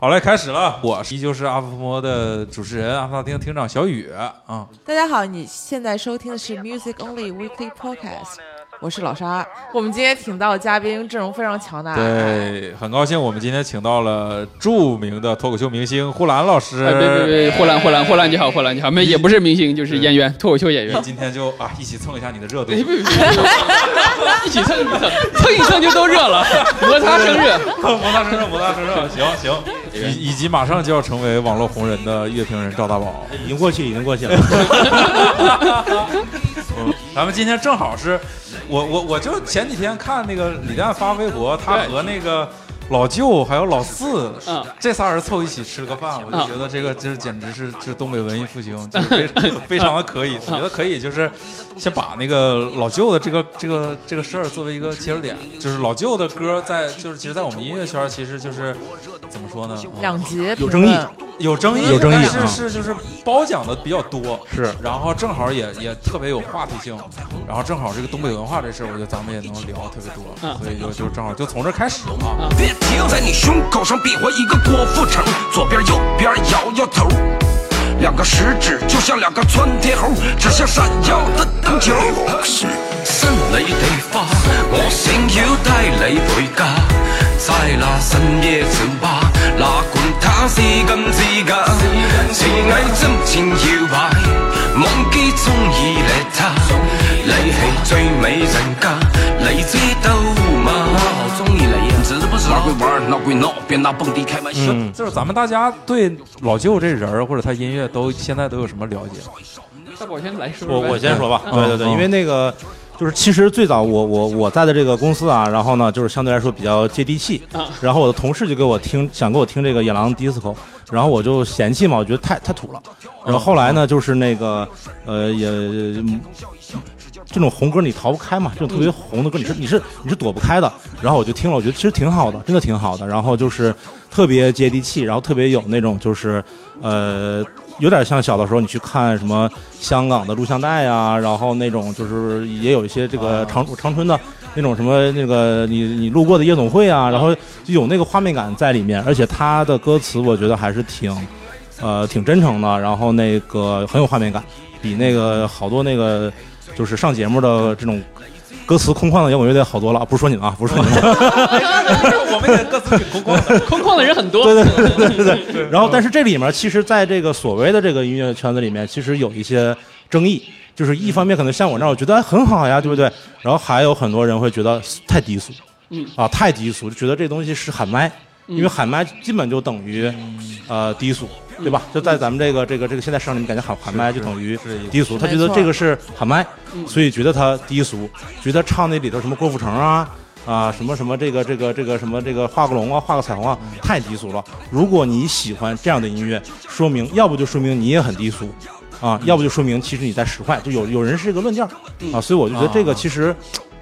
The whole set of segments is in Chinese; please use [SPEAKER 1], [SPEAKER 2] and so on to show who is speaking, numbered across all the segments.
[SPEAKER 1] 好嘞，开始了。我是依旧是阿福摩的主持人，阿福大厅厅长小雨啊。
[SPEAKER 2] 大家好，你现在收听的是 Music Only Weekly Podcast，我是老沙。我们今天请到的嘉宾阵容非常强大，
[SPEAKER 1] 对，很高兴我们今天请到了著名的脱口秀明星呼兰老师。
[SPEAKER 3] 哎，别别别，霍兰霍兰霍兰你好，霍兰你好，没也不是明星，就是演员，脱口秀演员。
[SPEAKER 1] 今天就啊，一起蹭一下你的热度
[SPEAKER 3] 别。别别，一起蹭一蹭，蹭一蹭就都热了，摩擦生热。
[SPEAKER 1] 摩擦生热，摩擦生热，行行。以以及马上就要成为网络红人的乐评人赵大宝。
[SPEAKER 4] 哎已经过去，已经过 去了。
[SPEAKER 1] 嗯咱们今天正好是，我我我就前几天看那个李诞发微博，他
[SPEAKER 3] 对
[SPEAKER 1] 和那个老舅还有老四
[SPEAKER 3] 嗯，
[SPEAKER 1] 这仨人凑一起吃了个饭，我就
[SPEAKER 3] 嗯
[SPEAKER 1] 觉得这个就是简直是就是东北文艺复兴，就是非常非常的可以。
[SPEAKER 3] 嗯
[SPEAKER 1] 我觉得可以，就是先把那个老舅的这个这个这个事儿作为一个切入点，就是老舅的歌在就是其实，在我们音乐圈其实就是怎么说呢？
[SPEAKER 2] 两集
[SPEAKER 4] 有争
[SPEAKER 2] 评
[SPEAKER 4] 议
[SPEAKER 2] 论
[SPEAKER 1] 有争议，
[SPEAKER 4] 有争议
[SPEAKER 1] 但
[SPEAKER 4] 啊
[SPEAKER 1] 是是就是褒奖的比较多，
[SPEAKER 4] 是
[SPEAKER 1] 然后正好也也特别有话题性，然后正好这个东北文化这事儿，我觉得咱们也能聊特别多，
[SPEAKER 3] 嗯
[SPEAKER 1] 所以就就正好就从这儿开始嘛。
[SPEAKER 5] 别停在你胸口上比划一个郭富城，左边右边摇摇头，两个食指就像两个窜天猴，指向闪耀的灯球。新你地花，我想要帶你回家，在那深夜酒吧，哪管他是金是假，是偽真情搖擺，忘記中意你他，你係最美人家，你知道哦嗎？我好中意你呀，知不知道？哪會玩，哪會鬧，別拿蹦迪開玩笑。
[SPEAKER 4] 嗯
[SPEAKER 1] 就是咱们大家对老舅这人儿或者他音乐都现在都有什么了解？
[SPEAKER 3] 大宝先来说
[SPEAKER 4] 我
[SPEAKER 3] 说呗，
[SPEAKER 4] 我先说吧，
[SPEAKER 1] 嗯
[SPEAKER 4] 对对对，
[SPEAKER 1] 嗯
[SPEAKER 4] 因为那个就是其实最早我我我在的这个公司啊，然后呢就是相对来说比较接地气
[SPEAKER 1] 嗯
[SPEAKER 3] 啊，
[SPEAKER 4] 然后我的同事就给我听想给我听这个野狼 disco，然后我就嫌弃嘛，我觉得太太土了，然后后来呢就是那个呃也。嗯这种红歌你逃不开嘛，这种特
[SPEAKER 1] 嗯
[SPEAKER 4] 别红的歌你是你是你是躲不开的。然后我就听了，我觉得其实挺好的，真的挺好的。然后就是特别接地气，然后特别有那种就是呃有点像小的时候你去看什么香港的录像带啊，然后那种就是也有一些这个长长春的那种什么那个你你路过的夜总会啊，然后就有那个画面感在里面，而且他的歌词我觉得还是挺呃挺真诚的，然后那个很有画面感，比那个好多那个就是上节目的这种。歌词空旷的摇滚乐队好多了，不是说你们啊，不是说你们。
[SPEAKER 1] 我们也各自给空空的，
[SPEAKER 3] 空旷的人很多。
[SPEAKER 4] 对对对对对对。然后，但是这里面其实，在这个所谓的这个音乐圈子里面，其实有一些争议。就是一方面可能像我这样，我觉得哎很好呀，对不对？然后还有很多人会觉得太低俗，
[SPEAKER 3] 嗯
[SPEAKER 4] 啊，太低俗，就觉得这东西是喊麦，因为喊麦基本就等于呃低俗，对吧？就在咱们这个这个这个现在市场里面，感觉喊喊麦就等于低俗，他觉得这个是喊麦，所以觉得他低俗，觉得唱那里头什么郭富城啊。啊，什么什么这个这个这个什么这个画个龙啊，画个彩虹啊，太低俗了。如果你喜欢这样的音乐，说明要不就说明你也很低俗，啊，要不就说明其实你在使坏，就有有人是一个论调
[SPEAKER 1] 嗯
[SPEAKER 4] 啊，所以我就觉得这个其实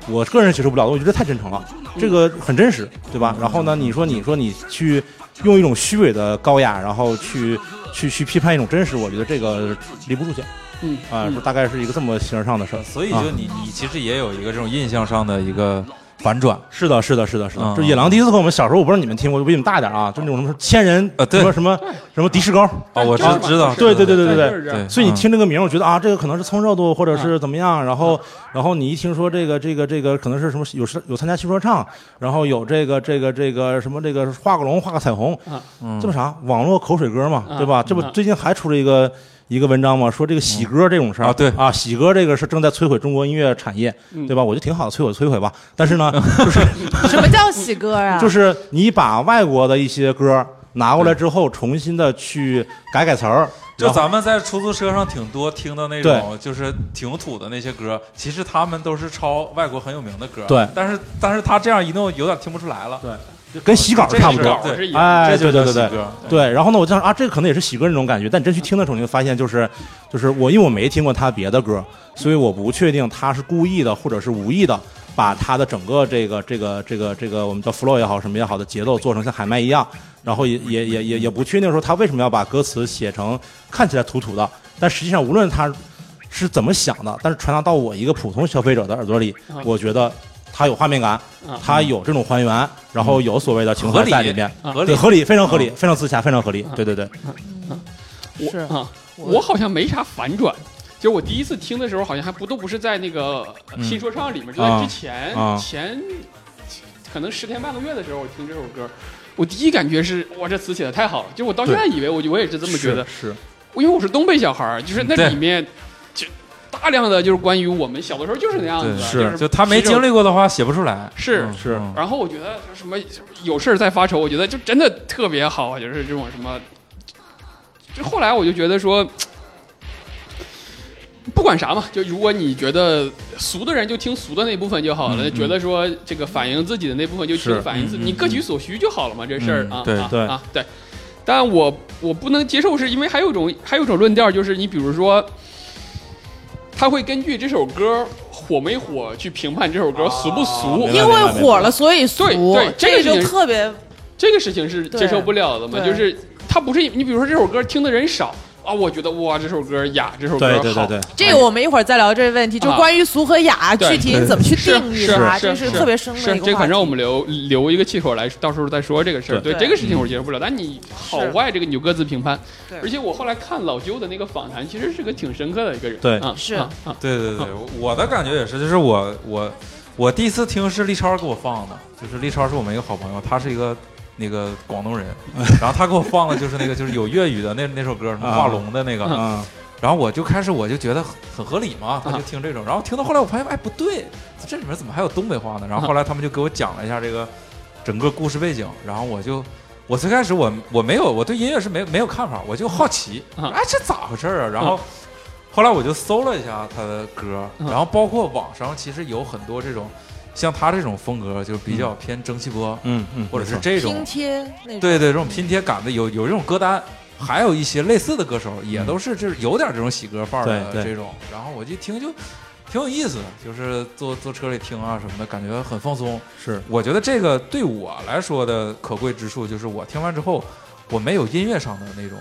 [SPEAKER 4] 我个人接受不了的，我觉得太真诚了，
[SPEAKER 1] 嗯
[SPEAKER 4] 这个很真实，对吧？然后呢，你说你说你去用一种虚伪的高雅，然后去去去批判一种真实，我觉得这个立不住脚
[SPEAKER 3] 嗯
[SPEAKER 4] 啊，
[SPEAKER 3] 嗯
[SPEAKER 4] 大概是一个这么形而上的事儿。
[SPEAKER 1] 所以
[SPEAKER 4] 啊
[SPEAKER 1] 就你你其实也有一个这种印象上的一个反转。哦
[SPEAKER 4] 是的，是的，是的，是
[SPEAKER 1] 嗯
[SPEAKER 4] 的，就野狼迪斯科，我们小时候我不知道你们听过，我比你们大点啊，就那种什么千人
[SPEAKER 1] 呃对
[SPEAKER 4] 什么什么什么迪士高，啊
[SPEAKER 1] 哦，我知
[SPEAKER 3] 就是嘛
[SPEAKER 1] 知道，
[SPEAKER 4] 对对对对对
[SPEAKER 3] 就是这样
[SPEAKER 1] 对，嗯
[SPEAKER 4] 所以你听这个名儿，我觉得啊，这个可能是蹭热度，或者是怎么样。然
[SPEAKER 1] 嗯
[SPEAKER 4] 后，然后你一听说这个这个这个，可能是什么有有参加新说唱，然后有这个这个这个什么这个画个龙画个彩虹
[SPEAKER 1] 嗯
[SPEAKER 3] 啊，
[SPEAKER 4] 这不啥网络口水歌嘛，
[SPEAKER 3] 啊
[SPEAKER 4] 对吧？这不
[SPEAKER 3] 嗯
[SPEAKER 4] 最近还出了一个。一个文章嘛，说这个喜歌这种事儿
[SPEAKER 1] 啊对嗯
[SPEAKER 4] 啊，喜歌这个是正在摧毁中国音乐产业，对吧？我就挺好的，摧毁摧毁吧。但是呢，就是
[SPEAKER 2] 什么叫喜歌 啊？
[SPEAKER 4] 就是你把外国的一些歌拿过来之后，重新的去改改词儿，
[SPEAKER 1] 就
[SPEAKER 4] 然后
[SPEAKER 1] 咱们在出租车上挺多听的那种，就是挺土的那些歌，其实他们都是抄外国很有名的歌。
[SPEAKER 4] 对
[SPEAKER 1] 但是但是他这样一弄有点听不出来了。
[SPEAKER 4] 跟洗稿
[SPEAKER 1] 这
[SPEAKER 4] 是差不
[SPEAKER 1] 是
[SPEAKER 4] 多。
[SPEAKER 3] 我是一样。
[SPEAKER 4] 哎，
[SPEAKER 1] 这
[SPEAKER 4] 对
[SPEAKER 1] 就叫
[SPEAKER 4] 对对
[SPEAKER 1] 喜
[SPEAKER 4] 对
[SPEAKER 1] 歌
[SPEAKER 4] 对。然后呢，我就想啊，这个可能也是喜歌那种感觉，但你真去听的时候，你就发现就是就是我，因为我没听过他别的歌，所以我不确定他是故意的或者是无意的，把他的整个这个这个这个这个我们叫 flow 也好，什么也好的节奏做成像喊麦一样，然后也也也也也不确定说他为什么要把歌词写成看起来土土的，但实际上
[SPEAKER 1] 嗯
[SPEAKER 4] 无论他是怎么想的，但是传达到我一个普通消费者的耳朵里，我觉得它有画面感，它有这种还原，然后有所谓的情
[SPEAKER 1] 合
[SPEAKER 4] 怀
[SPEAKER 1] 理
[SPEAKER 4] 在里面，
[SPEAKER 1] 合理。
[SPEAKER 4] 对，
[SPEAKER 1] 嗯
[SPEAKER 4] 合理，非常合理，非常自洽，非常合理，对对对，
[SPEAKER 3] 我
[SPEAKER 2] 是
[SPEAKER 3] 啊，我好像没啥反转。就是我第一次听的时候，好像还不都不是在那个呃
[SPEAKER 4] 嗯
[SPEAKER 3] 新说唱里面，就在
[SPEAKER 4] 啊
[SPEAKER 3] 之前、
[SPEAKER 4] 啊
[SPEAKER 3] 前可能十天半个月的时候，我听这首歌，我第一感觉是哇，这词写的太好了。就我到现在以为我我也是这么觉得，
[SPEAKER 4] 是
[SPEAKER 3] 因为我是东北小孩儿，就是那
[SPEAKER 1] 对
[SPEAKER 3] 里面就大量的就是关于我们小的时候就是那样子，
[SPEAKER 1] 对
[SPEAKER 3] 就是
[SPEAKER 1] 啊就他没经历过的话，写不出来。
[SPEAKER 3] 是
[SPEAKER 1] 嗯
[SPEAKER 4] 是
[SPEAKER 1] 嗯
[SPEAKER 3] 然后我觉得什么有事儿再发愁，我觉得就真的特别好，就是这种什么，就后来我就觉得说，不管啥嘛，就如果你觉得俗的人就听俗的那部分就好了，觉得说这个反映自己的那部分就听
[SPEAKER 4] 嗯是
[SPEAKER 3] 反映自己，
[SPEAKER 4] 嗯嗯
[SPEAKER 3] 你各取所需就好了嘛，这事儿
[SPEAKER 1] 嗯
[SPEAKER 3] 啊，
[SPEAKER 1] 对
[SPEAKER 3] 啊
[SPEAKER 4] 对
[SPEAKER 3] 啊对，但我我不能接受，是因为还有一种还有一种论调，就是你比如说。他会根据这首歌火没火去评判这首歌俗不俗，
[SPEAKER 4] 啊明白
[SPEAKER 2] 因为火了，所以俗，
[SPEAKER 3] 对对这
[SPEAKER 2] 这
[SPEAKER 3] 个哎
[SPEAKER 2] 就
[SPEAKER 3] 也
[SPEAKER 2] 特别
[SPEAKER 3] 这个事情是接受不了的嘛，
[SPEAKER 2] 对
[SPEAKER 3] 就是他不是你，比如说这首歌听的人少啊，我觉得哇，这首歌雅，这首歌
[SPEAKER 4] 对
[SPEAKER 3] 好，
[SPEAKER 4] 对对对，
[SPEAKER 2] 这个我们一会儿再聊这个问题，就
[SPEAKER 3] 啊
[SPEAKER 2] 关于俗和雅，
[SPEAKER 3] 对
[SPEAKER 2] 具体你怎么去
[SPEAKER 3] 是
[SPEAKER 2] 定义它，
[SPEAKER 3] 是
[SPEAKER 2] 这
[SPEAKER 3] 是
[SPEAKER 2] 特别深的
[SPEAKER 3] 是
[SPEAKER 2] 一个
[SPEAKER 3] 这个
[SPEAKER 2] 话
[SPEAKER 3] 反
[SPEAKER 2] 题
[SPEAKER 3] 正。我们留留一个气口来，到时候再说这个事儿。对
[SPEAKER 4] 对
[SPEAKER 3] 这个事情我接受不了，但你好
[SPEAKER 2] 是
[SPEAKER 3] 坏这个你就各自评判
[SPEAKER 2] 对。
[SPEAKER 3] 而且我后来看老周的那个访谈，其实是个挺深刻的一个人。
[SPEAKER 4] 对
[SPEAKER 3] 啊
[SPEAKER 2] 是
[SPEAKER 3] 啊啊
[SPEAKER 1] 对对对，我的感觉也是，就是我我我第一次听是立超给我放的，就是立超是我们一个好朋友，他是一个那个广 东人，然后他给我放的就是那个就是有粤语的那那首歌，什
[SPEAKER 4] 啊
[SPEAKER 1] 么画龙的那个，
[SPEAKER 4] 嗯，
[SPEAKER 1] 然后我就开始我就觉得很很合理嘛，他就听这种，然后听到后来我发现哎不对，这里面怎么还有东北话呢？然后后来他们就给我讲了一下这个整个故事背景，然后我就我最开始我我没有我对音乐是没有没有看法，我就好奇，
[SPEAKER 3] 啊
[SPEAKER 1] 哎这咋回事儿啊？然后后来我就搜了一下他的歌，
[SPEAKER 3] 嗯
[SPEAKER 1] 然后包括网上其实有很多这种像他这种风格，就比较偏蒸汽波，
[SPEAKER 4] 嗯嗯，
[SPEAKER 1] 或者是
[SPEAKER 4] 没错
[SPEAKER 1] 这种
[SPEAKER 2] 拼贴那种，
[SPEAKER 1] 对对，这种拼贴感的有有这种歌单，还有一些类似的歌手也都是就是有点这种喜歌范儿的
[SPEAKER 4] 嗯对对
[SPEAKER 1] 这种。然后我就听就挺有意思的，就是坐坐车里听啊什么的，感觉很放松。
[SPEAKER 4] 是
[SPEAKER 1] 我觉得这个对我来说的可贵之处就是我听完之后，我没有音乐上的那种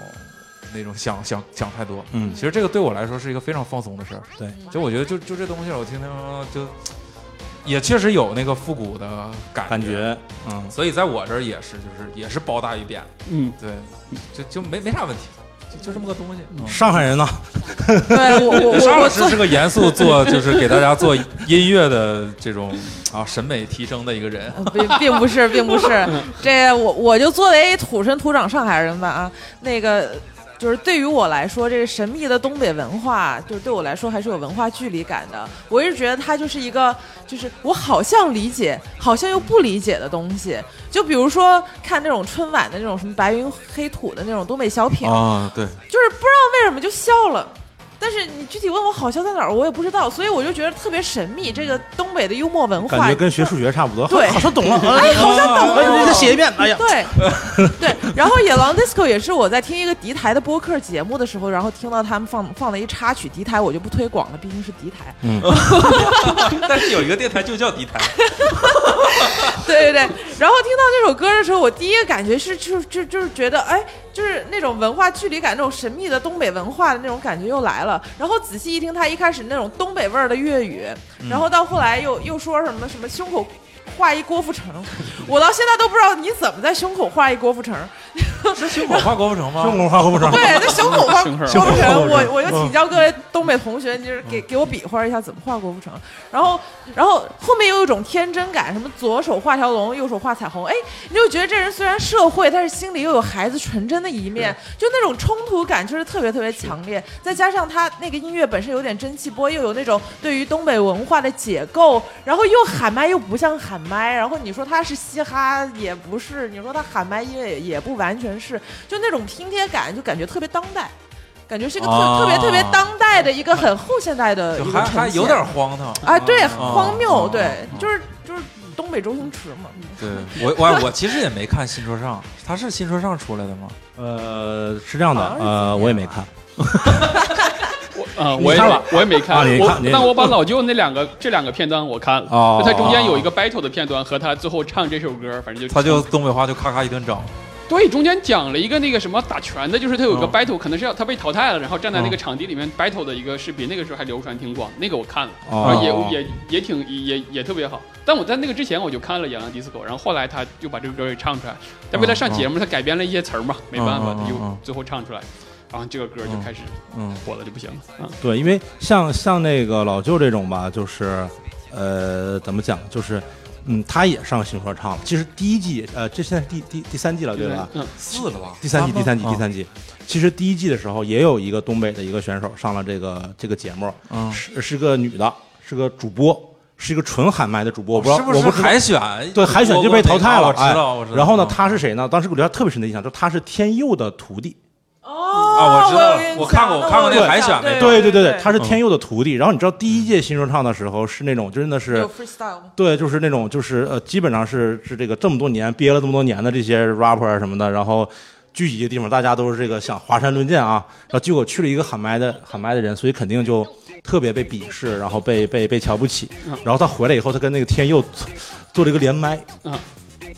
[SPEAKER 1] 那种想想想太多。
[SPEAKER 4] 嗯
[SPEAKER 1] 其实这个对我来说是一个非常放松的事儿。
[SPEAKER 4] 对，
[SPEAKER 1] 就我觉得就就这东西，我听听就也确实有那个复古的感
[SPEAKER 4] 感觉嗯
[SPEAKER 1] 所以在我这儿也是，就是也是包大一遍，
[SPEAKER 3] 嗯，
[SPEAKER 1] 对，就就没没啥问题，就就这么个东西。嗯
[SPEAKER 4] 上海人呢，
[SPEAKER 2] 对我我
[SPEAKER 1] 沙
[SPEAKER 2] 我
[SPEAKER 1] 老
[SPEAKER 2] 我
[SPEAKER 1] 师
[SPEAKER 2] 做
[SPEAKER 1] 是个严肃做，就是给大家做音乐的这种啊审美提升的一个人。
[SPEAKER 2] 呃并并不是，并不 是，这我我就作为土生土长上海人吧啊，那个就是对于我来说，这个神秘的东北文化，就是对我来说还是有文化距离感的。我一直觉得它就是一个，就是我好像理解，好像又不理解的东西。就比如说看那种春晚的那种什么白云黑土的那种东北小品，
[SPEAKER 4] 哦
[SPEAKER 1] 啊，对，
[SPEAKER 2] 就是不知道为什么就笑了。但是你具体问我好笑在哪儿，我也不知道，所以我就觉得特别神秘。这个东北的幽默文
[SPEAKER 4] 感
[SPEAKER 2] 化
[SPEAKER 4] 觉，跟学数学差不多，
[SPEAKER 2] 对
[SPEAKER 4] 好像懂了，哎，
[SPEAKER 2] 好像懂了
[SPEAKER 4] 哎你再写一遍，哎呀，
[SPEAKER 2] 对对，然后野狼 disco 也是我在听一个敌台的播客节目的时候，然后听到他们放放了一插曲，敌台我就不推广了，毕竟是敌 台。
[SPEAKER 1] 但是有一个电台就叫迪台，
[SPEAKER 2] 对对对，然后听到这首歌的时候，我第一个感觉是就就就是觉得哎，就是那种文化距离感，那种神秘的东北文化的那种感觉又来了。然后仔细一听，他一开始那种东北味儿的粤语，
[SPEAKER 4] 嗯
[SPEAKER 2] 然后到后来又又说什么什么胸口。画一郭富城，我到现在都不知道你怎么在胸口画一郭富城。
[SPEAKER 1] 是胸口画郭富城吗？
[SPEAKER 4] 中国话合不上，
[SPEAKER 2] 对，那熊口画
[SPEAKER 3] 熊
[SPEAKER 2] 郭
[SPEAKER 3] 口
[SPEAKER 2] 富
[SPEAKER 4] 熊口
[SPEAKER 2] 城，我
[SPEAKER 4] 嗯
[SPEAKER 2] 我就请教各位东北同学，就是给给我比划一下怎么画郭富城。然后，然后后面又有一种天真感，什么左手画条龙，右手画彩虹，哎，你就觉得这人虽然社会，但是心里又有孩子纯真的一面，就那种冲突感就是特别特别强烈。再加上他那个音乐本身有点蒸汽波，又有那种对于东北文化的解构，然后又喊麦又不像喊麦，然后你说他是嘻哈也不是，你说他喊麦音乐也也不完全是，就那种拼贴感，就感觉特别当代。感觉是个特、
[SPEAKER 1] 啊
[SPEAKER 2] 特别特别当代的一个很后现代的
[SPEAKER 1] 就
[SPEAKER 2] 一个
[SPEAKER 1] 还
[SPEAKER 2] 呈
[SPEAKER 1] 还
[SPEAKER 2] 现
[SPEAKER 1] 有点荒唐。
[SPEAKER 2] 啊，对，
[SPEAKER 1] 啊
[SPEAKER 2] 荒谬，
[SPEAKER 1] 啊
[SPEAKER 2] 对，就是就是东北周星驰嘛，
[SPEAKER 1] 对我我我其实也没看新说唱，他是新说唱出来的吗？
[SPEAKER 4] 呃，是这样的
[SPEAKER 2] 好像，是
[SPEAKER 4] 呃，我也没看，
[SPEAKER 3] 我啊，
[SPEAKER 4] 你
[SPEAKER 3] 我也
[SPEAKER 4] 看了
[SPEAKER 3] 我也没
[SPEAKER 4] 啊
[SPEAKER 3] 看，
[SPEAKER 4] 你
[SPEAKER 3] 我
[SPEAKER 4] 看你
[SPEAKER 3] 但我把老舅那两个这两个片段我看了，
[SPEAKER 4] 哦
[SPEAKER 3] 就他中间有一个 battle 的片段和他最后唱这首歌，反正就
[SPEAKER 1] 他就东北话就咔咔一顿整，
[SPEAKER 3] 对，中间讲了一个那个什么打拳的，就是他有一个
[SPEAKER 4] 哦
[SPEAKER 3] battle，、可能是要他被淘汰了，然后站在那个
[SPEAKER 4] 哦
[SPEAKER 3] 场地里面 battle 的一个视频，那个时候还流传挺广，那个我看了，
[SPEAKER 4] 哦
[SPEAKER 3] 然后也也也挺也也特别好。但我在那个之前我就看了《野狼 disco》，然后后来他就把这个歌给唱出来，但为了上节目，他改编了一些词儿嘛，没办法，
[SPEAKER 4] 哦
[SPEAKER 1] 嗯嗯
[SPEAKER 3] 他就
[SPEAKER 1] 嗯
[SPEAKER 3] 最后唱出来，然后这个歌就开始
[SPEAKER 1] 嗯
[SPEAKER 3] 火了，就不行了啊。
[SPEAKER 4] 对，因为像像那个老舅这种吧，就是，呃，怎么讲，就是，嗯，他也上新说唱了。其实第一季，呃，这现在是第第第三季了，对吧？
[SPEAKER 3] 嗯，
[SPEAKER 1] 四了吧？
[SPEAKER 4] 第三季，
[SPEAKER 1] 吗
[SPEAKER 4] 第三季，
[SPEAKER 1] 啊
[SPEAKER 4] 第三季。其实第一季的时候，也有一个东北的一个选手上了这个这个节目，
[SPEAKER 1] 嗯
[SPEAKER 4] 是是个女的，是个主播，是一个纯喊麦的主播。我不知道，
[SPEAKER 1] 是不是
[SPEAKER 4] 我不知道
[SPEAKER 1] 海选？
[SPEAKER 4] 对海选就被淘汰
[SPEAKER 1] 我
[SPEAKER 4] 了。
[SPEAKER 1] 我
[SPEAKER 4] 哎
[SPEAKER 1] 知道，我知道。
[SPEAKER 4] 然后呢，
[SPEAKER 1] 嗯
[SPEAKER 4] 他是谁呢？当时给我留下特别深的印象，就是他是天佑的徒弟。
[SPEAKER 2] 哦，
[SPEAKER 1] 啊我知道
[SPEAKER 2] 有印象
[SPEAKER 1] 我看过
[SPEAKER 2] 那
[SPEAKER 1] 我看过那
[SPEAKER 2] 有
[SPEAKER 1] 个
[SPEAKER 2] 印
[SPEAKER 1] 海选
[SPEAKER 2] 象
[SPEAKER 1] 那个
[SPEAKER 4] 对
[SPEAKER 2] 对
[SPEAKER 4] 对对，他
[SPEAKER 2] 是
[SPEAKER 4] 是天佑的徒弟。然后你知道第一届新说唱的时候是那种真的是
[SPEAKER 2] 有 freestyle 吗？
[SPEAKER 4] 对，就是那种，就是呃，基本上是是这个这么多年憋了这么多年的这些 rapper 啊什么的，然后聚集的地方，大家都是这个想华山论剑啊，然后结果去了一个喊麦的喊麦的人，所以肯定就特别被鄙视，然后被被被瞧不起。然后他回来以后，他跟那个天佑做做了一个连麦，
[SPEAKER 3] 嗯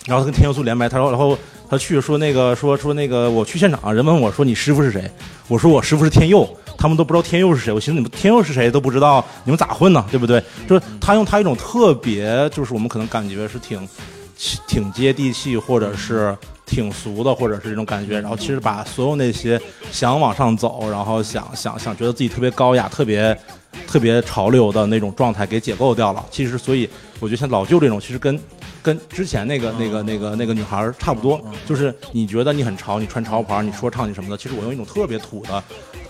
[SPEAKER 4] 然后他跟天佑做连麦，他说，然后他去说那个说说那个我去现场，啊人问我说你师傅是谁，我说我师傅是天佑，他们都不知道天佑是谁，我寻思你们天佑是谁都不知道，你们咋混呢？对不对？就是他用他一种特别，就是我们可能感觉是挺挺接地气，或者是挺俗的，或者是这种感觉，然后其实把所有那些想往上走，然后想想想觉得自己特别高雅、特别特别潮流的那种状态给解构掉了。其实，所以我觉得像老舅这种，其实跟跟之前那个那个那个那个女孩儿差不多，就是你觉得你很潮，你穿潮牌儿，你说唱你什么的，其实我用一种特别土的，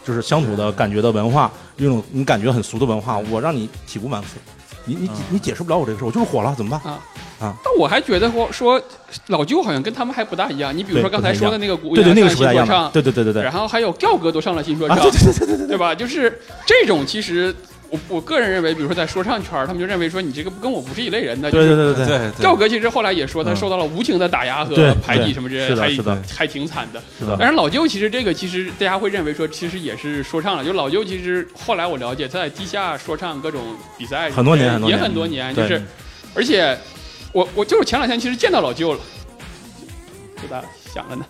[SPEAKER 4] 就是乡土的感觉的文化，一种你感觉很俗的文化，我让你体无完肤。你你你解释不了我这个事儿，我就是火了，怎么办？
[SPEAKER 3] 但我还觉得说说老舅好像跟他们还不大一样。你比如说
[SPEAKER 4] 对
[SPEAKER 3] 刚才
[SPEAKER 4] 不太一样
[SPEAKER 3] 说的那个古
[SPEAKER 4] 对对，那个是不
[SPEAKER 3] 新
[SPEAKER 4] 太一
[SPEAKER 3] 说
[SPEAKER 4] 样的
[SPEAKER 3] 唱，，
[SPEAKER 4] 对对对对对。
[SPEAKER 3] 然后还有调哥都上了新说唱，
[SPEAKER 4] 啊，对对对对对对
[SPEAKER 3] 对吧？就是这种，其实我我个人认为，比如说在说唱圈儿，他们就认为说你这个跟我不是一类人的。
[SPEAKER 4] 对
[SPEAKER 3] 就是
[SPEAKER 4] 对对对，
[SPEAKER 1] 对
[SPEAKER 3] 赵哥其实后来也说，他
[SPEAKER 4] 嗯
[SPEAKER 3] 受到了无情的打压和
[SPEAKER 4] 对
[SPEAKER 3] 排挤什么之类
[SPEAKER 4] 对是的
[SPEAKER 3] 还
[SPEAKER 4] 是的
[SPEAKER 3] 还挺惨的。
[SPEAKER 4] 是的
[SPEAKER 3] 但是老舅其实这个其实大家会认为说，其实也是说唱了。就老舅其实后来我了解，他在地下说唱各种比赛
[SPEAKER 4] 很多年
[SPEAKER 3] 也
[SPEAKER 4] 很多
[SPEAKER 3] 也
[SPEAKER 4] 年
[SPEAKER 3] 很多年，就
[SPEAKER 4] 对
[SPEAKER 3] 是而且我我就是前两天其实见到老舅了，给大家想了呢。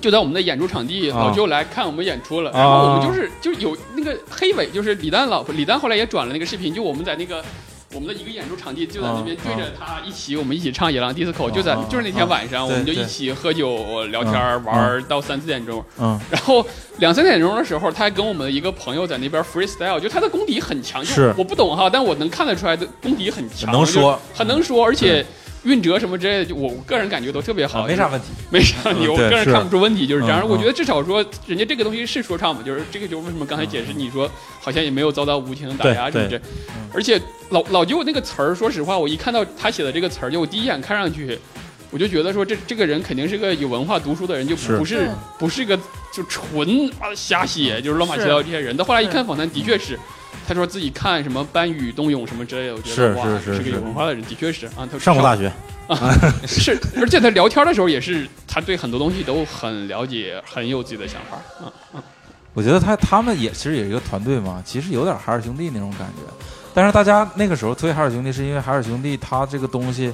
[SPEAKER 3] 就在我们的演出场地，
[SPEAKER 4] 啊
[SPEAKER 3] 老舅来看我们演出了，然后我们就是就是有那个黑尾，就是李诞老婆，李诞后来也转了那个视频，就我们在那个我们的一个演出场地，就在那边
[SPEAKER 1] 啊
[SPEAKER 3] 对着他一起，我们一起唱《野狼 disco》，就在
[SPEAKER 1] 啊
[SPEAKER 3] 就是那天晚上，
[SPEAKER 1] 啊
[SPEAKER 3] 我们就
[SPEAKER 1] 对
[SPEAKER 3] 一起喝酒聊天儿
[SPEAKER 1] 嗯
[SPEAKER 3] 玩儿到三四点钟，
[SPEAKER 1] 嗯，
[SPEAKER 3] 然后两三点钟的时候，他还跟我们一个朋友在那边 freestyle，就他的功底很强，就是我不懂哈，但我能看得出来的功底很强，
[SPEAKER 1] 很能说嗯
[SPEAKER 3] 就很能说，而且韵折什么之类的，就我我个人感觉都特别好，
[SPEAKER 1] 啊没啥问题。
[SPEAKER 3] 没啥，
[SPEAKER 1] 嗯
[SPEAKER 3] 你我
[SPEAKER 1] 对
[SPEAKER 3] 个人
[SPEAKER 1] 是
[SPEAKER 3] 看不出问题，就是这样。
[SPEAKER 1] 嗯
[SPEAKER 3] 我觉得至少说，人家这个东西是说唱嘛，就是这个就是为什么刚才解释，你说好像也没有遭到无情的打压，是
[SPEAKER 4] 嗯对
[SPEAKER 3] 不是？而且老老舅那个词儿，说实话，我一看到他写的这个词儿，就我第一眼看上去，我就觉得说这这个人肯定是个有文化、读书的人，就不是
[SPEAKER 2] 是
[SPEAKER 3] 不是个就纯啊瞎写，
[SPEAKER 4] 嗯
[SPEAKER 3] 就是乱七八糟这些人。但后来一看访谈，的确是。他说自己看什么班宇、冬泳什么之类的，我觉得
[SPEAKER 4] 是
[SPEAKER 3] 哇，
[SPEAKER 4] 是是
[SPEAKER 3] 个
[SPEAKER 4] 是
[SPEAKER 3] 有文化的人，的确是啊。他
[SPEAKER 4] 上过大学，
[SPEAKER 3] 是，而且他聊天的时候也是，他对很多东西都很了解，很有自己的想法。嗯，
[SPEAKER 1] 我觉得他他们也其实也是一个团队嘛，其实有点海尔兄弟那种感觉。但是大家那个时候推海尔兄弟，是因为海尔兄弟他这个东西，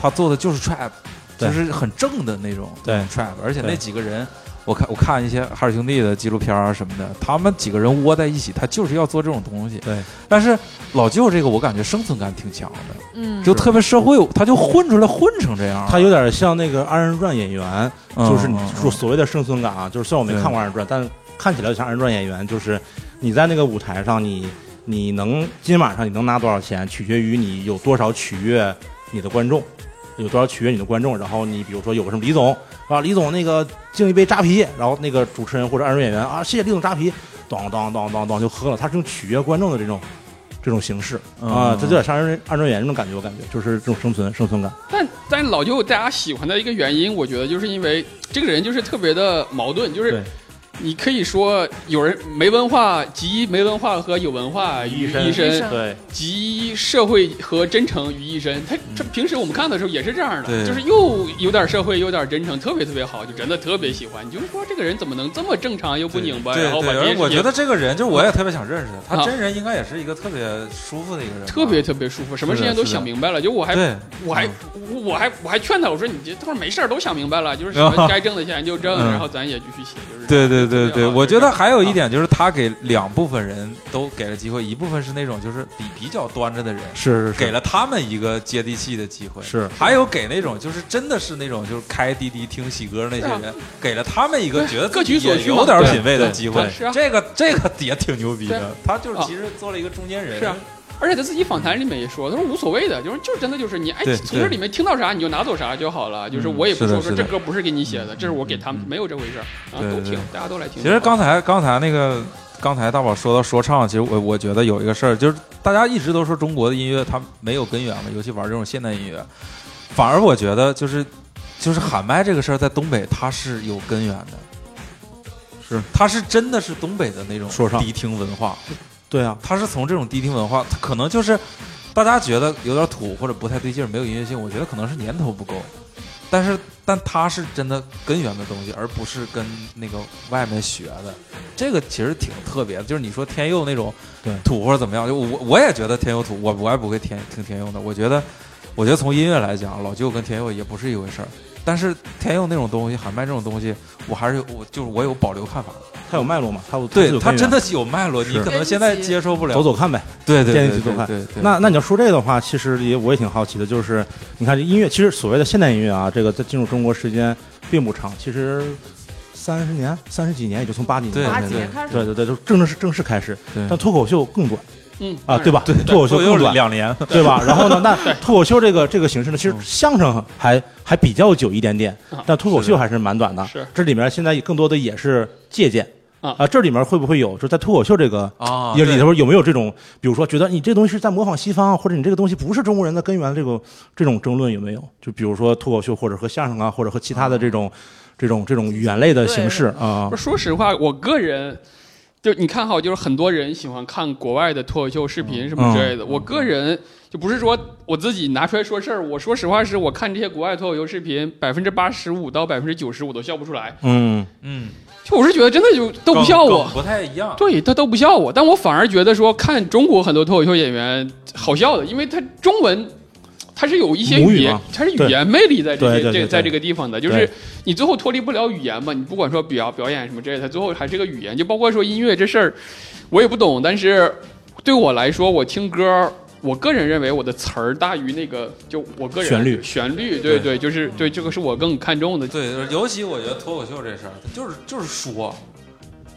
[SPEAKER 1] 他做的就是 trap，
[SPEAKER 4] 对
[SPEAKER 1] 就是很正的那种
[SPEAKER 4] 对
[SPEAKER 1] trap，而且那
[SPEAKER 4] 对
[SPEAKER 1] 几个人。我看我看一些海尔兄弟的纪录片啊什么的，他们几个人窝在一起，他就是要做这种东西。
[SPEAKER 4] 对，
[SPEAKER 1] 但是老舅这个我感觉生存感挺强的，
[SPEAKER 2] 嗯，
[SPEAKER 1] 就特别社会，他就混出来混成这样了。
[SPEAKER 4] 他有点像那个二人转演员，
[SPEAKER 1] 嗯
[SPEAKER 4] 就是你
[SPEAKER 1] 嗯嗯
[SPEAKER 4] 说所谓的生存感啊，就是虽然我没
[SPEAKER 1] 对
[SPEAKER 4] 看过二人转，但看起来就像二人转演员，就是你在那个舞台上，你你能今晚上你能拿多少钱，取决于你有多少取悦你的观众。有多少取悦你的观众？然后你比如说有个什么李总啊，李总那个敬一杯扎啤，然后那个主持人或者二人演员啊，谢谢李总扎啤，咚咚咚咚咚就喝了，他是用取悦观众的这种这种形式
[SPEAKER 1] 嗯
[SPEAKER 4] 啊，这就有点像二人二人演员那种感觉，我感觉就是这种生存生存感。
[SPEAKER 3] 但但老舅大家喜欢的一个原因，我觉得就是因为这个人就是特别的矛盾，就是
[SPEAKER 4] 对
[SPEAKER 3] 你可以说有人没文化，集没文化和有文化于一
[SPEAKER 2] 于一
[SPEAKER 3] 身
[SPEAKER 2] 身，
[SPEAKER 4] 对，
[SPEAKER 3] 集社会和真诚于一身。他他平时我们看的时候也是这样的，
[SPEAKER 1] 嗯对
[SPEAKER 3] 就是又有点社会，又有点真诚，特别特别好，就真的特别喜欢。你就是说这个人怎么能这么正常又不拧巴，
[SPEAKER 1] 对
[SPEAKER 3] 然后把
[SPEAKER 1] 对，
[SPEAKER 3] 别
[SPEAKER 1] 而
[SPEAKER 3] 人
[SPEAKER 1] 我觉得这个人，就是我也特别想认识他，
[SPEAKER 3] 啊
[SPEAKER 1] 他真人应该也是一个特别舒服的一个人吧，
[SPEAKER 3] 特别特别舒服，什么事情都想明白了。就我还
[SPEAKER 1] 对嗯
[SPEAKER 3] 我还我我还我还劝他，我说你这他说没事儿都想明白了，就是什么
[SPEAKER 1] 啊
[SPEAKER 3] 该挣的钱就挣，
[SPEAKER 1] 嗯
[SPEAKER 3] 然后咱也继续写，就是
[SPEAKER 1] 对对对
[SPEAKER 3] 特别
[SPEAKER 1] 对，
[SPEAKER 3] 好
[SPEAKER 1] 我
[SPEAKER 3] 就
[SPEAKER 1] 觉
[SPEAKER 3] 是
[SPEAKER 1] 得还有
[SPEAKER 3] 啊
[SPEAKER 1] 一点就是他给两部分人都给了机会，一部分是那种就是比比较端着的人，
[SPEAKER 4] 是是是，
[SPEAKER 1] 给了他们一个接地气的机会，
[SPEAKER 4] 是
[SPEAKER 1] 还有给那种就是真的是那种就是开滴滴听喜歌那些人，给了他们一个
[SPEAKER 3] 啊对
[SPEAKER 1] 觉得
[SPEAKER 3] 各
[SPEAKER 1] 自己
[SPEAKER 3] 取所
[SPEAKER 1] 也
[SPEAKER 3] 需嘛
[SPEAKER 1] 有点
[SPEAKER 3] 对
[SPEAKER 1] 品味的
[SPEAKER 3] 对
[SPEAKER 1] 机会
[SPEAKER 3] 对是啊，
[SPEAKER 1] 这个这个也挺牛逼
[SPEAKER 3] 对
[SPEAKER 1] 的，他就是
[SPEAKER 3] 啊
[SPEAKER 1] 其实做了一个中间人，
[SPEAKER 3] 是啊。而且他自己访谈里面也说，他说无所谓的，就是就是真的就是你哎，
[SPEAKER 1] 对嗯
[SPEAKER 3] 从这里面听到啥你就拿走啥就好了，就是我也不
[SPEAKER 1] 是的
[SPEAKER 3] 说说
[SPEAKER 1] 是
[SPEAKER 3] 这
[SPEAKER 1] 的嗯
[SPEAKER 3] 歌不是给你写的，这是我给他们没有这回事儿，啊，
[SPEAKER 1] 对
[SPEAKER 3] 都
[SPEAKER 1] 对
[SPEAKER 3] 听
[SPEAKER 1] 对，
[SPEAKER 3] 大家都来听。
[SPEAKER 1] 其实刚才刚才那个刚才大宝说到说唱，其实我我觉得有一个事儿，就是大家一直都说中国的音乐它没有根源嘛，尤其玩这种现代音乐，反而我觉得就是就是喊麦这个事儿在东北它是有根源的，
[SPEAKER 4] 是
[SPEAKER 1] 它是真的是东北的那种
[SPEAKER 4] 说唱
[SPEAKER 1] 迪厅文化，
[SPEAKER 4] 对啊，
[SPEAKER 1] 它是从这种迪厅文化，它可能就是大家觉得有点土或者不太对劲儿，没有音乐性，我觉得可能是年头不够。但是，但它是真的根源的东西，而不是跟那个外面学的。这个其实挺特别的，就是你说天佑那种
[SPEAKER 4] 对
[SPEAKER 1] 土或者怎么样，就我我也觉得天佑土，我我也不会天听天佑的。我觉得，我觉得从音乐来讲，老舅跟天佑也不是一回事儿。但是天佑那种东西，喊麦这种东西，我还是有我就是我有保留看法的。
[SPEAKER 4] 它有脉络嘛，它有
[SPEAKER 1] 对，它
[SPEAKER 4] 它
[SPEAKER 1] 真的有脉络，你
[SPEAKER 4] 是
[SPEAKER 1] 可能现在接受不了
[SPEAKER 4] 走。走看呗。
[SPEAKER 1] 对对
[SPEAKER 4] 建议
[SPEAKER 1] 对
[SPEAKER 4] 去做
[SPEAKER 1] 对
[SPEAKER 4] 饭
[SPEAKER 1] 对对，
[SPEAKER 4] 那那你要说这个的话，其实也我也挺好奇的，就是你看这音乐，其实所谓的现代音乐啊，这个在进入中国时间并不长，其实三十年、三十几年，也就从八几
[SPEAKER 1] 对
[SPEAKER 4] 年
[SPEAKER 2] 八
[SPEAKER 1] 对
[SPEAKER 4] 开
[SPEAKER 2] 几
[SPEAKER 4] 始，
[SPEAKER 1] 对
[SPEAKER 2] 年开始
[SPEAKER 4] 对对对，就正式正式开始。
[SPEAKER 1] 对
[SPEAKER 4] 但脱口秀更短
[SPEAKER 3] 嗯
[SPEAKER 4] 啊，对？吧？对， 脱口秀
[SPEAKER 1] 又
[SPEAKER 4] 更短，
[SPEAKER 1] 两年，嗯
[SPEAKER 4] 对吧？然后呢，那脱口秀这个这个形式呢，其实相声还还比较久一点点
[SPEAKER 3] 啊，
[SPEAKER 4] 但脱口秀还是蛮短的。
[SPEAKER 3] 是
[SPEAKER 4] 这里面现在更多的也是借鉴
[SPEAKER 3] 啊
[SPEAKER 4] 这里面会不会有就在脱口秀这个
[SPEAKER 1] 啊
[SPEAKER 4] 也
[SPEAKER 1] 对
[SPEAKER 4] 里头有没有这种，比如说觉得你这东西是在模仿西方，或者你这个东西不是中国人的根源，这个这种争论有没有？就比如说脱口秀，或者和相声啊，或者和其他的这种这种这种语言类的形式啊
[SPEAKER 3] 不，是说实话，我个人就你看好，就是很多人喜欢看国外的脱口秀视频什么之类的。我个人就不是说我自己拿出来说事儿，我说实话是我看这些国外脱口秀视频，百分之八十五到百分之九十我都笑不出来。
[SPEAKER 4] 嗯，
[SPEAKER 1] 嗯，
[SPEAKER 3] 就我是觉得真的就都不笑我
[SPEAKER 1] 梗，不太一样。
[SPEAKER 3] 对他都不笑我，但我反而觉得说看中国很多脱口秀演员好笑的，因为他中文。他是有一些
[SPEAKER 4] 母
[SPEAKER 3] 语
[SPEAKER 4] 语
[SPEAKER 3] 言
[SPEAKER 4] 嘛，
[SPEAKER 3] 他是语
[SPEAKER 4] 对
[SPEAKER 3] 言魅力在这些
[SPEAKER 4] 对对对
[SPEAKER 3] 这
[SPEAKER 4] 对
[SPEAKER 3] 在这个地方的，就是
[SPEAKER 4] 对
[SPEAKER 3] 你最后脱离不了语言嘛，你不管说表表演什么之类的，它最后还是个语言，就包括说音乐这事儿，我也不懂，但是对我来说，我听歌，我个人认为我的词儿大于那个，就我个人
[SPEAKER 4] 旋律嗯
[SPEAKER 3] 旋律，对
[SPEAKER 1] 对
[SPEAKER 3] 对，就是对这个是我更看重的，
[SPEAKER 1] 对，尤其我觉得脱口秀这事儿，它就是就是说，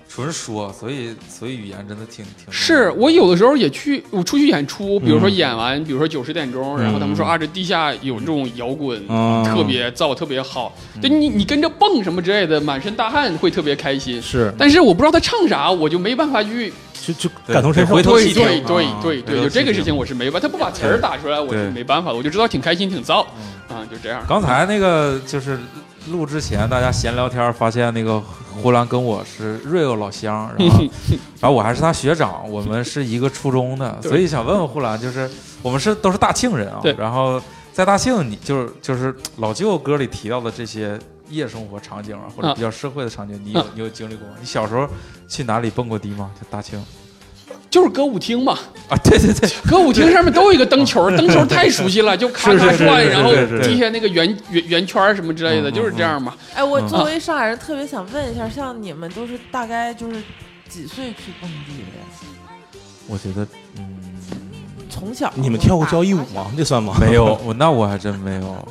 [SPEAKER 1] 纯说，所以所以语言真的挺挺
[SPEAKER 3] 是我有的时候也去，我出去演出，
[SPEAKER 1] 嗯
[SPEAKER 3] 比如说演完，比如说九十点钟，然后他们说
[SPEAKER 4] 嗯
[SPEAKER 3] 啊，这地下有这种摇滚，
[SPEAKER 1] 啊
[SPEAKER 4] 嗯
[SPEAKER 3] 特别燥，特别好。
[SPEAKER 1] 嗯
[SPEAKER 3] 对你，你跟着蹦什么之类的，满身大汗会特别开心。
[SPEAKER 1] 嗯
[SPEAKER 4] 是
[SPEAKER 3] 但是我不知道他唱啥，我就没办法去。
[SPEAKER 4] 就就
[SPEAKER 1] 对
[SPEAKER 4] 感同身受，
[SPEAKER 1] 回头
[SPEAKER 3] 对
[SPEAKER 1] 细听
[SPEAKER 3] 对对
[SPEAKER 1] 啊
[SPEAKER 3] 对对，
[SPEAKER 1] 回头
[SPEAKER 3] 就这
[SPEAKER 1] 细听
[SPEAKER 3] 个事情我是没办，他不把词儿打出来，我是
[SPEAKER 1] 对嗯
[SPEAKER 3] 没办法的，我就知道挺开心，挺燥啊，就这样。
[SPEAKER 1] 刚才那个就是录之前大家闲聊天儿，发现那个胡兰跟我是 real 老乡，然后然后啊我还是他学长，我们是一个初中的，
[SPEAKER 3] 对
[SPEAKER 1] 所以想问问胡兰，就是我们是都是大庆人啊
[SPEAKER 3] 对，
[SPEAKER 1] 然后在大庆你就是就是老舅歌里提到的这些。夜生活场景啊，或者比较社会的场景，你有
[SPEAKER 3] 啊
[SPEAKER 1] 你有经历过吗？你小时候去哪里蹦过迪吗？就大庆
[SPEAKER 3] 就是歌舞厅嘛，
[SPEAKER 1] 啊，对对对，
[SPEAKER 3] 歌舞厅上面都有一个灯球，灯球太熟悉了，就咔咔
[SPEAKER 1] 是是是
[SPEAKER 3] 转，
[SPEAKER 1] 是
[SPEAKER 3] 然后
[SPEAKER 1] 是是
[SPEAKER 3] 地下那个圆圆圆圈儿什么之类
[SPEAKER 1] 嗯
[SPEAKER 3] 的，
[SPEAKER 1] 嗯
[SPEAKER 3] 就是这样嘛。
[SPEAKER 2] 哎，我
[SPEAKER 1] 嗯
[SPEAKER 2] 作为上海人，特别想问一下，像你们都是大概就是几岁去蹦迪的呀？
[SPEAKER 1] 我觉得，嗯，
[SPEAKER 2] 从小
[SPEAKER 4] 你们跳过交谊舞？吗？这算吗？
[SPEAKER 1] 没有， 我那我还真没有。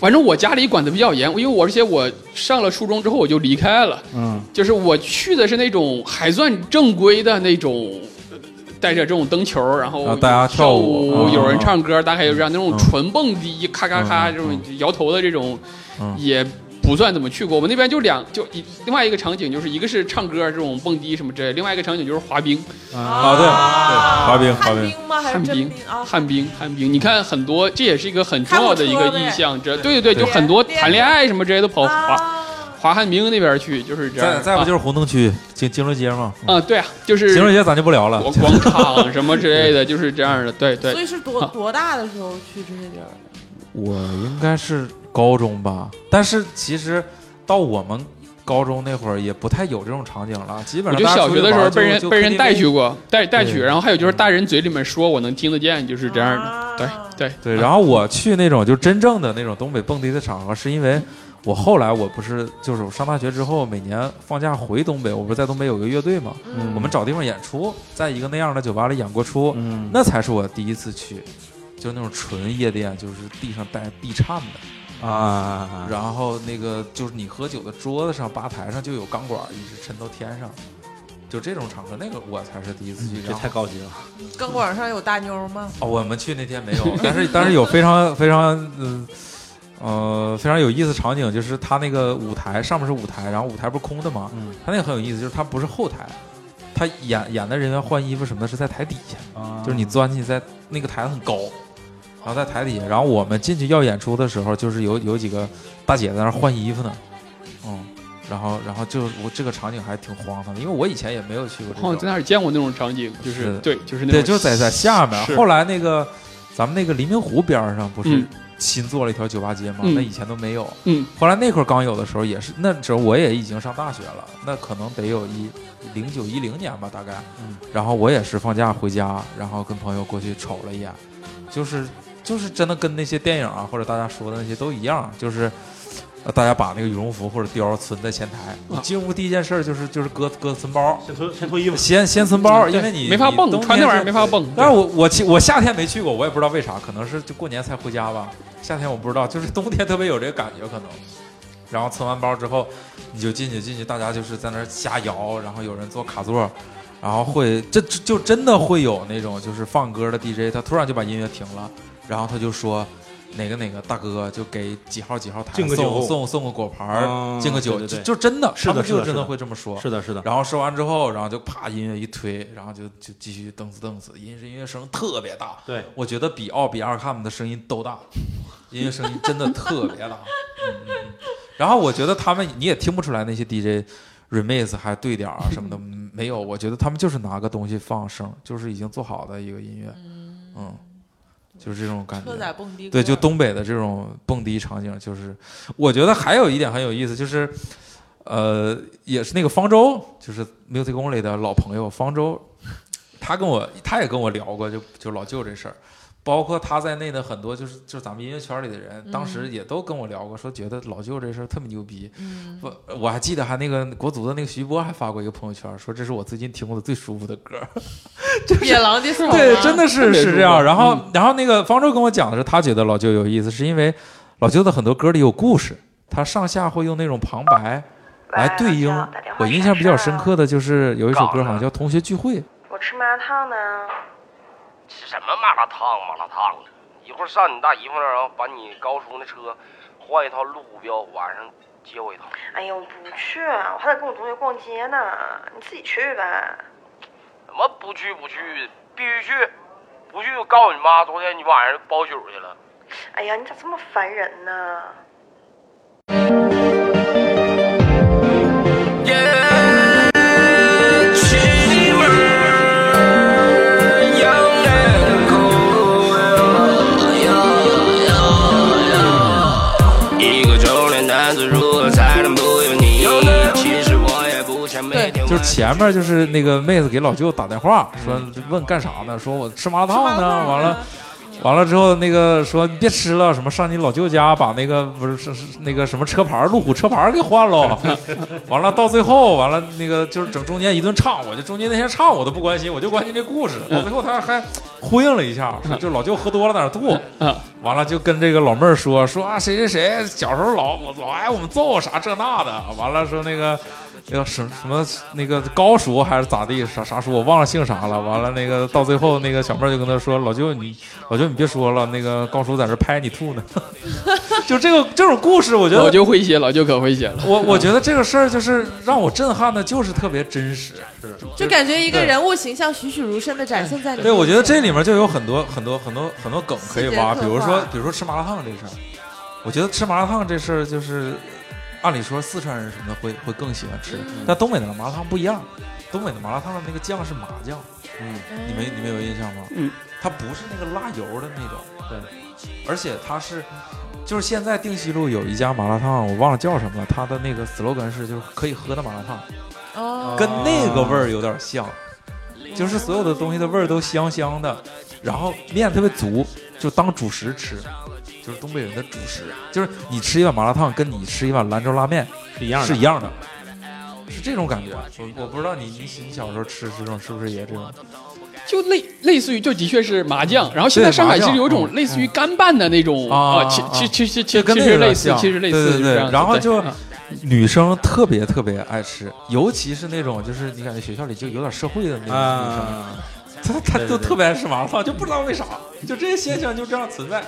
[SPEAKER 3] 反正我家里管的比较严，因为我而且我上了初中之后我就离开了，
[SPEAKER 4] 嗯，
[SPEAKER 3] 就是我去的是那种还算正规的那种，呃带着这种灯球，然后
[SPEAKER 1] 啊大家
[SPEAKER 3] 跳
[SPEAKER 1] 跳舞嗯
[SPEAKER 3] 有人唱歌，大概就这样。那种
[SPEAKER 1] 嗯
[SPEAKER 3] 纯蹦迪，咔咔
[SPEAKER 1] 嗯
[SPEAKER 3] 咔
[SPEAKER 1] 嗯
[SPEAKER 3] 这种摇头的这种
[SPEAKER 1] 嗯，
[SPEAKER 3] 也不算怎么去过。我们那边就两就一另外一个场景，就是一个是唱歌这种蹦迪什么之类，另外一个场景就是滑冰。
[SPEAKER 1] 啊，对对，滑冰滑
[SPEAKER 2] 旱
[SPEAKER 1] 冰，
[SPEAKER 2] 冰吗？还
[SPEAKER 3] 旱
[SPEAKER 2] 是真
[SPEAKER 3] 冰
[SPEAKER 2] 冰啊？
[SPEAKER 3] 旱冰，旱冰，你看很多，这也是一个很重要的一个意象，这对对对，
[SPEAKER 2] 对
[SPEAKER 3] 哦就很多谈恋爱什么这些都跑滑，
[SPEAKER 2] 啊
[SPEAKER 3] 华汉民营那边去，就是这
[SPEAKER 1] 再
[SPEAKER 3] 样。
[SPEAKER 1] 再不就是是胡同区金金融街嘛，
[SPEAKER 3] 啊、啊对啊，就是
[SPEAKER 1] 金融街咱就不聊了
[SPEAKER 3] 广。广场什么之类的，就是这样的。对
[SPEAKER 2] 所
[SPEAKER 3] 对，
[SPEAKER 2] 以是多多大的时候去这些地儿？
[SPEAKER 1] 我应该是高中吧，但是其实到我们高中那会儿也不太有这种场景了，基
[SPEAKER 3] 我
[SPEAKER 1] 本上
[SPEAKER 3] 就
[SPEAKER 1] 大家
[SPEAKER 3] 小
[SPEAKER 1] 出
[SPEAKER 3] 学
[SPEAKER 1] 去
[SPEAKER 3] 的时候
[SPEAKER 1] 玩就
[SPEAKER 3] 被人
[SPEAKER 1] 就
[SPEAKER 3] 被人
[SPEAKER 1] KTV
[SPEAKER 3] 带去过，带带去，
[SPEAKER 1] 对
[SPEAKER 3] 然后还有就是大人嘴里面说我能听得见，就是这样的。对
[SPEAKER 2] 啊
[SPEAKER 3] 对
[SPEAKER 1] 对，然后我去那种就真正的那种东北蹦迪的场合，是因为我后来我不是就是我上大学之后，每年放假回东北，我不是在东北有个乐队嘛，
[SPEAKER 2] 嗯
[SPEAKER 1] 我们找地方演出，在一个那样的酒吧里演过出，
[SPEAKER 4] 嗯，
[SPEAKER 1] 那才是我第一次去，就那种纯夜店，就是地上带地颤的，
[SPEAKER 4] 啊，
[SPEAKER 1] 然后那个就是你喝酒的桌子上、吧台上就有钢管，一直抻到天上。就这种场合，那个我才是第一次去。
[SPEAKER 4] 这
[SPEAKER 1] 然后
[SPEAKER 4] 嗯太高级了。
[SPEAKER 2] 钢管上有大妞吗？
[SPEAKER 1] 哦，我们去那天没有， 但是但是有非常非常嗯呃非常有意思的场景，就是他那个舞台上面是舞台，然后舞台不是空的嘛，
[SPEAKER 4] 嗯
[SPEAKER 1] 他那个很有意思，就是他不是后台，他演演的人员换衣服什么的是在台底下，
[SPEAKER 4] 啊
[SPEAKER 1] 就是你钻进去在那个台子很高，然后在台底下，然后我们进去要演出的时候，就是有有几个大姐在那儿换衣服呢，嗯。然后，然后就我这个场景还挺荒唐的，因为我以前也没有去过这种
[SPEAKER 3] 好像。在哪儿见过那种场景，就是是对，就是那种
[SPEAKER 1] 对，就是在在下面。
[SPEAKER 3] 是
[SPEAKER 1] 后来那个咱们那个黎明湖边儿上不是
[SPEAKER 3] 嗯
[SPEAKER 1] 新做了一条酒吧街吗？
[SPEAKER 3] 嗯
[SPEAKER 1] 那以前都没有。
[SPEAKER 3] 嗯，
[SPEAKER 1] 后来那会儿刚有的时候也是，那时候我也已经上大学了，那可能得有一零九一零年吧，大概。
[SPEAKER 4] 嗯
[SPEAKER 1] 然后我也是放假回家，然后跟朋友过去瞅了一眼，就是就是真的跟那些电影啊或者大家说的那些都一样，就是。呃大家把那个羽绒服或者貂儿存在前台，你
[SPEAKER 3] 啊
[SPEAKER 1] 进屋第一件事儿就是就是搁搁存包儿，
[SPEAKER 4] 先脱先脱衣服，
[SPEAKER 1] 先先存包儿，
[SPEAKER 3] 嗯对
[SPEAKER 1] 因为你
[SPEAKER 3] 没法
[SPEAKER 1] 你
[SPEAKER 3] 蹦
[SPEAKER 1] 冬，
[SPEAKER 3] 穿那
[SPEAKER 1] 天
[SPEAKER 3] 玩意儿
[SPEAKER 1] 是
[SPEAKER 3] 没法蹦。
[SPEAKER 1] 嗯但是我我其我夏天没去过，我也不知道为啥，可能是就过年才回家吧。夏天我不知道，就是冬天特别有这个感觉，可能。然后存完包之后，你就进去进去，大家就是在那儿瞎摇，然后有人坐卡座，然后会这这就真的会有那种就是放歌的 DJ，他突然就把音乐停了，然后他就说。哪个哪个大哥就给几号几号台
[SPEAKER 4] 敬个酒
[SPEAKER 1] 送送送个果盘儿，
[SPEAKER 4] 啊
[SPEAKER 1] 敬个酒，
[SPEAKER 4] 对对对
[SPEAKER 1] 就就真的，
[SPEAKER 4] 是
[SPEAKER 1] 他
[SPEAKER 4] 的
[SPEAKER 1] 们
[SPEAKER 4] 是
[SPEAKER 1] 就
[SPEAKER 4] 的
[SPEAKER 1] 真
[SPEAKER 4] 是
[SPEAKER 1] 的
[SPEAKER 4] 的
[SPEAKER 1] 会这么说。
[SPEAKER 4] 是的，是的，
[SPEAKER 1] 然后说完之后，然后就啪音乐一推，然后就就继续噔哧噔哧，音乐音乐声特别大，
[SPEAKER 4] 对，
[SPEAKER 1] 我觉得比奥比二卡姆的声音都大，音乐声音真的特别大。嗯嗯嗯然后我觉得他们你也听不出来那些 DJ remix 还对点儿啊什么的没有，我觉得他们就是拿个东西放声，就是已经做好的一个音乐，嗯，就是这种感觉
[SPEAKER 2] 车。载蹦迪，
[SPEAKER 1] 对，就东北的这种蹦迪场景，就是我觉得还有一点很有意思，就是呃，也是那个方舟，就是 Music Only 的老朋友方舟，他跟我他也跟我聊过，就就老舅这事儿。包括他在内的很多，就是就是咱们音乐圈里的人，当时也都跟我聊过，说觉得老舅这事儿特别牛逼。
[SPEAKER 2] 嗯，
[SPEAKER 1] 我我还记得还那个国足的那个徐波还发过一个朋友圈，说这是我最近听过的最舒服的歌儿。
[SPEAKER 2] 野狼第四好
[SPEAKER 1] 对，
[SPEAKER 2] 吗
[SPEAKER 1] 真的
[SPEAKER 3] 特
[SPEAKER 1] 是嗯
[SPEAKER 3] 别
[SPEAKER 1] 是
[SPEAKER 3] 舒
[SPEAKER 1] 这样。
[SPEAKER 3] 服
[SPEAKER 1] 然后，
[SPEAKER 3] 嗯
[SPEAKER 1] 然后那个方舟跟我讲的是，他觉得老舅有意思，是因为老舅的很多歌里有故事，他上下会用那种旁白来对应。我印象比较深刻的就是有一首歌，好像叫《同学聚会》。
[SPEAKER 6] 我吃麻辣烫呢。
[SPEAKER 5] 什么麻辣烫麻辣烫的，一会儿上你大姨夫那儿，然后把你高叔那车换一套路标，晚上接我一趟。
[SPEAKER 6] 哎呀，我不去，我还得跟我同学逛街呢。你自己去呗。
[SPEAKER 5] 怎么不去不去，必须去，不去我告诉你妈，昨天你晚上包宿去了。
[SPEAKER 6] 哎呀，你咋这么烦人呢？
[SPEAKER 5] 一个中年男子如何才能不有你？其实我也不想每天
[SPEAKER 1] 就是前面就是那个妹子给老舅打电话说问干啥呢？说我吃麻辣烫
[SPEAKER 2] 吃麻辣
[SPEAKER 1] 呢。
[SPEAKER 2] 烫
[SPEAKER 1] 完了
[SPEAKER 2] 呢，
[SPEAKER 1] 完了之后那个说你别吃了，什么上你老舅家把那个不是是是那个什么车牌儿路虎车牌儿给换 喽。完了到最后完了那个就是整中间一顿唱，我就中间那些唱我都不关心，我就关心这故事。到最后他还呼应了一下，
[SPEAKER 2] 嗯
[SPEAKER 1] 说就老舅喝多了在那儿吐。
[SPEAKER 3] 啊，
[SPEAKER 1] 完了就跟这个老妹儿说说啊谁谁谁小时候老我老挨我们揍啥这那的，完了说那个那个什什么那个高叔还是咋地啥啥叔我忘了姓啥了，完了那个到最后那个小妹儿就跟他说老舅你老舅你别说了，那个高叔在这拍你吐呢，就这个这种故事我觉
[SPEAKER 3] 老
[SPEAKER 1] 得。
[SPEAKER 3] 舅会写，老舅可会写了。
[SPEAKER 1] 我我觉得这个事儿就是让我震撼的，就是特别真实。
[SPEAKER 2] 就感觉一个人物形象栩栩如生的展现在 你。啊
[SPEAKER 1] 对，我觉得这里面就有很多很多很多很多梗可以挖，
[SPEAKER 2] 细
[SPEAKER 1] 比
[SPEAKER 2] 节刻画
[SPEAKER 1] 如说比如说吃麻辣烫这事儿，我觉得吃麻辣烫这事儿就是按理说四川人什么的会会更喜欢吃，
[SPEAKER 2] 嗯
[SPEAKER 1] 但东北的麻辣烫不一样，东北的麻辣烫的那个酱是麻酱，
[SPEAKER 4] 嗯，
[SPEAKER 1] 你们你们有印象吗？
[SPEAKER 3] 嗯，
[SPEAKER 1] 它不是那个辣油的那种，
[SPEAKER 4] 对，
[SPEAKER 1] 而且它是，就是现在定西路有一家麻辣烫，我忘了叫什么了，它的那个 slogan 是就是可以喝的麻辣烫，
[SPEAKER 2] 哦，
[SPEAKER 1] 跟那
[SPEAKER 4] 啊
[SPEAKER 1] 个味儿有点像，就是所有的东西的味儿都香香的，然后面特别足，就当主食吃，就是东北人的主食，就是你吃一碗麻辣烫，跟你吃一碗兰州拉面
[SPEAKER 4] 是一样的，
[SPEAKER 1] 是一样的，是这种感觉。我我不知道你你你小时候吃这种是不是也这种？
[SPEAKER 3] 就类类似于，就的确是麻酱。然后现在
[SPEAKER 1] 对
[SPEAKER 3] 上海
[SPEAKER 1] 麻
[SPEAKER 3] 其
[SPEAKER 1] 酱
[SPEAKER 3] 实有一种
[SPEAKER 1] 嗯
[SPEAKER 3] 类似于干拌的那种
[SPEAKER 1] 啊
[SPEAKER 3] 其
[SPEAKER 1] 啊
[SPEAKER 3] 其
[SPEAKER 1] 啊
[SPEAKER 3] 其其其
[SPEAKER 1] 跟
[SPEAKER 3] 其
[SPEAKER 1] 那
[SPEAKER 3] 实
[SPEAKER 1] 个
[SPEAKER 3] 类似，
[SPEAKER 1] 像
[SPEAKER 3] 其实类似
[SPEAKER 1] 对
[SPEAKER 3] 是
[SPEAKER 1] 对
[SPEAKER 3] 这
[SPEAKER 1] 对
[SPEAKER 3] 样子。
[SPEAKER 1] 然后
[SPEAKER 3] 对
[SPEAKER 1] 就
[SPEAKER 3] 嗯
[SPEAKER 1] 女生特别特别爱吃，尤其是那种就是你感觉学校里就有点社会的那种女生，
[SPEAKER 4] 啊，
[SPEAKER 1] 她她
[SPEAKER 4] 对对
[SPEAKER 1] 就
[SPEAKER 4] 对
[SPEAKER 1] 特别爱吃麻辣烫，就不知道为啥，就这些现象就这样存在。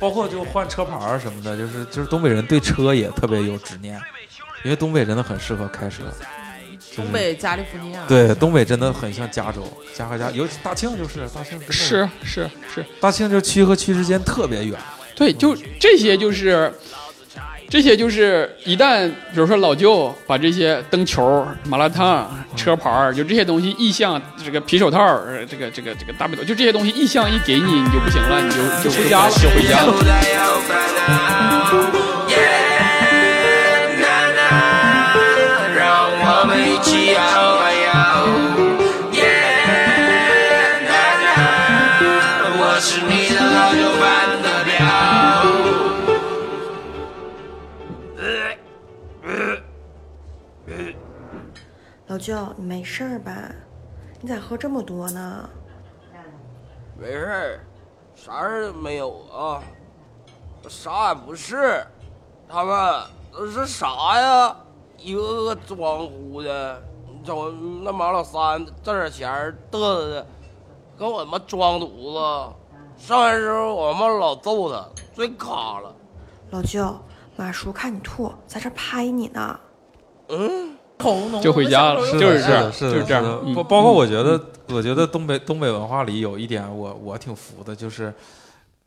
[SPEAKER 1] 包括就换车牌儿什么的，就是就是东北人对车也特别有执念，因为东北真的很适合开车。就是
[SPEAKER 2] 东北加利福尼亚，
[SPEAKER 1] 对东北真的很像加州，家和家，尤其大庆就是大庆真的
[SPEAKER 3] 是是是，
[SPEAKER 1] 大庆就区和区之间特别远。
[SPEAKER 3] 对，就这些就是。这些就是一旦，比如说老舅把这些灯球、麻辣烫、车牌儿，就这些东西意向，这个皮手套儿，呃这个这个这个大背头，就这些东西意向一给你，你就不行了，你就就回家了，就回家了。
[SPEAKER 6] 老舅，你没事儿吧？你咋喝这么多呢？
[SPEAKER 7] 没事儿，啥事儿都没有啊，我啥也不是。他们都是啥呀？一个个装糊的，你瞅那马老三挣点钱儿嘚瑟的，跟我他妈装犊子。上来时候我他妈老揍他，最卡了。
[SPEAKER 6] 老舅，马叔看你吐，在这拍你呢。
[SPEAKER 2] 口浓
[SPEAKER 3] 就回家了
[SPEAKER 2] 我小时候
[SPEAKER 3] 就
[SPEAKER 2] 有
[SPEAKER 3] 是这样
[SPEAKER 1] 是的
[SPEAKER 3] 就是
[SPEAKER 1] 的
[SPEAKER 3] 这样
[SPEAKER 1] 是的
[SPEAKER 3] 嗯
[SPEAKER 1] 包包括我觉得，我觉得东北东北文化里有一点我我挺服的，就是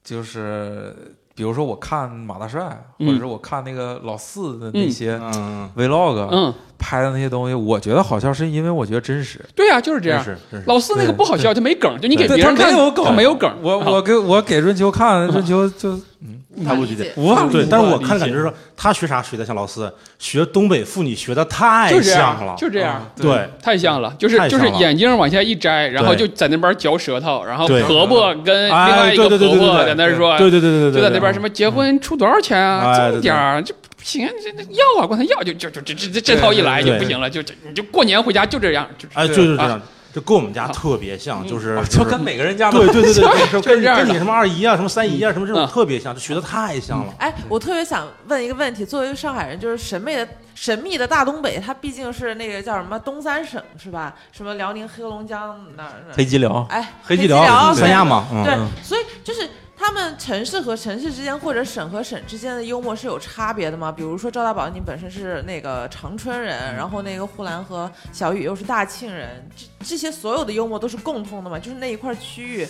[SPEAKER 1] 就是比如说我看马大帅，或
[SPEAKER 3] 嗯
[SPEAKER 1] 者是我看那个老四的那些
[SPEAKER 4] 嗯，
[SPEAKER 1] vlog、
[SPEAKER 3] 嗯，
[SPEAKER 1] 拍的那些东西，我觉得好笑是因为我觉得真实。
[SPEAKER 3] 对呀、就是这样
[SPEAKER 4] 真。是真是，
[SPEAKER 3] 老四那个
[SPEAKER 1] 对
[SPEAKER 3] 不好笑，就没梗，就你给
[SPEAKER 1] 对
[SPEAKER 3] 别人
[SPEAKER 1] 他
[SPEAKER 3] 看
[SPEAKER 1] 没有梗，
[SPEAKER 3] 他没有梗。
[SPEAKER 1] 我
[SPEAKER 3] 啊
[SPEAKER 1] 我给我给润秋看，润秋就
[SPEAKER 4] 他不
[SPEAKER 2] 理
[SPEAKER 4] 理
[SPEAKER 2] 解
[SPEAKER 4] 解。
[SPEAKER 1] 无法
[SPEAKER 4] 对，
[SPEAKER 1] 理
[SPEAKER 4] 但是
[SPEAKER 1] 解
[SPEAKER 4] 我看感觉是说他学啥学的像老四，学东北妇女学的
[SPEAKER 3] 就
[SPEAKER 4] 太
[SPEAKER 3] 这
[SPEAKER 4] 像
[SPEAKER 3] 样，
[SPEAKER 4] 了，
[SPEAKER 3] 就这
[SPEAKER 1] 嗯
[SPEAKER 3] 样，
[SPEAKER 4] 对，
[SPEAKER 3] 太像了，就是
[SPEAKER 4] 太
[SPEAKER 3] 就
[SPEAKER 4] 像
[SPEAKER 3] 是
[SPEAKER 4] 了
[SPEAKER 3] 眼镜往下一摘，然后就
[SPEAKER 4] 对
[SPEAKER 3] 在那边嚼舌头，然后
[SPEAKER 4] 对
[SPEAKER 3] 婆婆跟另
[SPEAKER 4] 哎
[SPEAKER 3] 外一个
[SPEAKER 4] 对对
[SPEAKER 3] 婆
[SPEAKER 4] 对对
[SPEAKER 3] 婆
[SPEAKER 4] 对
[SPEAKER 3] 在那儿说，
[SPEAKER 4] 对对对对对
[SPEAKER 3] 就
[SPEAKER 4] 对，
[SPEAKER 3] 在那边
[SPEAKER 4] 对
[SPEAKER 3] 什么结婚出多少钱啊，
[SPEAKER 4] 哎
[SPEAKER 3] 这么
[SPEAKER 4] 对对
[SPEAKER 3] 点儿这不行，这这要啊，管他要，就就就这这这这套一来就
[SPEAKER 4] 对对
[SPEAKER 3] 不行了，就这你就过年回家就这样，就
[SPEAKER 4] 哎，就
[SPEAKER 1] 对
[SPEAKER 4] 是这
[SPEAKER 3] 啊
[SPEAKER 4] 样，就跟我们家特别像，就是
[SPEAKER 1] 就是跟每个人家都
[SPEAKER 4] 对对对对对，
[SPEAKER 3] 就是
[SPEAKER 4] 跟
[SPEAKER 3] 这样的
[SPEAKER 4] 跟你什么二姨啊，什么三姨啊，什么这种
[SPEAKER 3] 嗯
[SPEAKER 4] 特别像，就学的太像了。
[SPEAKER 2] 哎，我特别想问一个问题，作为上海人，就是神秘的神秘的大东北，它毕竟是那个叫什么东三省是吧？什么辽宁、黑龙江哪儿？
[SPEAKER 1] 黑吉辽。
[SPEAKER 2] 哎，
[SPEAKER 4] 黑
[SPEAKER 2] 吉
[SPEAKER 4] 吉辽
[SPEAKER 2] 对
[SPEAKER 4] 三亚嘛，嗯
[SPEAKER 2] 对，所以就是他们城市和城市之间，或者省和省之间的幽默是有差别的吗？比如说赵大宝，你本身是那个长春人，然后那个呼兰和小雨又是大庆人，这这些所有的幽默都是共通的吗？就是那一块区域，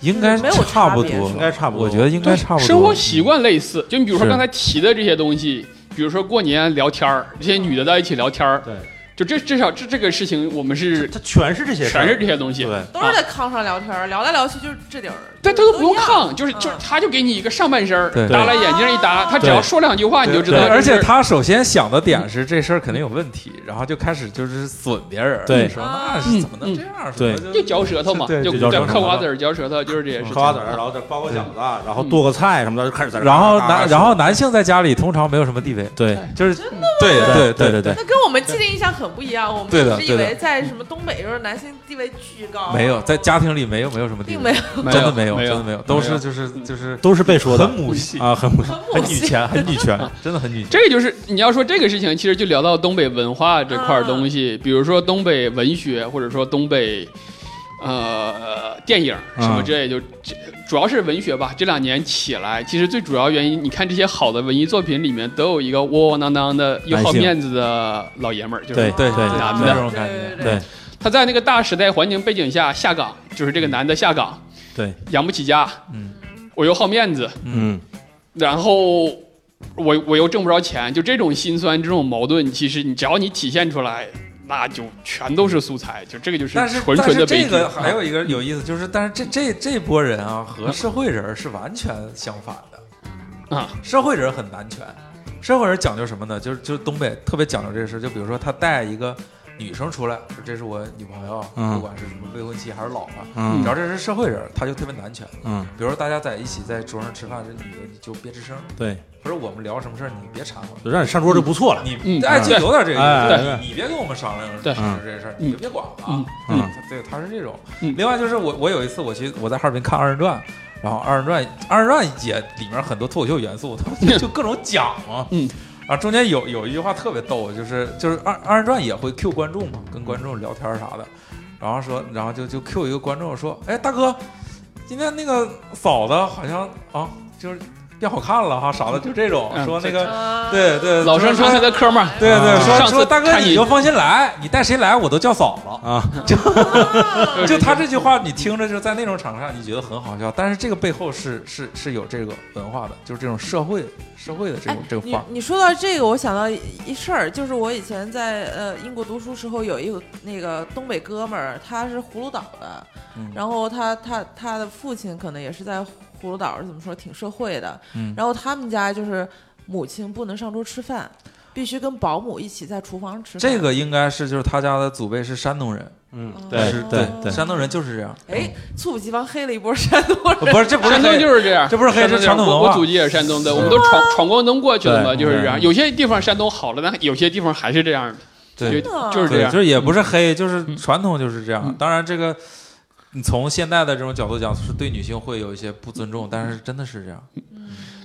[SPEAKER 1] 应该
[SPEAKER 2] 没有
[SPEAKER 1] 差不
[SPEAKER 2] 差
[SPEAKER 1] 多，
[SPEAKER 2] 别
[SPEAKER 4] 应该差不多
[SPEAKER 1] 我觉得应该
[SPEAKER 3] 对
[SPEAKER 1] 差不多。
[SPEAKER 3] 生活习惯类似，就你比如说
[SPEAKER 1] 是
[SPEAKER 3] 刚才提的这些东西，比如说过年聊天儿，这些女的在一起聊天儿，
[SPEAKER 4] 对，
[SPEAKER 3] 就这至少这这个事情我们是
[SPEAKER 4] 它全是这些事儿，
[SPEAKER 3] 全是这些东西，
[SPEAKER 4] 对，
[SPEAKER 2] 都是在炕上聊天儿，聊来聊去就是置顶儿。
[SPEAKER 3] 对他
[SPEAKER 2] 就是
[SPEAKER 3] 都不用
[SPEAKER 2] 一样
[SPEAKER 3] 炕，就是
[SPEAKER 2] 嗯
[SPEAKER 3] 就是，他就给你一个上半身儿，
[SPEAKER 1] 对
[SPEAKER 3] 耷拉眼镜一搭，他只
[SPEAKER 4] 对
[SPEAKER 3] 要说两句话你就知道
[SPEAKER 1] 对
[SPEAKER 3] 这事儿。
[SPEAKER 1] 而且他首先想的点是这事儿肯定有问题，然后就开始就是损别人，
[SPEAKER 4] 对
[SPEAKER 1] 说
[SPEAKER 2] 啊
[SPEAKER 1] 那是怎么能这样？
[SPEAKER 4] 对
[SPEAKER 1] 什么
[SPEAKER 3] 就嚼舌头嘛，
[SPEAKER 1] 对
[SPEAKER 3] 就
[SPEAKER 4] 就嚼舌头
[SPEAKER 3] 嗑瓜子儿嚼舌头，就是这些事
[SPEAKER 4] 嗑
[SPEAKER 3] 情。
[SPEAKER 4] 瓜子儿，然后再包个饺子，然后剁个菜什么的，就开
[SPEAKER 3] 啊
[SPEAKER 4] 始在这儿
[SPEAKER 1] 然后
[SPEAKER 4] 嘎嘎嘎
[SPEAKER 1] 男，
[SPEAKER 4] 吃
[SPEAKER 1] 然后男性在家里通常没有什么地位，
[SPEAKER 4] 对
[SPEAKER 1] 就是对对
[SPEAKER 4] 对
[SPEAKER 1] 对
[SPEAKER 4] 对，对，
[SPEAKER 2] 那跟我们既定印象很不一样，我们
[SPEAKER 1] 对的
[SPEAKER 2] 一直以
[SPEAKER 1] 对的
[SPEAKER 2] 为在什么东北就是男性地位巨高，
[SPEAKER 1] 没有在家庭里没有没有什么地
[SPEAKER 2] 并没
[SPEAKER 1] 位
[SPEAKER 2] 有，
[SPEAKER 3] 没
[SPEAKER 1] 真的
[SPEAKER 3] 没
[SPEAKER 1] 有，真的
[SPEAKER 3] 没
[SPEAKER 1] 没有，都是就是就是
[SPEAKER 4] 都是被说的
[SPEAKER 1] 很母系，
[SPEAKER 4] 啊，很
[SPEAKER 2] 很
[SPEAKER 1] 很
[SPEAKER 2] 母
[SPEAKER 1] 女
[SPEAKER 2] 性。
[SPEAKER 1] 权，很女权，真的很女权。
[SPEAKER 3] 这个就是你要说这个事情，其实就聊到东北文化这块儿东西，比如说东北文学，或者说东北呃电影什
[SPEAKER 4] 嗯
[SPEAKER 3] 么之类，就这主要是文学吧。这两年起来，其实最主要原因，你看这些好的文艺作品里面，都有一个窝窝囊囊的又好
[SPEAKER 4] 男性
[SPEAKER 3] 面子的老爷们儿，就是
[SPEAKER 4] 对对对
[SPEAKER 2] 啊
[SPEAKER 3] 男
[SPEAKER 1] 的这种感
[SPEAKER 2] 对
[SPEAKER 1] 觉
[SPEAKER 2] 对
[SPEAKER 4] 对
[SPEAKER 3] 他在那个大时代环境背景下下岗，就是这个男的下岗，
[SPEAKER 4] 对，
[SPEAKER 3] 养不起家，
[SPEAKER 1] 嗯
[SPEAKER 3] 我又好面子，
[SPEAKER 4] 嗯，
[SPEAKER 3] 然后我我又挣不着钱，就这种心酸，这种矛盾，其实你只要你体现出来，那就全都是素材，就这个就是
[SPEAKER 1] 但是
[SPEAKER 3] 纯纯的啊
[SPEAKER 1] 但
[SPEAKER 3] 悲
[SPEAKER 1] 是这
[SPEAKER 3] 剧。
[SPEAKER 1] 个还有一个有意思，就是但是这这这波人啊和社会人是完全相反的。
[SPEAKER 3] 嗯啊，
[SPEAKER 1] 社会人很男权，社会人讲究什么呢？就是就是东北特别讲究这个事儿，就比如说他带一个女生出来，说这是我女朋友，
[SPEAKER 4] 嗯
[SPEAKER 1] 不管是什么未婚妻还是老婆，
[SPEAKER 4] 嗯
[SPEAKER 1] 只要这是社会人，他就特别男权。
[SPEAKER 4] 嗯，
[SPEAKER 1] 比如说大家在一起在桌上吃饭，这女的你就别吱声，
[SPEAKER 3] 嗯
[SPEAKER 4] 对，
[SPEAKER 1] 或者我们聊什么事儿你别掺和。
[SPEAKER 4] 就让你上桌就不错了。
[SPEAKER 1] 你
[SPEAKER 3] 嗯
[SPEAKER 1] 哎，就
[SPEAKER 3] 对
[SPEAKER 1] 有点这个意
[SPEAKER 4] 哎
[SPEAKER 1] 思，就是
[SPEAKER 4] 对
[SPEAKER 1] 你你别跟我们商量
[SPEAKER 3] 对
[SPEAKER 1] 是这事儿，你就别管了
[SPEAKER 3] 嗯。
[SPEAKER 4] 嗯
[SPEAKER 1] 嗯，对，他是这种。
[SPEAKER 3] 嗯
[SPEAKER 1] 另外就是我，我有一次我去我在哈尔滨看二人转，然后二人转二人转也里面很多脱口秀元素，他们就各种讲嘛。
[SPEAKER 3] 嗯，
[SPEAKER 1] 啊，中间有有一句话特别逗，就是就是二二人转也会 Q 观众嘛，跟观众聊天啥的，然后说，然后就就 Q 一个观众说，哎，大哥，今天那个嫂子好像啊，就是变好看了哈，啥的，就这种
[SPEAKER 3] 嗯
[SPEAKER 1] 说那
[SPEAKER 3] 这
[SPEAKER 1] 个。
[SPEAKER 2] 啊
[SPEAKER 1] 对对，
[SPEAKER 3] 嗯老
[SPEAKER 1] 就是
[SPEAKER 3] 生常谈的科嘛，
[SPEAKER 1] 对对，
[SPEAKER 4] 啊
[SPEAKER 1] 说
[SPEAKER 3] 上次
[SPEAKER 1] 说大哥
[SPEAKER 3] 看你
[SPEAKER 1] 你就放心来，你带谁来我都叫嫂子。
[SPEAKER 4] 啊，
[SPEAKER 3] 嗯
[SPEAKER 1] 就他这句话，你听着就在那种场合下，你觉得很好笑，但是这个背后是是是有这个文化的，就是这种社会社会的这
[SPEAKER 2] 哎
[SPEAKER 1] 种，这个
[SPEAKER 2] 你
[SPEAKER 1] 话。
[SPEAKER 2] 你说到这个，我想到一一事儿，就是我以前在呃英国读书时候，有一个那个东北哥们儿，他是葫芦岛的，
[SPEAKER 1] 嗯
[SPEAKER 2] 然后他他他的父亲可能也是在葫芦岛，怎么说挺社会的，
[SPEAKER 1] 嗯
[SPEAKER 2] 然后他们家就是母亲不能上桌吃饭，必须跟保姆一起在厨房吃饭。
[SPEAKER 1] 这个应该是就是他家的祖辈是山东人，
[SPEAKER 4] 嗯，
[SPEAKER 2] 对
[SPEAKER 1] 是
[SPEAKER 4] 对
[SPEAKER 1] 对，
[SPEAKER 4] 对，
[SPEAKER 1] 山东人就是这样。
[SPEAKER 2] 哎，猝不及防黑了一波山东人。
[SPEAKER 1] 不是，这不是
[SPEAKER 3] 山东
[SPEAKER 1] 黑
[SPEAKER 3] 就是这样，
[SPEAKER 1] 这不是黑
[SPEAKER 3] 山东
[SPEAKER 1] 这是传统
[SPEAKER 3] 这
[SPEAKER 1] 文
[SPEAKER 3] 样
[SPEAKER 1] 化
[SPEAKER 3] 我我祖籍也是山东的，我们都闯闯关东过去了嘛，
[SPEAKER 4] 对
[SPEAKER 3] 就是这样。
[SPEAKER 4] 嗯
[SPEAKER 3] 有些地方山东好了，但有些地方还是这样的，
[SPEAKER 1] 对
[SPEAKER 3] 就
[SPEAKER 2] 真的啊
[SPEAKER 3] 就是这
[SPEAKER 1] 对，
[SPEAKER 3] 样
[SPEAKER 1] 就。是也不是黑，就是传统就是这样
[SPEAKER 3] 嗯。
[SPEAKER 1] 当然这个。你从现在的这种角度讲，是对女性会有一些不尊重，但是真的是这样。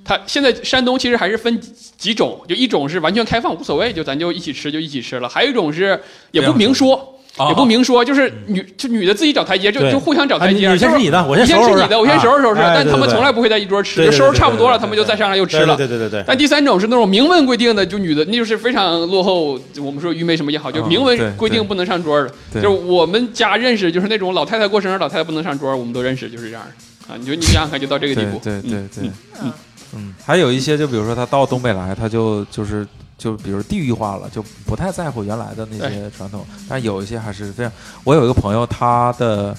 [SPEAKER 3] 它现在山东其实还是分几几种，就一种是完全开放，无所谓，就咱就一起吃就一起吃了；还有一种是也不明说，
[SPEAKER 1] 啊
[SPEAKER 3] 也不明说，就是女就女的自己找台阶，就
[SPEAKER 4] 对
[SPEAKER 3] 就互相找
[SPEAKER 4] 啊
[SPEAKER 3] 台
[SPEAKER 4] 你
[SPEAKER 3] 阶。
[SPEAKER 4] 你先
[SPEAKER 3] 就
[SPEAKER 4] 吃你的，我
[SPEAKER 3] 你
[SPEAKER 4] 先
[SPEAKER 3] 先
[SPEAKER 4] 收
[SPEAKER 3] 吃
[SPEAKER 4] 拾收拾
[SPEAKER 3] 你的，我先收拾收拾。
[SPEAKER 4] 哎
[SPEAKER 3] 但
[SPEAKER 4] 对
[SPEAKER 3] 他们
[SPEAKER 4] 对
[SPEAKER 3] 从来不会在一桌吃，
[SPEAKER 4] 对
[SPEAKER 3] 就
[SPEAKER 4] 对
[SPEAKER 3] 收拾
[SPEAKER 4] 对
[SPEAKER 3] 差不多了，
[SPEAKER 4] 对对
[SPEAKER 3] 他们就在上来又吃
[SPEAKER 4] 对
[SPEAKER 3] 了。
[SPEAKER 4] 对对对对对，
[SPEAKER 3] 但第三种是那种明文规定的，就女的那就是非常落后，我们说愚昧什么也好，就
[SPEAKER 4] 啊
[SPEAKER 1] 嗯
[SPEAKER 3] 明
[SPEAKER 1] 对
[SPEAKER 3] 文规定
[SPEAKER 1] 对
[SPEAKER 3] 不能上桌的。就
[SPEAKER 1] 哦对
[SPEAKER 3] 是我们家认识，就是那种老太太过生日，老太太不能上桌，我们都认识，就是这样的啊。你就你想想看，就到这个地
[SPEAKER 1] 对
[SPEAKER 3] 步。
[SPEAKER 1] 对对
[SPEAKER 3] 嗯
[SPEAKER 1] 对，
[SPEAKER 2] 嗯
[SPEAKER 1] 嗯，还有一些就比如说他到东北来，他就就是就比如地域化了，就不太在乎原来的那些传统，但有一些还是非常。我有一个朋友，他的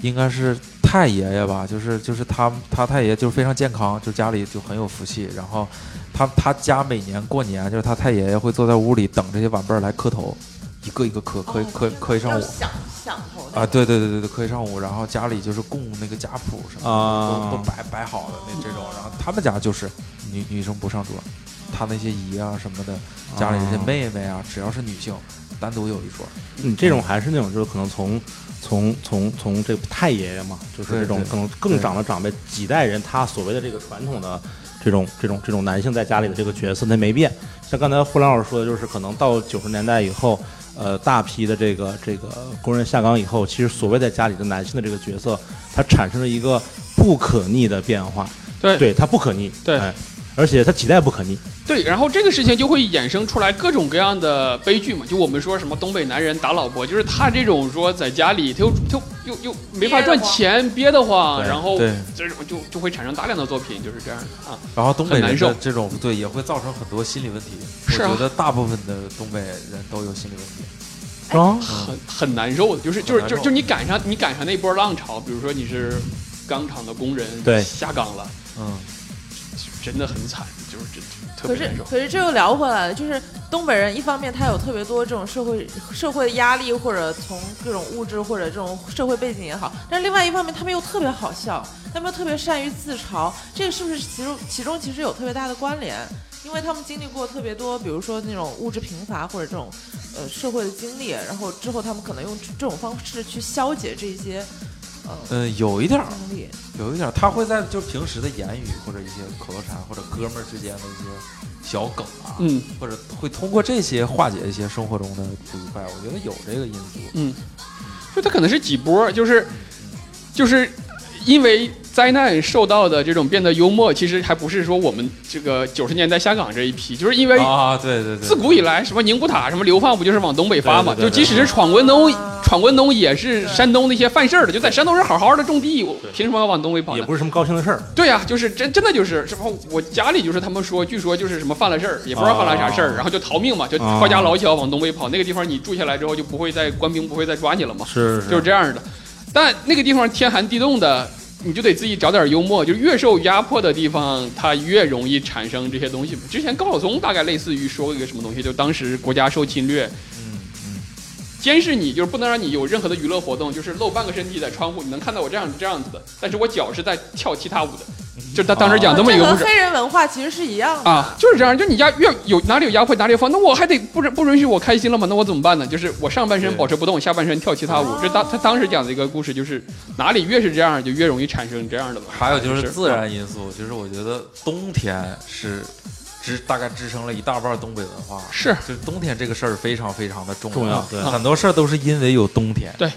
[SPEAKER 1] 应该是太爷爷吧，就是就是他他太爷就非常健康，就家里就很有福气，然后他他家每年过年就是他太爷爷会坐在屋里等这些晚辈儿来磕头，一个一个磕
[SPEAKER 2] 哦
[SPEAKER 1] 磕一磕磕一上午。
[SPEAKER 2] 想想头
[SPEAKER 1] 啊，对对对对对，可以上午，然后家里就是供那个家谱什么的，
[SPEAKER 4] 啊
[SPEAKER 1] 都都摆摆好的那这种，然后他们家就是女女生不上桌，他那些姨啊什么的，家里这些
[SPEAKER 4] 啊
[SPEAKER 1] 妹妹啊，只要是女性，单独有一桌，
[SPEAKER 4] 你嗯这种还是那种就是可能从从从从这个太爷爷嘛，就是
[SPEAKER 1] 对
[SPEAKER 4] 这种
[SPEAKER 1] 对
[SPEAKER 4] 可能更长的长辈几代人，他所谓的这个传统的这种这种这种男性在家里的这个角色他没变。像刚才胡兰老师说的，就是可能到九十年代以后，呃，大批的这个这个工人下岗以后，其实所谓在家里的男性的这个角色，它产生了一个不可逆的变化。
[SPEAKER 3] 对
[SPEAKER 4] 对，它不可逆。
[SPEAKER 3] 对
[SPEAKER 4] 哎而且它几代不可逆。
[SPEAKER 3] 对，然后这个事情就会衍生出来各种各样的悲剧嘛。就我们说什么东北男人打老婆，就是他这种说在家里他又他又又又没法赚钱，憋得慌，
[SPEAKER 4] 对
[SPEAKER 3] 然后
[SPEAKER 1] 对
[SPEAKER 3] 这种就就会产生大量的作品，就是这样的啊。
[SPEAKER 1] 然后东北
[SPEAKER 3] 很难
[SPEAKER 1] 人
[SPEAKER 3] 受
[SPEAKER 1] 的这种对也会造成很多心理问题，
[SPEAKER 3] 是啊
[SPEAKER 1] 我觉得大部分的东北人都有心理问题，
[SPEAKER 4] 啊，
[SPEAKER 3] 很很难受的，就是就
[SPEAKER 1] 很
[SPEAKER 3] 是
[SPEAKER 1] 难
[SPEAKER 3] 就
[SPEAKER 1] 受
[SPEAKER 3] 是就你赶上你赶上那波浪潮，比如说你是钢厂的工人，
[SPEAKER 4] 对
[SPEAKER 3] 下岗了，
[SPEAKER 1] 嗯，
[SPEAKER 3] 真的很惨，就是这特
[SPEAKER 2] 可
[SPEAKER 3] 别
[SPEAKER 2] 是
[SPEAKER 3] 难受，。
[SPEAKER 2] 可是这又聊回来了，就是东北人一方面他有特别多这种社会社会压力，或者从各种物质或者这种社会背景也好，但是另外一方面他们又特别好笑，他们又特别善于自嘲，这个是不是其中其中其实有特别大的关联？因为他们经历过特别多，比如说那种物质贫乏或者这种呃社会的经历，然后之后他们可能用这这种方式去消解这些呃
[SPEAKER 1] 嗯，有一点儿
[SPEAKER 2] 经历。
[SPEAKER 1] 有一点儿，他会在就平时的言语或者一些口头禅或者哥们儿之间的一些小梗啊，
[SPEAKER 3] 嗯
[SPEAKER 1] 或者会通过这些化解一些生活中的不愉快，我觉得有这个因素。
[SPEAKER 3] 嗯，就它可能是几波，就是就是因为灾难受到的这种变得幽默，其实还不是说我们这个九十年代香港这一批，就是因为
[SPEAKER 1] 啊，对对对，
[SPEAKER 3] 哎自古以来，什么宁古塔、什么流放，不就是往东北发嘛？
[SPEAKER 1] 对对对
[SPEAKER 3] 就即使是闯关东，闯关东也是山东那些犯事儿的，就在山东人好好的种地，我凭什么要往东北跑
[SPEAKER 4] 也
[SPEAKER 3] 呢？
[SPEAKER 4] 不是什么高兴的事儿。
[SPEAKER 3] 对呀、就是真真的就是什么，我家里就是他们说，据说就是什么犯了事儿，也不知道犯了啥事儿，然后就逃命嘛，就
[SPEAKER 4] 啊
[SPEAKER 3] 抛家老小往东北跑。那个地方你住下来之后，就不会再官兵不会再抓你了嘛。
[SPEAKER 4] 是
[SPEAKER 3] 就是这样的。但那个地方天寒地冻的，你就得自己找点幽默。就越受压迫的地方，它越容易产生这些东西。之前高晓松大概类似于说过一个什么东西，就当时国家受侵略，监视你，就是不能让你有任何的娱乐活动，就是露半个身体在窗户，你能看到我这样这样子的，但是我脚是在跳其他舞的。就他
[SPEAKER 4] 啊
[SPEAKER 3] 当时讲这啊么一个故
[SPEAKER 2] 和
[SPEAKER 3] 事，
[SPEAKER 2] 黑人文化其实是一样的。
[SPEAKER 3] 啊，就是这样，就你压越有哪里有压迫哪里有放，那我还得不准不允许我开心了吗？那我怎么办呢？就是我上半身保持不动，下半身跳其他舞。这当他当时讲的一个故事，就是哪里越是这样，就越容易产生这样的吧。
[SPEAKER 1] 还有就是自然因素，就是我觉得冬天是支大概支撑了一大半东北文化，
[SPEAKER 3] 是
[SPEAKER 1] 就是冬天这个事儿非常非常的重啊
[SPEAKER 4] 重要对
[SPEAKER 1] 很多事儿都是因为有冬天，
[SPEAKER 3] 对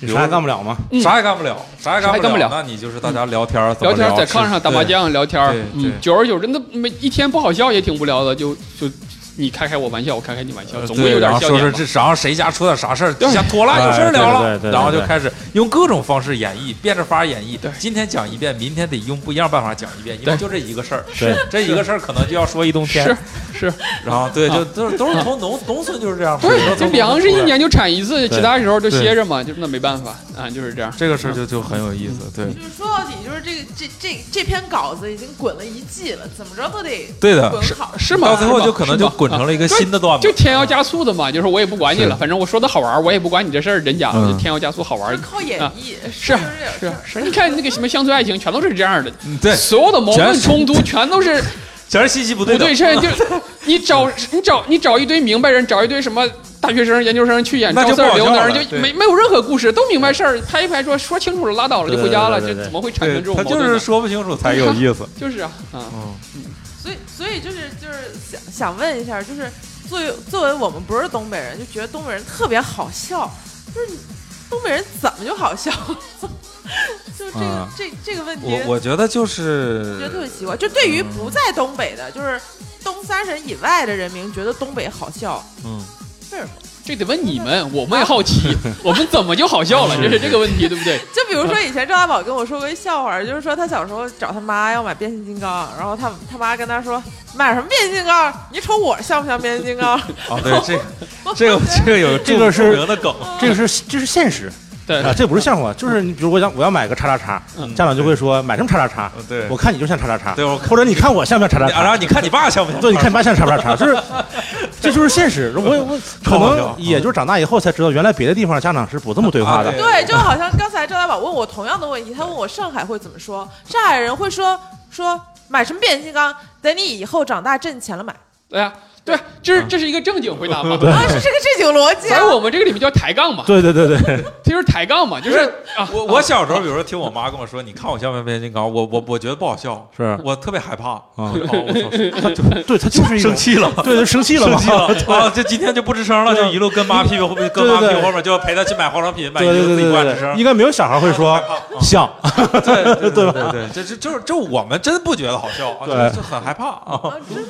[SPEAKER 4] 你啥也干不了嘛。
[SPEAKER 3] 嗯
[SPEAKER 1] 啥也干不了，啥也
[SPEAKER 3] 啥也干不
[SPEAKER 1] 了，
[SPEAKER 3] 了嗯
[SPEAKER 1] 那你就是大家聊天儿，怎
[SPEAKER 3] 聊
[SPEAKER 1] 么
[SPEAKER 3] 天
[SPEAKER 1] 聊
[SPEAKER 3] 在炕上打麻，将聊天
[SPEAKER 1] 对，对
[SPEAKER 3] 嗯，久而久之，那没一天不好笑也挺无聊的，就就你开开我玩笑，我开开你玩
[SPEAKER 1] 吃
[SPEAKER 3] 笑，
[SPEAKER 1] 对
[SPEAKER 3] 总
[SPEAKER 1] 呃对
[SPEAKER 3] 会有点
[SPEAKER 1] 然后
[SPEAKER 3] 笑
[SPEAKER 1] 说
[SPEAKER 3] 点
[SPEAKER 1] 是
[SPEAKER 3] 吧。
[SPEAKER 1] 这，然后谁家出点啥事儿，
[SPEAKER 3] 对
[SPEAKER 1] 想妥了，有事儿聊
[SPEAKER 4] 哎对对对
[SPEAKER 1] 了，
[SPEAKER 4] 对
[SPEAKER 1] 然后就开始用各种方式演绎，变着法儿演绎
[SPEAKER 3] 对。
[SPEAKER 1] 今天讲一遍，明天得用不一样办法讲一遍，因为
[SPEAKER 3] 对
[SPEAKER 1] 就这一个事儿，
[SPEAKER 4] 是
[SPEAKER 1] 这一个事儿可能就要说一冬天。
[SPEAKER 3] 是是，
[SPEAKER 1] 然后对，
[SPEAKER 3] 啊
[SPEAKER 1] 就都是都是从农农村就是这样，很多
[SPEAKER 3] 对，
[SPEAKER 1] 都
[SPEAKER 3] 这
[SPEAKER 1] 是
[SPEAKER 3] 粮食一年就产一次，
[SPEAKER 4] 对
[SPEAKER 3] 其他时候就歇着嘛，就那没办法啊，就是这样。
[SPEAKER 1] 这个事儿就就很有意思，对
[SPEAKER 3] 嗯
[SPEAKER 2] 就是说到底，就是这个这这这篇稿子已经滚了一季了，怎么着都得
[SPEAKER 1] 对的，
[SPEAKER 2] 滚好。
[SPEAKER 3] 是吗？
[SPEAKER 1] 到最后
[SPEAKER 3] 是吗
[SPEAKER 1] 就可能就是
[SPEAKER 3] 吗
[SPEAKER 1] 滚成了一个
[SPEAKER 3] 对
[SPEAKER 1] 新的段
[SPEAKER 3] 就
[SPEAKER 1] 子，
[SPEAKER 3] 添油加醋的嘛，就是我也不管你
[SPEAKER 1] 是
[SPEAKER 3] 了，反正我说的好玩儿，我也不管你这事儿真假，
[SPEAKER 1] 嗯
[SPEAKER 3] 就添油加醋好玩
[SPEAKER 2] 就
[SPEAKER 3] 儿
[SPEAKER 2] 是。靠演绎，
[SPEAKER 3] 是
[SPEAKER 2] 就
[SPEAKER 3] 啊
[SPEAKER 2] 是
[SPEAKER 3] 是啊是啊，你看那个什么乡村爱情，全都是这样的，
[SPEAKER 1] 嗯对，
[SPEAKER 3] 所有的矛
[SPEAKER 1] 全
[SPEAKER 3] 盾
[SPEAKER 1] 是
[SPEAKER 3] 冲突全都是
[SPEAKER 1] 全是信息不 对
[SPEAKER 3] 不
[SPEAKER 1] 等
[SPEAKER 3] 对。称，就你找你找你找一堆明白人，找一堆什么大学生、研究生去演
[SPEAKER 1] 那
[SPEAKER 3] 赵
[SPEAKER 1] 就
[SPEAKER 3] 四
[SPEAKER 1] 不
[SPEAKER 3] 儿、
[SPEAKER 1] 好
[SPEAKER 3] 刘
[SPEAKER 1] 笑
[SPEAKER 3] 能
[SPEAKER 1] 了
[SPEAKER 3] 儿，就
[SPEAKER 1] 对
[SPEAKER 3] 没没有任何故事，都明白事儿，拍一拍说说清楚了，拉倒了
[SPEAKER 4] 对
[SPEAKER 3] 就回家了，
[SPEAKER 4] 对
[SPEAKER 3] 这
[SPEAKER 4] 对对
[SPEAKER 3] 怎么会产
[SPEAKER 1] 对
[SPEAKER 3] 生这种
[SPEAKER 1] 他
[SPEAKER 3] 矛
[SPEAKER 1] 就
[SPEAKER 3] 盾
[SPEAKER 1] 是
[SPEAKER 3] 呢？
[SPEAKER 1] 说不清楚才有 意思。
[SPEAKER 3] 就是啊，啊，
[SPEAKER 1] 嗯，
[SPEAKER 2] 所以所以就是就是想想问一下，就是作为作为我们不是东北人，就觉得东北人特别好笑，就是你东北人怎么就好笑？ 就这个、
[SPEAKER 1] 啊
[SPEAKER 2] 这这个问题，
[SPEAKER 1] 我我觉得就
[SPEAKER 2] 觉得特 别
[SPEAKER 1] 是
[SPEAKER 2] 奇怪。就对于不在东北的，就是东三省以外的人民，觉得东北好笑，
[SPEAKER 1] 嗯，
[SPEAKER 2] 为什么？
[SPEAKER 3] 这得问你们，我们也好奇，我们怎么就好 笑了？这是这个问题，对不对？
[SPEAKER 2] 就比如说以前赵大宝跟我说过一笑话，就是说他小时候找他妈要买变形金刚，然后他他妈跟他说买什么变形金刚？你瞅我像不像变形金刚？
[SPEAKER 1] 啊，对这个这个这个有
[SPEAKER 4] 这个是
[SPEAKER 1] 著名 的梗，啊
[SPEAKER 4] 这个是这是现实
[SPEAKER 3] 对
[SPEAKER 4] 啊，这不是笑话，就是你比如我想我要买个叉叉叉，
[SPEAKER 3] 嗯
[SPEAKER 4] 家长就会说买什么叉叉叉
[SPEAKER 1] 嗯，对
[SPEAKER 4] 我看你就像叉叉叉，
[SPEAKER 1] 对我看
[SPEAKER 4] 或者你看我像不像叉叉
[SPEAKER 1] 啊然后
[SPEAKER 4] 叉，
[SPEAKER 1] 你看你爸像不啊像？
[SPEAKER 4] 对，你看你爸像叉叉叉，就是这就是现实。我 我可
[SPEAKER 1] 超好笑
[SPEAKER 4] 能也就是长大以后才知道，原来别的地方家长是不这么对话
[SPEAKER 1] 啊
[SPEAKER 4] 的
[SPEAKER 1] 对。
[SPEAKER 2] 对，就好像刚才赵大宝问我同样的问题，他问我上海会怎么说，上海人会说说买什么变形金刚，等你以后长大挣钱了买，
[SPEAKER 3] 对啊，对啊，这是这是一个正经回答嘛？
[SPEAKER 2] 啊，是这个正经逻辑
[SPEAKER 3] 在
[SPEAKER 2] 啊。
[SPEAKER 3] 我们这个里面叫抬杠嘛，
[SPEAKER 4] 对对对对，
[SPEAKER 3] 这就是抬杠嘛，就是啊，
[SPEAKER 1] 我我小时候，比如说听我妈跟我说，你看我像不像变形金刚？我我我觉得不好笑，
[SPEAKER 4] 是
[SPEAKER 1] 我特别害怕啊！
[SPEAKER 4] 啊
[SPEAKER 1] 我操，
[SPEAKER 4] 对他就是一种
[SPEAKER 1] 生，气了。
[SPEAKER 4] 对，生气了
[SPEAKER 1] 生
[SPEAKER 4] 嘛，
[SPEAKER 1] 气 了 啊！就今天就不吱声了，
[SPEAKER 4] 对
[SPEAKER 1] 就
[SPEAKER 4] 啊
[SPEAKER 1] 一路跟妈屁股后面，跟
[SPEAKER 4] 对
[SPEAKER 1] 妈
[SPEAKER 4] 对
[SPEAKER 1] 屁
[SPEAKER 4] 对
[SPEAKER 1] 股后面，就陪她去买化妆品，买
[SPEAKER 4] 对
[SPEAKER 1] 衣
[SPEAKER 4] 对
[SPEAKER 1] 服
[SPEAKER 4] 对
[SPEAKER 1] 自己
[SPEAKER 4] 对
[SPEAKER 1] 不敢吱
[SPEAKER 4] 对对，
[SPEAKER 1] 声。
[SPEAKER 4] 应该没有小孩会
[SPEAKER 1] 哎
[SPEAKER 4] 说像，
[SPEAKER 1] 对对
[SPEAKER 4] 对吧
[SPEAKER 1] 对对，这这就是就我们真不觉得好笑啊，
[SPEAKER 4] 对
[SPEAKER 1] 就就很害怕啊。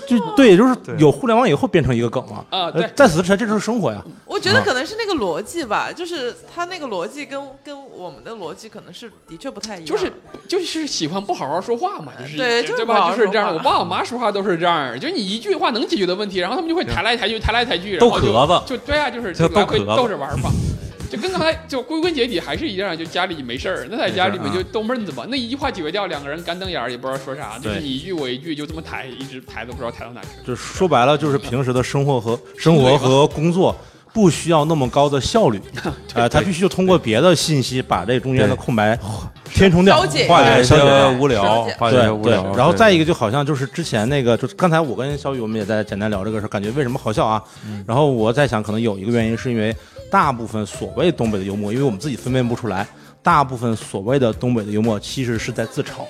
[SPEAKER 4] 就对，就是
[SPEAKER 1] 对
[SPEAKER 4] 有互联网以后变成一个梗了
[SPEAKER 3] 啊
[SPEAKER 4] 呃
[SPEAKER 3] 对
[SPEAKER 4] 在此之前，这就是生活呀。
[SPEAKER 2] 我觉得可能是那个逻辑吧，就是他那个逻辑跟跟我们的逻辑可能是的确不太一样。
[SPEAKER 3] 就是就是喜欢不好好说话嘛，就是
[SPEAKER 2] 对就是
[SPEAKER 3] 对
[SPEAKER 2] 不好
[SPEAKER 3] 吧？
[SPEAKER 2] 好
[SPEAKER 3] 就是这样。
[SPEAKER 2] 说
[SPEAKER 3] 我
[SPEAKER 2] 话
[SPEAKER 3] 爸我妈说话都是这样，就你一句话能解决的问题，然后他们就会抬来抬去，抬来抬去，然后就
[SPEAKER 1] 逗壳子
[SPEAKER 3] 就对啊，就是
[SPEAKER 1] 就
[SPEAKER 3] 就
[SPEAKER 1] 逗
[SPEAKER 3] 来回
[SPEAKER 1] 壳子
[SPEAKER 3] 逗着玩儿嘛。就跟刚才就归根结底还是一样，就家里没事儿，那在家里面就逗闷子嘛。那一句话解决掉，两个人干瞪眼儿也不知道说啥，就是
[SPEAKER 4] 对
[SPEAKER 3] 你一句我一句，就这么抬，一直抬都不知道抬到哪去了。
[SPEAKER 4] 就说白了，就是平时的生活和生活和工作不需要那么高的效 率，呃，他必须就通过别的信息把这中间的空白填充掉，
[SPEAKER 2] 消解一下
[SPEAKER 4] 化
[SPEAKER 1] 化
[SPEAKER 4] 解
[SPEAKER 1] 解一
[SPEAKER 4] 消解
[SPEAKER 1] 些
[SPEAKER 4] 掉。
[SPEAKER 1] 无聊
[SPEAKER 2] 消解，
[SPEAKER 1] 化解一些
[SPEAKER 4] 对
[SPEAKER 1] 无
[SPEAKER 4] 对
[SPEAKER 1] 聊。，
[SPEAKER 4] 然后再一
[SPEAKER 1] 个，
[SPEAKER 4] 个就好像就是之前那个，就是刚才我跟小雨我们也在简单聊这个事儿，感觉为什么好笑啊？然后我在想，可能有一个原因是因为大部分所谓东北的幽默，因为我们自己分辨不出来，大部分所谓的东北的幽默其实是在自嘲。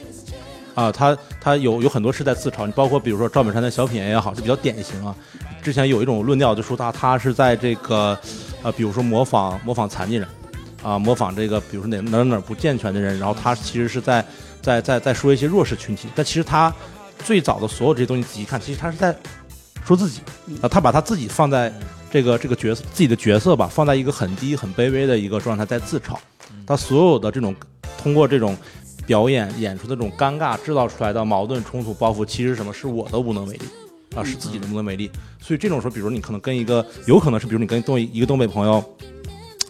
[SPEAKER 4] 啊，他他有有很多是在自嘲，你包括比如说赵本山的小品也好，这比较典型啊。之前有一种论调就说他他是在这个，呃，比如说模仿模仿残疾人，啊、啊，模仿这个，比如说哪哪哪不健全的人，然后他其实是在在在在说一些弱势群体，但其实他最早的所有这些东西仔细看，其实他是在说自己啊，他把他自己放在这个这个角色自己的角色吧，放在一个很低很卑微的一个状态在自嘲，他所有的这种通过这种。表演演出的这种尴尬制造出来的矛盾冲突包袱，其实是什么是我的无能为力啊，是自己的无能为力。所以这种时候，比如你可能跟一个，有可能是比如你跟东一个东北朋友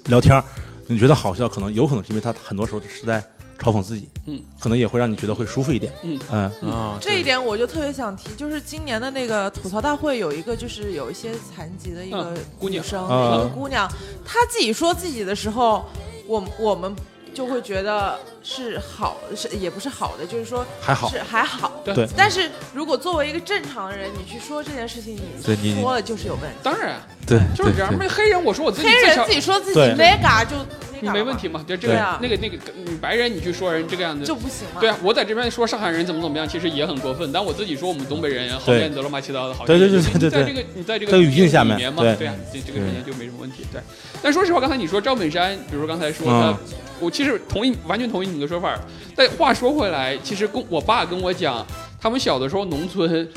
[SPEAKER 4] 聊天儿，你觉得好笑，可能有可能是因为他很多时候是在嘲讽自己，
[SPEAKER 3] 嗯，
[SPEAKER 4] 可能也会让你觉得会舒服一点，
[SPEAKER 3] 嗯
[SPEAKER 4] 嗯
[SPEAKER 1] 啊，
[SPEAKER 2] 这一点我就特别想提，就是今年的那个吐槽大会有一个就是有一些残疾的一个
[SPEAKER 3] 嗯姑娘
[SPEAKER 2] 女生，
[SPEAKER 4] 嗯
[SPEAKER 2] 一个姑娘，她自己说自己的时候，我我们就会觉得是好，是也不是好的，就是说
[SPEAKER 4] 还好
[SPEAKER 2] 是还好。
[SPEAKER 3] 对
[SPEAKER 4] 对
[SPEAKER 2] 但是如果作为一个正常人，你去说这件事情，
[SPEAKER 1] 对
[SPEAKER 2] 你
[SPEAKER 1] 你
[SPEAKER 2] 说了就是有问题。
[SPEAKER 3] 当然啊
[SPEAKER 1] 对，
[SPEAKER 3] 就是这样。
[SPEAKER 1] 对
[SPEAKER 3] 那黑人，我说我自己
[SPEAKER 2] 黑
[SPEAKER 3] 最
[SPEAKER 2] 人
[SPEAKER 3] 小
[SPEAKER 2] 自，己说自己
[SPEAKER 4] 对
[SPEAKER 2] mega 就
[SPEAKER 3] 你
[SPEAKER 2] mega
[SPEAKER 3] 没
[SPEAKER 2] 了
[SPEAKER 3] 问
[SPEAKER 2] 嘛
[SPEAKER 3] 题嘛？就这
[SPEAKER 2] 对
[SPEAKER 3] 个
[SPEAKER 2] 啊
[SPEAKER 3] 那个那个你白人，你去说人这个样子
[SPEAKER 2] 就。不行嘛？
[SPEAKER 3] 对啊，我在这边说上海人怎么怎么样，其实也很过分。但我自己说我们东北人好
[SPEAKER 4] 对
[SPEAKER 3] 面子乱七八糟的，好
[SPEAKER 4] 对对对
[SPEAKER 3] 像
[SPEAKER 4] 对对
[SPEAKER 3] 在这
[SPEAKER 4] 对
[SPEAKER 3] 个你在这个
[SPEAKER 4] 这个语境下
[SPEAKER 3] 里
[SPEAKER 4] 面
[SPEAKER 3] 面嘛，
[SPEAKER 4] 对嗯
[SPEAKER 3] 对啊，这这个人家就没什么问题。对，但说实话，刚才你说赵本山，比如说刚才说
[SPEAKER 4] 嗯
[SPEAKER 3] 他，我其实同意，完全同意你的说法。但话说回来，其实跟我爸跟我讲，他们小的时候农村。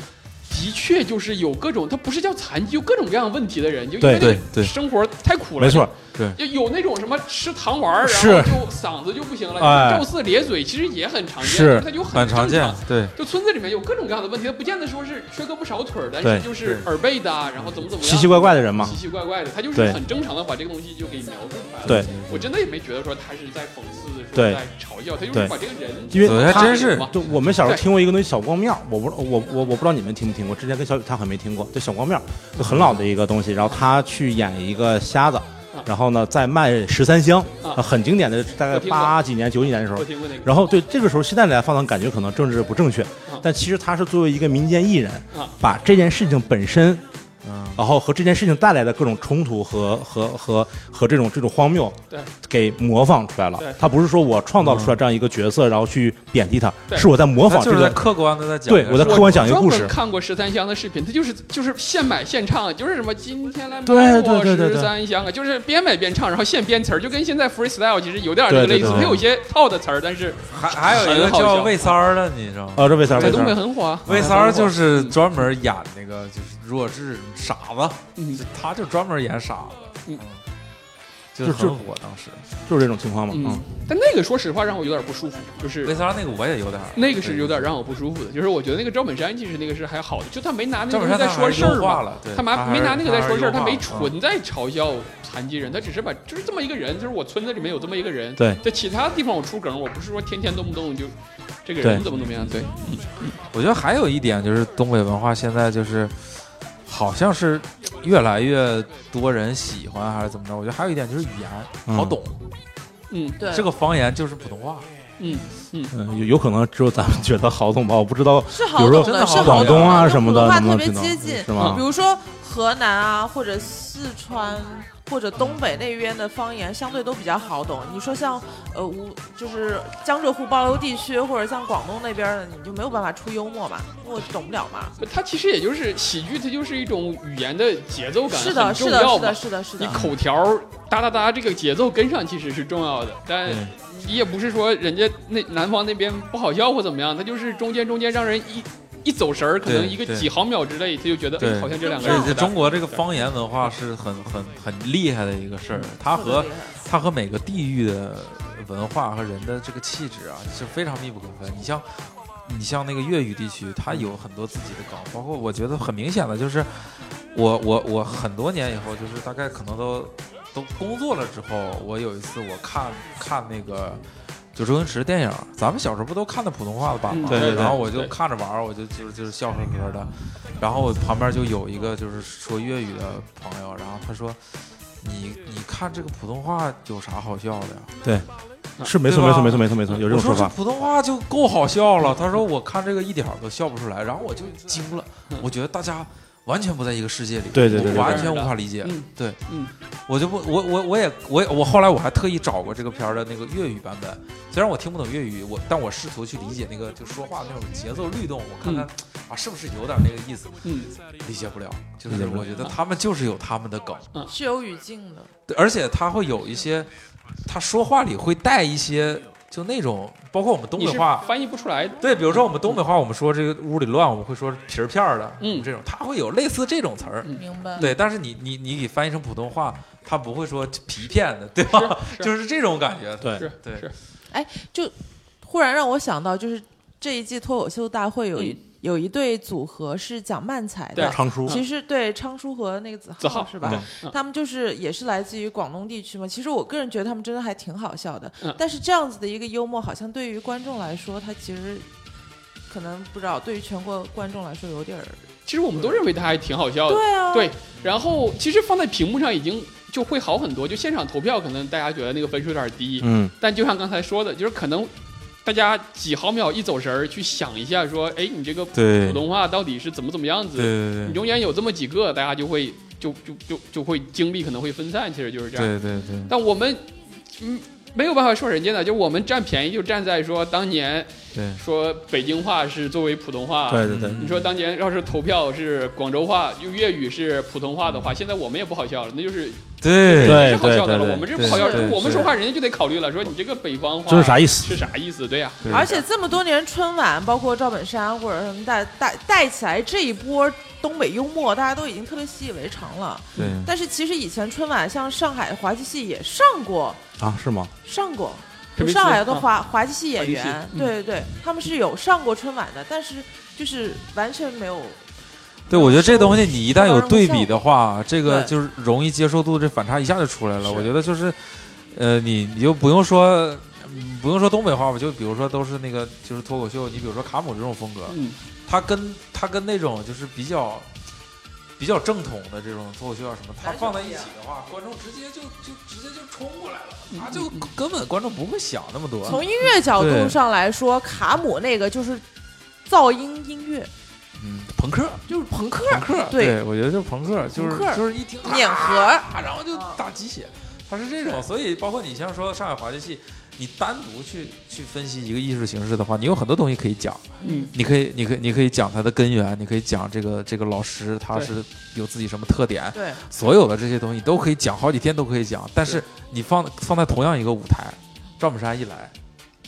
[SPEAKER 3] 的确，就是有各种，他不是叫残疾，有各种各样的问题的人，就因为
[SPEAKER 4] 对
[SPEAKER 1] 对
[SPEAKER 3] 那个
[SPEAKER 1] 对
[SPEAKER 3] 生活太苦了，
[SPEAKER 4] 没错，
[SPEAKER 3] 就有那种什么吃糖丸儿，
[SPEAKER 4] 是
[SPEAKER 3] 然后就嗓子就不行了，
[SPEAKER 4] 哎
[SPEAKER 3] 赵四咧嘴，其实也很常见，
[SPEAKER 4] 是
[SPEAKER 3] 它就很
[SPEAKER 1] 很常
[SPEAKER 3] 正
[SPEAKER 1] 见
[SPEAKER 3] 常。，
[SPEAKER 1] 对，
[SPEAKER 3] 就村子里面有各种各样的问题，它不见得说是缺胳膊少腿儿，但
[SPEAKER 4] 对
[SPEAKER 3] 是就是耳背的啊，然后怎么怎么样，
[SPEAKER 4] 奇奇怪怪的人嘛
[SPEAKER 3] 奇，奇怪怪的，他就是
[SPEAKER 4] 对
[SPEAKER 3] 很正常的把这个东西就给描述出来了。
[SPEAKER 4] 对，
[SPEAKER 3] 我真的也没觉得说他是在讽刺，说
[SPEAKER 4] 对
[SPEAKER 3] 在嘲笑，他就是
[SPEAKER 4] 对
[SPEAKER 3] 把这个人，
[SPEAKER 4] 因为
[SPEAKER 1] 对还
[SPEAKER 4] 他
[SPEAKER 1] 真是
[SPEAKER 4] 就我们小时候
[SPEAKER 3] 对
[SPEAKER 4] 听过一个东西小光庙，我不知我我我不知道你们听没听过，之前跟小雨他好像没听过，就小光庙，就很老的一个东西，然后他去演一个瞎子
[SPEAKER 3] 啊，
[SPEAKER 4] 然后呢再卖十三香，
[SPEAKER 3] 啊
[SPEAKER 4] 呃很经典的，大概
[SPEAKER 3] 我听过
[SPEAKER 4] 八几年九几年的时候
[SPEAKER 3] 我，听过那个，
[SPEAKER 4] 然后对这个时候现在来放，感觉可能政治不正确，但其实他是作为一个民间艺人
[SPEAKER 3] 啊，
[SPEAKER 4] 把这件事情本身。然后和这件事情带来的各种冲突和和和和这种这种荒谬，
[SPEAKER 3] 对，
[SPEAKER 4] 给模仿出来了
[SPEAKER 3] 对。
[SPEAKER 4] 他不是说我创造出来这样一个角色，然后去贬低他，
[SPEAKER 3] 对
[SPEAKER 4] 是我在模
[SPEAKER 1] 他
[SPEAKER 4] 仿这
[SPEAKER 1] 就是在
[SPEAKER 4] 个。
[SPEAKER 1] 客观的在讲，
[SPEAKER 4] 对我在
[SPEAKER 3] 我
[SPEAKER 4] 客观讲一个故事
[SPEAKER 3] 专门看过十三香的视频，他就是就是现买现唱，就是什么今天来
[SPEAKER 4] 对
[SPEAKER 3] 买
[SPEAKER 4] 对
[SPEAKER 3] 我
[SPEAKER 4] 对对对
[SPEAKER 3] 十三香啊，就是边买边唱，然后现编词儿，就跟现在 freestyle 其实有点儿这
[SPEAKER 4] 对
[SPEAKER 3] 个
[SPEAKER 4] 对
[SPEAKER 3] 类似
[SPEAKER 4] 对，对
[SPEAKER 3] 它有些套的词儿，但是
[SPEAKER 1] 还还有一个
[SPEAKER 3] 很好
[SPEAKER 1] 叫
[SPEAKER 3] 笑
[SPEAKER 1] 魏三儿的，你知道吗？
[SPEAKER 4] 呃，这位三儿，
[SPEAKER 3] 在
[SPEAKER 4] 魏三
[SPEAKER 3] 东北
[SPEAKER 4] 儿，
[SPEAKER 3] 很火啊。
[SPEAKER 1] 魏三儿就是专门演那个就是弱智傻子
[SPEAKER 3] 嗯，
[SPEAKER 1] 就他就专门演傻子，
[SPEAKER 3] 嗯
[SPEAKER 1] 嗯，就是
[SPEAKER 4] 就是
[SPEAKER 1] 很火当时。
[SPEAKER 4] 就是这种情况嘛。
[SPEAKER 3] 嗯，但那个说实话让我有点不舒服，就是
[SPEAKER 1] 魏三儿那个我也有点儿，
[SPEAKER 3] 那个是有点让我不舒服的，就是我觉得那个赵本山其实那个是还好的，就他没拿那个
[SPEAKER 1] 赵
[SPEAKER 3] 东
[SPEAKER 1] 本
[SPEAKER 3] 西
[SPEAKER 1] 山
[SPEAKER 3] 在
[SPEAKER 1] 他
[SPEAKER 3] 说
[SPEAKER 1] 还
[SPEAKER 3] 事
[SPEAKER 1] 是
[SPEAKER 3] 儿
[SPEAKER 1] 优化
[SPEAKER 3] 嘛，
[SPEAKER 1] 了，对
[SPEAKER 3] 他妈没拿那个在说事儿，他没
[SPEAKER 1] 纯。
[SPEAKER 3] 纯在嘲笑残疾人，他只是把就是这么一个人，就是我村子里面有这么一个人，
[SPEAKER 4] 对，
[SPEAKER 3] 在其他地方我出梗，我不是说天天动不动就这个人
[SPEAKER 4] 对
[SPEAKER 3] 怎么怎么样，对，
[SPEAKER 1] 我觉得还有一点就是东北文化现在就是，好像是越来越多人喜欢还是怎么着？我觉得还有一点就是语言
[SPEAKER 4] 嗯
[SPEAKER 1] 好懂，
[SPEAKER 3] 嗯
[SPEAKER 2] 对
[SPEAKER 1] 这个方言就是普通话，
[SPEAKER 3] 嗯，
[SPEAKER 4] 嗯，有有可能只有咱们觉得好懂吧？我不知道，
[SPEAKER 2] 是好
[SPEAKER 4] 比如说
[SPEAKER 2] 懂的，是好
[SPEAKER 4] 广
[SPEAKER 2] 懂
[SPEAKER 4] 东啊
[SPEAKER 2] 的
[SPEAKER 4] 什么
[SPEAKER 2] 普
[SPEAKER 4] 的，
[SPEAKER 2] 通话
[SPEAKER 4] 能不
[SPEAKER 2] 特
[SPEAKER 4] 能知道
[SPEAKER 2] 别接近
[SPEAKER 4] 是吗
[SPEAKER 2] 比？如说河南啊，或者四川或者东北那边的方言相对都比较好懂。你说像呃吴，就是江浙沪包邮地区，或者像广东那边的，你就没有办法出幽默嘛，因为我懂不了嘛。
[SPEAKER 3] 他其实也就是喜剧，它就是一种语言的节奏感
[SPEAKER 2] 是的，
[SPEAKER 3] 很重
[SPEAKER 2] 是的，是
[SPEAKER 3] 要嘛
[SPEAKER 2] 的，，是的，是
[SPEAKER 3] 你
[SPEAKER 2] 的。
[SPEAKER 3] 口条儿哒哒哒这个节奏跟上其实是重要的，但
[SPEAKER 1] 嗯
[SPEAKER 3] 你也不是说人家那南方那边不好笑或怎么样，他就是中间中间让人一一走神儿，可能
[SPEAKER 1] 对
[SPEAKER 3] 一个
[SPEAKER 1] 对
[SPEAKER 3] 几毫秒之内，他就觉得
[SPEAKER 1] 对
[SPEAKER 3] 哎好像这两个人
[SPEAKER 1] 而
[SPEAKER 3] 不
[SPEAKER 1] 且
[SPEAKER 3] 搭
[SPEAKER 1] 中国这个方言文化是很很很厉害的一个事儿，它
[SPEAKER 2] 嗯特别
[SPEAKER 1] 和
[SPEAKER 2] 厉害
[SPEAKER 1] 它和每个地域的文化和人的这个气质啊是非常密不可分。你像你像那个粤语地区，它有很多自己的梗，包括我觉得很明显的就是我我我很多年以后，就是大概可能都都工作了之后，我有一次我看看那个。就周星驰电影，咱们小时候不都看的普通话的版吗
[SPEAKER 3] 嗯？对
[SPEAKER 4] 对对
[SPEAKER 1] 然后我就
[SPEAKER 3] 对
[SPEAKER 1] 看着玩儿，我就就是就是笑呵呵的。然后我旁边就有一个就是说粤语的朋友，然后他说：“你你看这个普通话有啥好笑的呀？”
[SPEAKER 3] 嗯
[SPEAKER 4] 是没错，
[SPEAKER 1] 对吧
[SPEAKER 4] 没错，没错，没错，没错，有这
[SPEAKER 1] 我
[SPEAKER 4] 种
[SPEAKER 1] 说
[SPEAKER 4] 说
[SPEAKER 1] 这
[SPEAKER 4] 法。
[SPEAKER 1] 普通话就
[SPEAKER 3] 嗯
[SPEAKER 1] 够好笑了。他说我看这个一点儿都笑不出来，然后我就惊了，我觉得大家完全不在一个世界里，
[SPEAKER 4] 对对对对
[SPEAKER 1] 我完全无法理解。
[SPEAKER 3] 嗯
[SPEAKER 1] 对，
[SPEAKER 3] 嗯，
[SPEAKER 1] 我就不，我我我也我也我后来我还特意找过这个片儿的那个粤语版本，虽然我听不懂粤语，我但我试图去理解那个就说话的那种节奏律动，我看看、啊是不是有点那个意思，
[SPEAKER 3] 嗯，
[SPEAKER 1] 理解不了。就
[SPEAKER 4] 理解
[SPEAKER 1] 是
[SPEAKER 4] 不了啊
[SPEAKER 1] 我觉得他们就是有他们的梗，
[SPEAKER 2] 是有语境的，
[SPEAKER 1] 对而且他会有一些，他说话里会带一些就那种，包括我们东
[SPEAKER 3] 你
[SPEAKER 1] 北
[SPEAKER 3] 是
[SPEAKER 1] 话，
[SPEAKER 3] 翻译不出来的，
[SPEAKER 1] 对，比如说我们东北话，我们说这个屋里乱，我们会说皮儿片儿的，
[SPEAKER 3] 嗯
[SPEAKER 1] 这种，它会有类似这种词儿，
[SPEAKER 3] 嗯
[SPEAKER 2] 明白？
[SPEAKER 1] 对。但是你你你给翻译成普通话，它不会说皮片的，对吧？
[SPEAKER 3] 是
[SPEAKER 1] 就是这种感觉。
[SPEAKER 4] 对
[SPEAKER 3] 是
[SPEAKER 1] 对
[SPEAKER 3] 是，
[SPEAKER 2] 忽然让我想到，就是这一季脱口秀大会有一、
[SPEAKER 3] 嗯
[SPEAKER 2] 有一对组合是讲漫才
[SPEAKER 3] 对啊
[SPEAKER 2] 的，
[SPEAKER 4] 常叔，
[SPEAKER 2] 其实对昌叔和那个子
[SPEAKER 3] 嗯子浩嗯
[SPEAKER 2] 是吧？他们就是也是来自于广东地区嘛。其实我个人觉得他们真的还挺好笑的，
[SPEAKER 3] 嗯
[SPEAKER 2] 但是这样子的一个幽默，好像对于观众来说，他其实可能不知道，对于全国观众来说有点儿。
[SPEAKER 3] 其实我们都认为他还挺好笑的，
[SPEAKER 2] 对啊，
[SPEAKER 3] 哦对，然后其实放在屏幕上已经就会好很多，就现场投票可能大家觉得那个分数有点低，
[SPEAKER 4] 嗯，
[SPEAKER 3] 但就像刚才说的，就是可能大家几毫秒一走神儿去想一下，说，哎，你这个
[SPEAKER 1] 对
[SPEAKER 3] 普通话到底是怎么怎么样子？
[SPEAKER 1] 对
[SPEAKER 3] 你中间有这么几个，大家就会就就就就会精力可能会分散，其实就是这样。
[SPEAKER 1] 对对
[SPEAKER 3] 但我们嗯没有办法说人家的，就我们占便宜就占在说当年
[SPEAKER 1] 对
[SPEAKER 3] 说北京话是作为普通话，
[SPEAKER 4] 对对对，
[SPEAKER 3] 你说当年要是投票是广州话，用粤语是普通话的话，现在我们也不好笑了，那就是
[SPEAKER 1] 对
[SPEAKER 4] 对
[SPEAKER 3] 是好笑的
[SPEAKER 4] 哎对
[SPEAKER 3] 了。
[SPEAKER 4] 对
[SPEAKER 3] 我们这
[SPEAKER 1] 对
[SPEAKER 3] 不好笑，
[SPEAKER 1] 对
[SPEAKER 3] 我们
[SPEAKER 1] 是
[SPEAKER 3] 说话人家就得考虑了，说你这个北方话
[SPEAKER 4] 这是啥意思？
[SPEAKER 3] 是啥意思？对呀、
[SPEAKER 1] 对
[SPEAKER 2] 而且这么多年春晚，包括赵本山或者什么带带带起来这一波东北幽默，大家都已经特别习以为常了。
[SPEAKER 1] 对
[SPEAKER 2] 但是其实以前春晚像上海滑稽戏也上过，
[SPEAKER 4] 啊，是吗？
[SPEAKER 2] 上过，
[SPEAKER 3] 特别
[SPEAKER 2] 上海
[SPEAKER 3] 是
[SPEAKER 2] 有个
[SPEAKER 3] 啊
[SPEAKER 2] 滑滑稽戏演
[SPEAKER 3] 滑
[SPEAKER 2] 员
[SPEAKER 3] 稽戏，嗯
[SPEAKER 2] 对对对，他们是有上过春晚的，但是就是完全没有
[SPEAKER 1] 对，我觉得这东西你一旦有对比的话，这个
[SPEAKER 2] 对
[SPEAKER 1] 就是容易接受度这反差一下就出来了。
[SPEAKER 3] 是
[SPEAKER 1] 我觉得就是，呃，你你就不用说。嗯不用说东北话吧，就比如说都是那个就是脱口秀，你比如说卡姆这种风格，
[SPEAKER 3] 嗯，
[SPEAKER 1] 他跟他跟那种就是比较比较正统的这种脱口秀啊什么，他放在一起的话，观众直接就就直接就冲过来了，他就根本观众不会想那么多。
[SPEAKER 2] 从音乐角度
[SPEAKER 1] 对
[SPEAKER 2] 上来说，卡姆那个就是噪音音乐，
[SPEAKER 1] 嗯，朋克，
[SPEAKER 2] 就是朋克，
[SPEAKER 1] 朋克，
[SPEAKER 2] 对
[SPEAKER 1] 我觉得就是朋克，就是
[SPEAKER 2] 朋克
[SPEAKER 1] 就是一听
[SPEAKER 2] 碾核，
[SPEAKER 1] 啊，然后就打鸡血，它是这种。所以包括你像说上海滑稽戏，你单独去去分析一个艺术形式的话，你有很多东西可以讲。
[SPEAKER 3] 嗯，
[SPEAKER 1] 你可以，你可以，你可以讲它的根源，你可以讲这个这个老师他
[SPEAKER 3] 对
[SPEAKER 1] 是有自己什么特点，
[SPEAKER 2] 对，
[SPEAKER 1] 所有的这些东西都可以讲好几天都可以讲。但是
[SPEAKER 3] 是
[SPEAKER 1] 你放放在同样一个舞台，赵本山一来，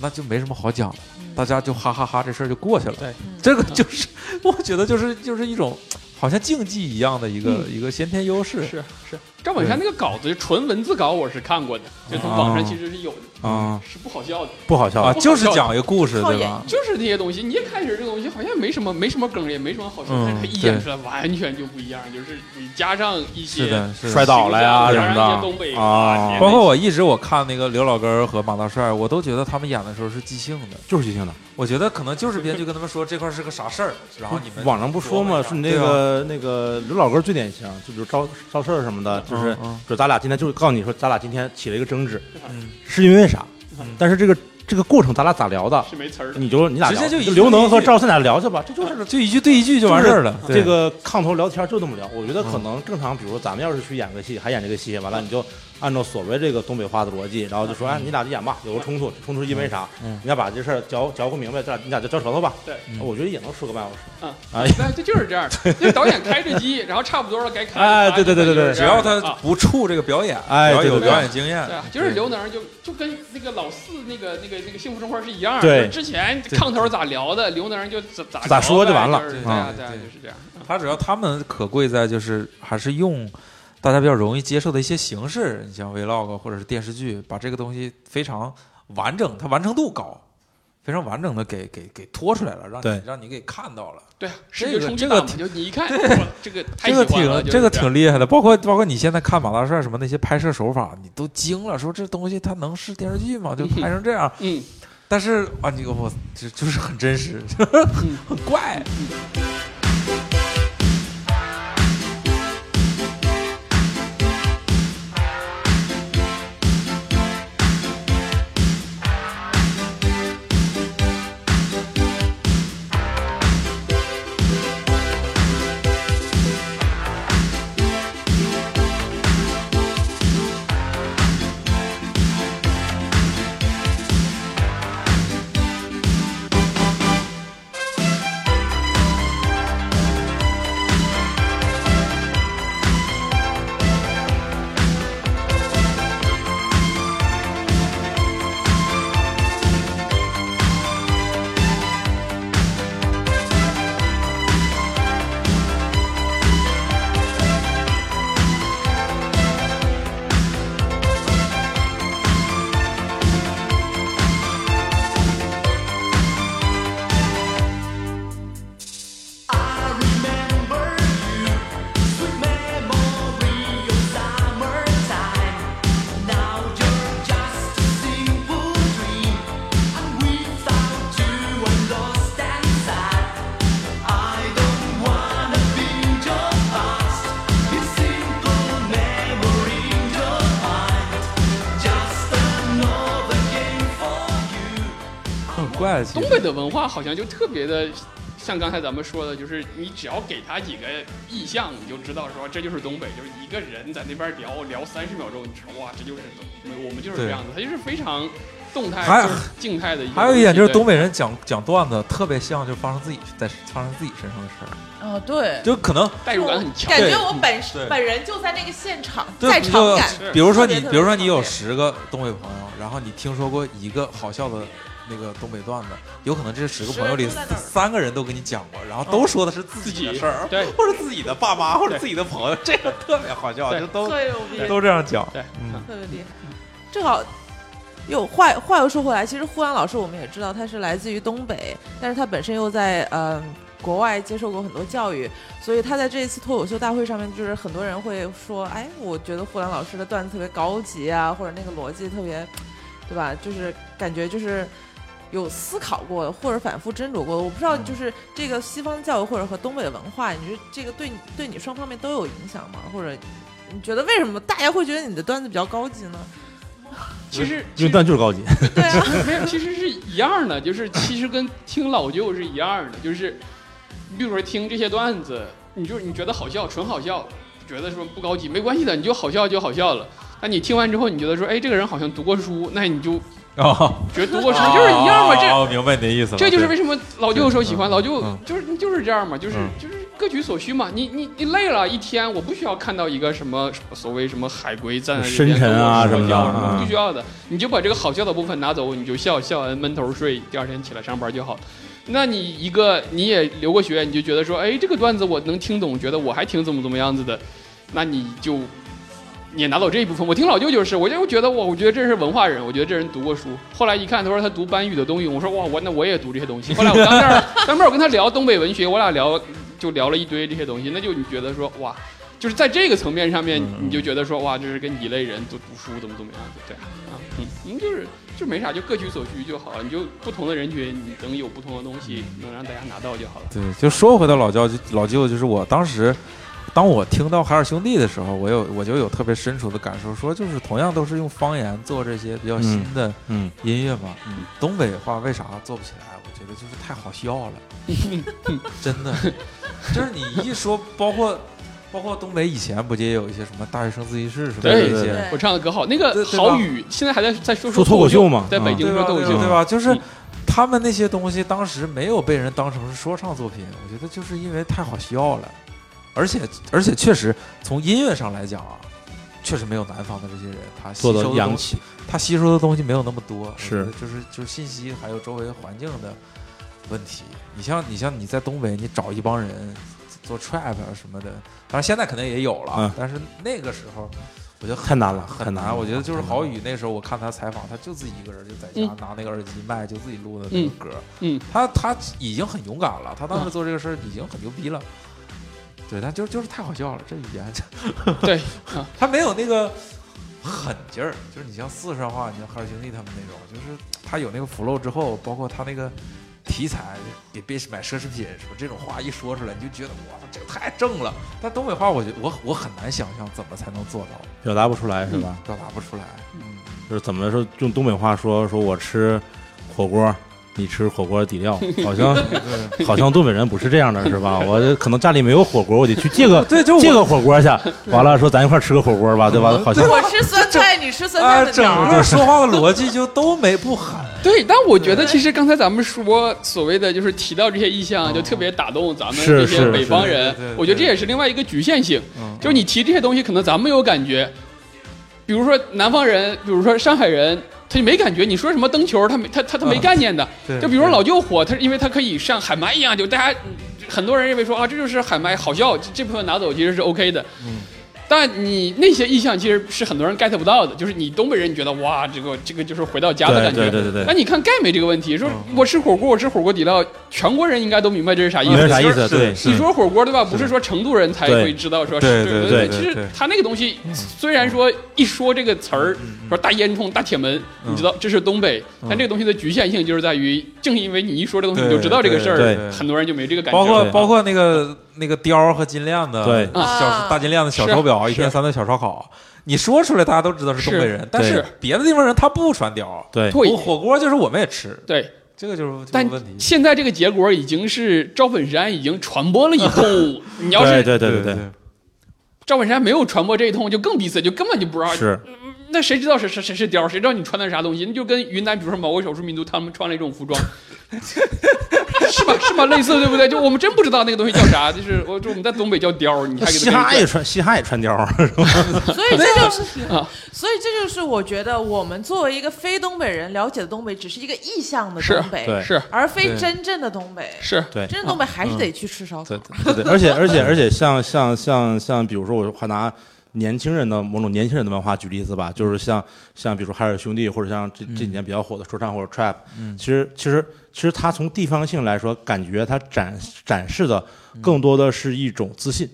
[SPEAKER 1] 那就没什么好讲的，大家就哈哈哈这事儿就过去了。
[SPEAKER 3] 对
[SPEAKER 2] 嗯
[SPEAKER 1] 这个就是我觉得就是就是一种好像竞技一样的一个、一个先天优势。
[SPEAKER 3] 是是。赵本山那个稿子纯文字稿，我是看过的，就从网
[SPEAKER 4] 哦
[SPEAKER 3] 上其实是有的，
[SPEAKER 1] 啊
[SPEAKER 3] 是不好笑的。
[SPEAKER 4] 不好笑
[SPEAKER 1] 啊，
[SPEAKER 4] 啊，
[SPEAKER 1] 就是讲一个故事，
[SPEAKER 2] 靠
[SPEAKER 1] 对
[SPEAKER 2] 演
[SPEAKER 1] 吧？
[SPEAKER 3] 就是那些东西，你一开始这东西好像没什么，没什么梗，也没什么好笑，
[SPEAKER 1] 嗯
[SPEAKER 3] 但是他一演出来完全就不一样，就是你加上一些
[SPEAKER 1] 是的，是的
[SPEAKER 4] 摔倒了呀什么
[SPEAKER 3] 加上一些东北
[SPEAKER 4] 的啊
[SPEAKER 3] 话，
[SPEAKER 1] 包括我一直我看那个刘老根儿和马大帅，我都觉得他们演的时候是即兴的。
[SPEAKER 4] 就是即兴的。
[SPEAKER 1] 我觉得可能就是编剧跟他们说这块是个啥事儿，然啊后你们
[SPEAKER 4] 网上不说嘛，是你那
[SPEAKER 1] 对啊
[SPEAKER 4] 个那个刘老根最典型，就比如招招事儿什么的，就是
[SPEAKER 1] 嗯嗯
[SPEAKER 4] 就咱俩今天就是告诉你说，咱俩今天起了一个争执，
[SPEAKER 1] 嗯
[SPEAKER 4] 是因为啥
[SPEAKER 1] 嗯？
[SPEAKER 4] 但是这个这个过程咱俩咋聊的？
[SPEAKER 3] 是没词儿的。
[SPEAKER 4] 你就你俩
[SPEAKER 1] 直接
[SPEAKER 4] 聊
[SPEAKER 1] 就一句
[SPEAKER 4] 刘能
[SPEAKER 1] 一句
[SPEAKER 4] 和赵四俩聊去吧，这就
[SPEAKER 1] 就是是就一句对一句就完事儿了。
[SPEAKER 4] 就是
[SPEAKER 1] 对嗯
[SPEAKER 4] 这个炕头聊天就这么聊。我觉得可能正常，比如说咱们要是去演个戏，还演这个戏，完了你就按照所谓这个东北话的逻辑，然后就说，哎，你俩就演吧，有个冲突，冲突是因为啥？
[SPEAKER 1] 嗯
[SPEAKER 4] 你俩把这事儿嚼嚼不明白，咱俩你俩就嚼舌头吧。
[SPEAKER 3] 对
[SPEAKER 1] 嗯
[SPEAKER 4] 我觉得也能说个半小时。
[SPEAKER 3] 嗯
[SPEAKER 4] 哎，
[SPEAKER 3] 对，这就是 这样的。那导演开着机，然后差不多了该开了。
[SPEAKER 4] 哎对对对对对
[SPEAKER 3] 就是
[SPEAKER 1] 只
[SPEAKER 3] 这样
[SPEAKER 1] 要
[SPEAKER 3] 的
[SPEAKER 1] 他
[SPEAKER 3] 啊
[SPEAKER 1] 不怵这个表演，
[SPEAKER 4] 哎
[SPEAKER 1] 只要有
[SPEAKER 4] 对对对
[SPEAKER 1] 表演经验
[SPEAKER 3] 对啊，，就是刘能就就跟那个老四那个那个那个幸福生活是一样的。
[SPEAKER 4] 对
[SPEAKER 3] 就之前炕头咋聊的，刘能就咋咋
[SPEAKER 4] 咋说
[SPEAKER 3] 就
[SPEAKER 4] 就完了
[SPEAKER 3] 是
[SPEAKER 1] 对
[SPEAKER 3] 对啊
[SPEAKER 1] 对
[SPEAKER 3] 对啊，
[SPEAKER 1] 对
[SPEAKER 3] 就是这样。
[SPEAKER 1] 他只要他们可贵在就是还是用大家比较容易接受的一些形式，你像 vlog 或者是电视剧，把这个东西非常完整，它完成度高，非常完整的给给给拖出来了，让你
[SPEAKER 4] 对
[SPEAKER 1] 让你给看到了，
[SPEAKER 3] 对啊，
[SPEAKER 1] 这
[SPEAKER 3] 视
[SPEAKER 1] 个
[SPEAKER 3] 觉冲击
[SPEAKER 1] 这个
[SPEAKER 3] 大嘛
[SPEAKER 1] 挺
[SPEAKER 3] 就你 一看，哇这个太
[SPEAKER 1] 这
[SPEAKER 3] 喜
[SPEAKER 1] 个
[SPEAKER 3] 欢了，
[SPEAKER 1] 挺
[SPEAKER 3] 就是
[SPEAKER 1] 这个
[SPEAKER 3] 样
[SPEAKER 1] 挺厉害的，包括包括你现在看马大帅什么那些拍摄手法，你都惊了，说这东西它能是电视剧吗？就拍成这样，
[SPEAKER 3] 嗯，
[SPEAKER 1] 但是啊，你我就就是很真实， 很怪。
[SPEAKER 8] Thank
[SPEAKER 1] 怪的，其
[SPEAKER 3] 东
[SPEAKER 1] 实
[SPEAKER 3] 北的文化好像就特别的，像刚才咱们说的，就是你只要给他几个意象，你就知道说这就是东北，就是一个人在那边聊聊三十秒钟，你知道哇，这就是东北我们就是这样子，他就是非常动态、
[SPEAKER 1] 还
[SPEAKER 3] 就是静态的一个。
[SPEAKER 1] 还有一点就是东
[SPEAKER 3] 北，
[SPEAKER 1] 北人讲讲段子特别像，就发生自己在发生自己身上的事儿，
[SPEAKER 2] 啊，对，
[SPEAKER 1] 就可能
[SPEAKER 3] 代入感很强。
[SPEAKER 2] 感
[SPEAKER 1] 对
[SPEAKER 2] 觉我本
[SPEAKER 1] 对
[SPEAKER 2] 本人就在那个现场，
[SPEAKER 1] 对
[SPEAKER 2] 在场感。
[SPEAKER 1] 比如说你
[SPEAKER 2] 特别特，别
[SPEAKER 1] 比如说你有
[SPEAKER 2] 特别
[SPEAKER 1] 十个东北朋友，然后你听说过一个好笑的那个东北段子，有可能这十个朋友里
[SPEAKER 2] 十个人都在那儿
[SPEAKER 1] 三个人都跟你讲过，然后都说的是自己的事儿，
[SPEAKER 3] 对
[SPEAKER 1] 或者自己的爸妈，或者自己的朋友，这个特别好笑，
[SPEAKER 3] 对
[SPEAKER 1] 就都
[SPEAKER 2] 特别牛逼，
[SPEAKER 1] 都这样讲。
[SPEAKER 3] 对，
[SPEAKER 1] 嗯
[SPEAKER 2] 特别厉害。正好，又话话又说回来，其实呼兰老师我们也知道，他是来自于东北，但是他本身又在嗯、呃国外接受过很多教育，所以他在这一次脱口秀大会上面，就是很多人会说，哎，我觉得呼兰老师的段子特别高级啊，或者那个逻辑特别，对吧？就是感觉就是。有思考过的，或者反复斟酌过的，我不知道，就是这个西方教育或者和东北文化，你是这个对你对你双方面都有影响吗？或者你觉得为什么大家会觉得你的段子比较高级呢？
[SPEAKER 3] 其实
[SPEAKER 4] 因为段就是高级，
[SPEAKER 2] 对啊，
[SPEAKER 3] 没有，其实是一样的，就是其实跟听老舅是一样的，就是你比如说听这些段子，你就是你觉得好笑，纯好笑，觉得说不高级，没关系的，你就好笑就好笑了。那你听完之后，你觉得说，哎，这个人好像读过书，那你就
[SPEAKER 1] 哦，
[SPEAKER 3] 觉得读过书
[SPEAKER 4] 啊
[SPEAKER 3] 就是一样嘛，这
[SPEAKER 1] 哦，明白你的意思了。
[SPEAKER 3] 这就是
[SPEAKER 1] 对
[SPEAKER 3] 为什么老舅说喜欢
[SPEAKER 1] 嗯
[SPEAKER 3] 老舅
[SPEAKER 1] 嗯，
[SPEAKER 3] 就是就是这样嘛，就是
[SPEAKER 1] 嗯
[SPEAKER 3] 就是各取所需嘛。你你你累了一天，我不需要看到一个什么所谓什么海龟站在
[SPEAKER 4] 深沉啊
[SPEAKER 3] 什
[SPEAKER 1] 什么的
[SPEAKER 3] 什么
[SPEAKER 4] 嗯
[SPEAKER 3] 不需要的，你就把这个好笑的部分拿走，你就笑笑完闷头睡，第二天起来上班就好。那你一个你也留过学，你就觉得说，哎，这个段子我能听懂，觉得我还挺怎么怎么样子的，那你就也拿走这一部分。我听老舅就是，我就觉得哇，我觉得这是文化人，我觉得这人读过书。后来一看，他说他读班宇的东西，我说哇，我那我也读这些东西。后来我当面儿当面儿我跟他聊东北文学，我俩聊就聊了一堆这些东西，那就你觉得说哇。就是在这个层面上面，
[SPEAKER 1] 嗯
[SPEAKER 3] 你就觉得说哇，这是跟一类人读读书怎么怎么样子，对啊，啊嗯，嗯就是就没啥，就各取所需就好了。你就不同的人群，你能有不同的东西，能让大家拿到就好了。
[SPEAKER 1] 对，就说回到老舅，就老舅就是我当时，当我听到海尔兄弟的时候，我有我就有特别深处的感受，说就是同样都是用方言做这些比较新的
[SPEAKER 4] 嗯，
[SPEAKER 1] 音乐嘛，东北话为啥做不起来？我觉得就是太好笑了，
[SPEAKER 3] 嗯
[SPEAKER 1] 真的， 就是你一说，包括包括东北以前不就也有一些什么大学生自习室什么的
[SPEAKER 3] 对
[SPEAKER 1] 这些
[SPEAKER 2] 对，
[SPEAKER 3] 我唱的可好，那个
[SPEAKER 1] 对对吧
[SPEAKER 3] 郝宇现在还在在说
[SPEAKER 4] 说脱口秀嘛
[SPEAKER 3] 在北京
[SPEAKER 1] 对
[SPEAKER 3] 说
[SPEAKER 1] 吧？
[SPEAKER 3] 脱口
[SPEAKER 1] 对吧
[SPEAKER 3] 秀，
[SPEAKER 1] 对吧？就是
[SPEAKER 3] 嗯
[SPEAKER 1] 他们那些东西当时没有被人当成是说唱作品，我觉得就是因为太好笑了，而且而且确实从音乐上来讲啊，确实没有南方的这些人他吸
[SPEAKER 4] 做
[SPEAKER 1] 收的
[SPEAKER 4] 的洋
[SPEAKER 1] 东西
[SPEAKER 4] 气，
[SPEAKER 1] 他吸收的东西没有那么多，我
[SPEAKER 4] 是
[SPEAKER 1] 觉得就是就是信息还有周围环境的问题。你像你像你在东北，你找一帮人做 trap 啊什么的，当然现在肯定也有了，
[SPEAKER 4] 嗯
[SPEAKER 1] 但是那个时候我觉得很
[SPEAKER 4] 太难了太
[SPEAKER 1] 很
[SPEAKER 4] 难了
[SPEAKER 1] 我觉得就是
[SPEAKER 4] 太难
[SPEAKER 1] 郝
[SPEAKER 4] 了
[SPEAKER 1] 宇那时候我看他采访，他就自己一个人就在家拿那个耳机麦就自己录的那个
[SPEAKER 3] 嗯
[SPEAKER 1] 歌，
[SPEAKER 3] 嗯，
[SPEAKER 1] 他他已经很勇敢了，他当时做这个事儿已经很牛逼了。对，他就就是太好笑了，这语言，
[SPEAKER 3] 对，
[SPEAKER 1] 他没有那个狠劲儿，就是你像四川话，你像海尔兄弟他们那种，就是他有那个 flow 之后，包括他那个题材，给 bitch 买奢侈品什么这种话一说出来，你就觉得哇，这个太正了。但东北话，我觉我我很难想象怎么才能做到，
[SPEAKER 4] 表达不出来是吧？
[SPEAKER 1] 表达不出来。嗯，
[SPEAKER 4] 就是怎么说，用东北话说，说我吃火锅，你吃火锅底料，好像好像东北人不是这样的，是吧？我这可能家里没有火锅，我得去借个
[SPEAKER 1] 对就我
[SPEAKER 4] 借个火锅去，完了说咱一块儿吃个火锅吧，对吧？好像
[SPEAKER 2] 我吃酸菜，你吃酸菜
[SPEAKER 1] 啊，
[SPEAKER 2] 的
[SPEAKER 1] 整
[SPEAKER 2] 鸟儿。
[SPEAKER 1] 个说话的逻辑就都没不狠，
[SPEAKER 3] 对，但我觉得其实刚才咱们说所谓的就是提到这些意象，就特别打动咱们
[SPEAKER 4] 是
[SPEAKER 3] 这些
[SPEAKER 4] 是
[SPEAKER 3] 北方人
[SPEAKER 1] 哦是对对对。
[SPEAKER 3] 我觉得这也是另外一个局限性，
[SPEAKER 1] 嗯
[SPEAKER 3] 就是你提这些东西，可能咱们有感觉，比如说南方人，比如说上海人。他就没感觉，你说什么灯球，他没他他他没概念的。
[SPEAKER 1] 嗯对
[SPEAKER 3] 就比如说老舅火，他是因为他可以像喊麦一样，就大家很多人认为说啊，这就是喊麦好笑，这这部分拿走其实是 OK 的。
[SPEAKER 1] 嗯
[SPEAKER 3] 但你那些意象其实是很多人 get 不到的，就是你东北人，你觉得哇，这个这个就是回到家的
[SPEAKER 4] 对
[SPEAKER 3] 感觉。
[SPEAKER 4] 对对对对
[SPEAKER 3] 哎那你看盖没这个问题，说
[SPEAKER 1] 嗯
[SPEAKER 3] 我吃火锅，我吃火锅底料，全国人应该都明白这是啥意
[SPEAKER 4] 没有
[SPEAKER 3] 思。
[SPEAKER 4] 啥意
[SPEAKER 1] 是
[SPEAKER 4] 思，对，嗯
[SPEAKER 1] 是
[SPEAKER 3] 你说火锅对吧？不是说成都人才
[SPEAKER 4] 对
[SPEAKER 3] 会知道说
[SPEAKER 1] 对
[SPEAKER 3] 是
[SPEAKER 1] 对
[SPEAKER 4] 对
[SPEAKER 3] 其
[SPEAKER 1] 对
[SPEAKER 3] 实他那个东西虽然说一说这个词儿，说大烟囱、大铁门，
[SPEAKER 1] 嗯
[SPEAKER 3] 你知道这是东北，但这个东西的局限性就是在于，正因为你一说这个东西，
[SPEAKER 1] 对
[SPEAKER 3] 你就知道这个事
[SPEAKER 4] 对
[SPEAKER 1] 对
[SPEAKER 3] 儿，很多人就没这个感觉
[SPEAKER 1] 包
[SPEAKER 3] 了。
[SPEAKER 1] 括
[SPEAKER 4] 对
[SPEAKER 1] 包括那个那个貂儿和金链子，
[SPEAKER 4] 对
[SPEAKER 2] 啊
[SPEAKER 1] 小大金链子小手表，
[SPEAKER 3] 是
[SPEAKER 1] 一天三顿小烧烤，你说出来大家都知道是东北人
[SPEAKER 3] 是，
[SPEAKER 1] 但是
[SPEAKER 3] 对
[SPEAKER 1] 别的地方人他不穿貂儿，
[SPEAKER 3] 对
[SPEAKER 4] 对
[SPEAKER 1] 火火锅就是我们也吃，
[SPEAKER 3] 对，
[SPEAKER 1] 这个就是
[SPEAKER 3] 但
[SPEAKER 1] 问题。
[SPEAKER 3] 现在这个结果已经是赵本山已经传播了一 通，你要
[SPEAKER 4] 对
[SPEAKER 3] 是
[SPEAKER 4] 对对
[SPEAKER 1] 对
[SPEAKER 4] 对，
[SPEAKER 1] 对，
[SPEAKER 3] 赵本山没有传播这一通，就更闭塞，就根本就不知道。
[SPEAKER 4] 是
[SPEAKER 3] 那谁知道是谁谁是貂儿？谁知道你穿的是啥东西？那就跟云南，比如说某个少数民族，他们穿了一种服装，是吧？是吧？类似对不对？就我们真不知道那个东西叫啥，就是我就我们在东北叫貂儿，你还给
[SPEAKER 4] 嘻
[SPEAKER 3] 它
[SPEAKER 4] 哈
[SPEAKER 3] 给
[SPEAKER 4] 也穿嘻哈也穿貂儿，
[SPEAKER 2] 所以这就是
[SPEAKER 3] 啊，
[SPEAKER 2] 所以这就是我觉得我们作为一个非东北人了解的东北，只是一个意向的
[SPEAKER 3] 是
[SPEAKER 2] 东北，
[SPEAKER 4] 对
[SPEAKER 3] 是
[SPEAKER 2] 而非
[SPEAKER 1] 对
[SPEAKER 2] 真正的东北。
[SPEAKER 3] 是
[SPEAKER 4] 对
[SPEAKER 2] 真正东北还是得去吃烧烤
[SPEAKER 1] 对。
[SPEAKER 4] 对对，而且而且而且像像像像，比如说我还拿年轻人的某种年轻人的文化举例子吧，就是像像比如说海尔兄弟，或者像这这几年比较火的说唱或者 trap，、其
[SPEAKER 1] 嗯
[SPEAKER 4] 实其实其实它从地方性来说，感觉它展展示的更多的是一种自信。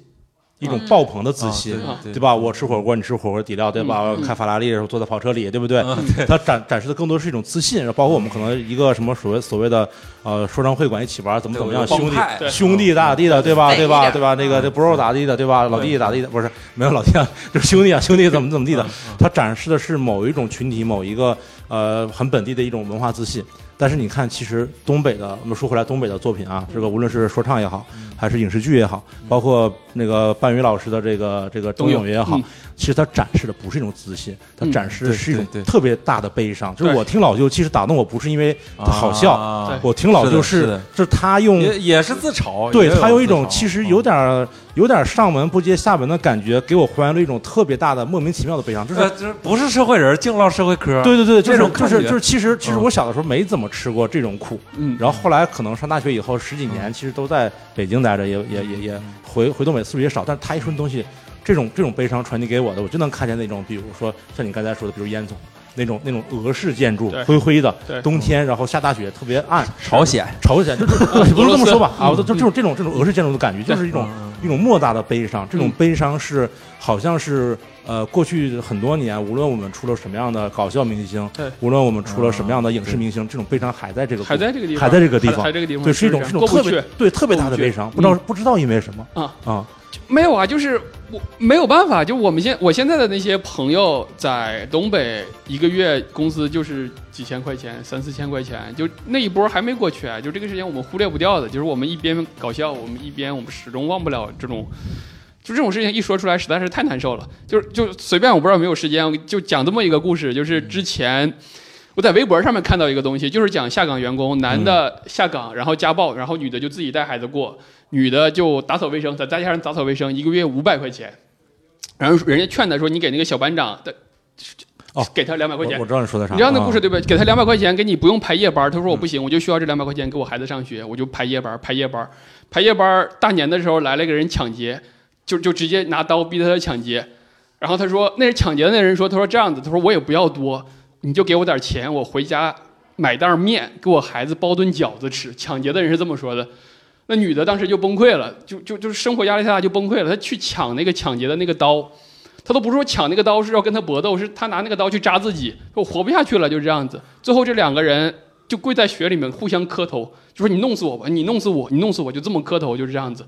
[SPEAKER 4] 一种爆棚的自信，
[SPEAKER 1] 啊对对嗯
[SPEAKER 4] 吧？我吃火锅，你吃火锅底料，对吧？我开法拉利，坐在跑车里，对不对？嗯它展展示的更多是一种自信，然后包括我们可能一个什么所谓所谓的呃说唱会馆一起玩，怎么怎么样，
[SPEAKER 1] 对我
[SPEAKER 4] 兄
[SPEAKER 1] 们帮
[SPEAKER 4] 弟
[SPEAKER 1] 派对嗯
[SPEAKER 4] 兄弟咋地的，对吧？
[SPEAKER 2] 对
[SPEAKER 4] 对吧？
[SPEAKER 2] 对
[SPEAKER 4] 对吧？那个这 bro 咋地的，对吧？老弟咋地的，不是没有老弟啊，就是兄弟啊，兄弟怎么怎么地的。
[SPEAKER 1] 嗯
[SPEAKER 4] 它展示的是某一种群体，某一个呃很本地的一种文化自信。但是你看，其实东北的，我们说回来东北的作品啊，这个无论是说唱也好，还是影视剧也好，包括那个半宇老师的这个这个冬泳也好
[SPEAKER 3] 嗯，
[SPEAKER 4] 其实它展示的不是一种自信，它
[SPEAKER 3] 嗯
[SPEAKER 4] 展示的是一种
[SPEAKER 1] 对对对
[SPEAKER 4] 特别大的悲伤。就是
[SPEAKER 3] 对
[SPEAKER 4] 我听老舅，其实打动我不是因为他好笑，
[SPEAKER 1] 啊
[SPEAKER 3] 对
[SPEAKER 4] 我听老舅
[SPEAKER 1] 是的是
[SPEAKER 4] 是是他用
[SPEAKER 1] 也也是自嘲，
[SPEAKER 4] 对
[SPEAKER 1] 也
[SPEAKER 4] 他有一
[SPEAKER 1] 自
[SPEAKER 4] 种
[SPEAKER 1] 嘲啊
[SPEAKER 4] 其实有点儿有点儿上文不接下文的感觉，给我还原了一种特别大的莫名其妙的悲伤，就是。
[SPEAKER 1] 呃，就是不是社会人，净唠社会嗑。
[SPEAKER 4] 对对对，就
[SPEAKER 1] 这种
[SPEAKER 4] 是就是
[SPEAKER 1] 感觉
[SPEAKER 4] 就是，其实其实
[SPEAKER 1] 嗯
[SPEAKER 4] 我小的时候没怎么吃过这种苦，
[SPEAKER 3] 嗯
[SPEAKER 4] 然后后来可能上大学以后十
[SPEAKER 1] 嗯
[SPEAKER 4] 几年，其实都在北京待着，也也也也回回东北次数也少，但是他一说东西，这种这种悲伤传递给我的，我就能看见那种，比如说像你刚才说的，比如烟囱那种那种俄式建筑
[SPEAKER 3] 对，
[SPEAKER 4] 灰灰的
[SPEAKER 3] 对，
[SPEAKER 4] 冬天然后下大雪，特别暗，
[SPEAKER 1] 朝鲜
[SPEAKER 4] 朝鲜，就就不是这么说吧？啊，
[SPEAKER 3] 嗯
[SPEAKER 4] 就就这种这种这种俄式建筑的感觉，就是一种
[SPEAKER 1] 嗯
[SPEAKER 4] 一种莫大的悲伤。这种
[SPEAKER 3] 嗯
[SPEAKER 4] 悲伤是好像是呃，过去很多年，无论我们出了什么样的搞笑明星
[SPEAKER 3] 对，嗯
[SPEAKER 4] 无论我们出了什么样的影视明星，这种悲伤还在这个
[SPEAKER 3] 还在这个地方，
[SPEAKER 4] 还在这个地方
[SPEAKER 3] 还在这个地方，
[SPEAKER 4] 对，是一种
[SPEAKER 3] 不
[SPEAKER 4] 是
[SPEAKER 3] 是
[SPEAKER 4] 一种特
[SPEAKER 3] 过不去嗯
[SPEAKER 4] 别对特别大的悲伤，不知道不知道因为什么
[SPEAKER 3] 啊
[SPEAKER 4] 啊，
[SPEAKER 3] 没有啊，就是我没有办法，就我们现我现在的那些朋友在东北，一个月工资就是几千块钱，三四千块钱，就那一波还没过去啊，就这个事情我们忽略不掉的，就是我们一边搞笑，我们一边我们始终忘不了这种。就这种事情一说出来，实在是太难受了。就是就随便，我不知道有没有时间，我就讲这么一个故事。就是
[SPEAKER 4] 嗯
[SPEAKER 3] 之前我在微博上面看到一个东西，就是讲下岗员工，男
[SPEAKER 4] 嗯
[SPEAKER 3] 的下岗然后家暴，然后女的就自己带孩子过，女的就打扫卫生，在大街上打扫卫生，一
[SPEAKER 4] 哦
[SPEAKER 3] 个月五百块钱。然后人家劝他说：“你给那个小班长的，
[SPEAKER 4] 哦
[SPEAKER 3] 给他两百块
[SPEAKER 4] 我
[SPEAKER 3] 钱
[SPEAKER 4] 我。”知道你说的啥，
[SPEAKER 3] 你知道那故事
[SPEAKER 4] 啊
[SPEAKER 3] 对不对？给他两百块钱，给你不用排夜班。他说我不行，我就需要这两百块钱给我孩子上学，我就排夜班，排夜班，排夜班。大年的时候来了一个人抢劫，就就直接拿刀逼他抢劫。然后他说，那人抢劫的那人说，他说这样子，他说我也不要多，你就给我点钱，我回家买袋面给我孩子包顿饺子吃。抢劫的人是这么说的。那女的当时就崩溃了，就就就是生活压力太大就崩溃了。她去抢那个抢劫的那个刀，她都不是说抢那个刀是要跟他搏斗，是她拿那个刀去扎自己，说我活不下去了，就这样子。最后这两个人就跪在雪里面互相磕头，就说你弄死我吧，你弄死我，你弄死我，就这么磕头，就是这样子。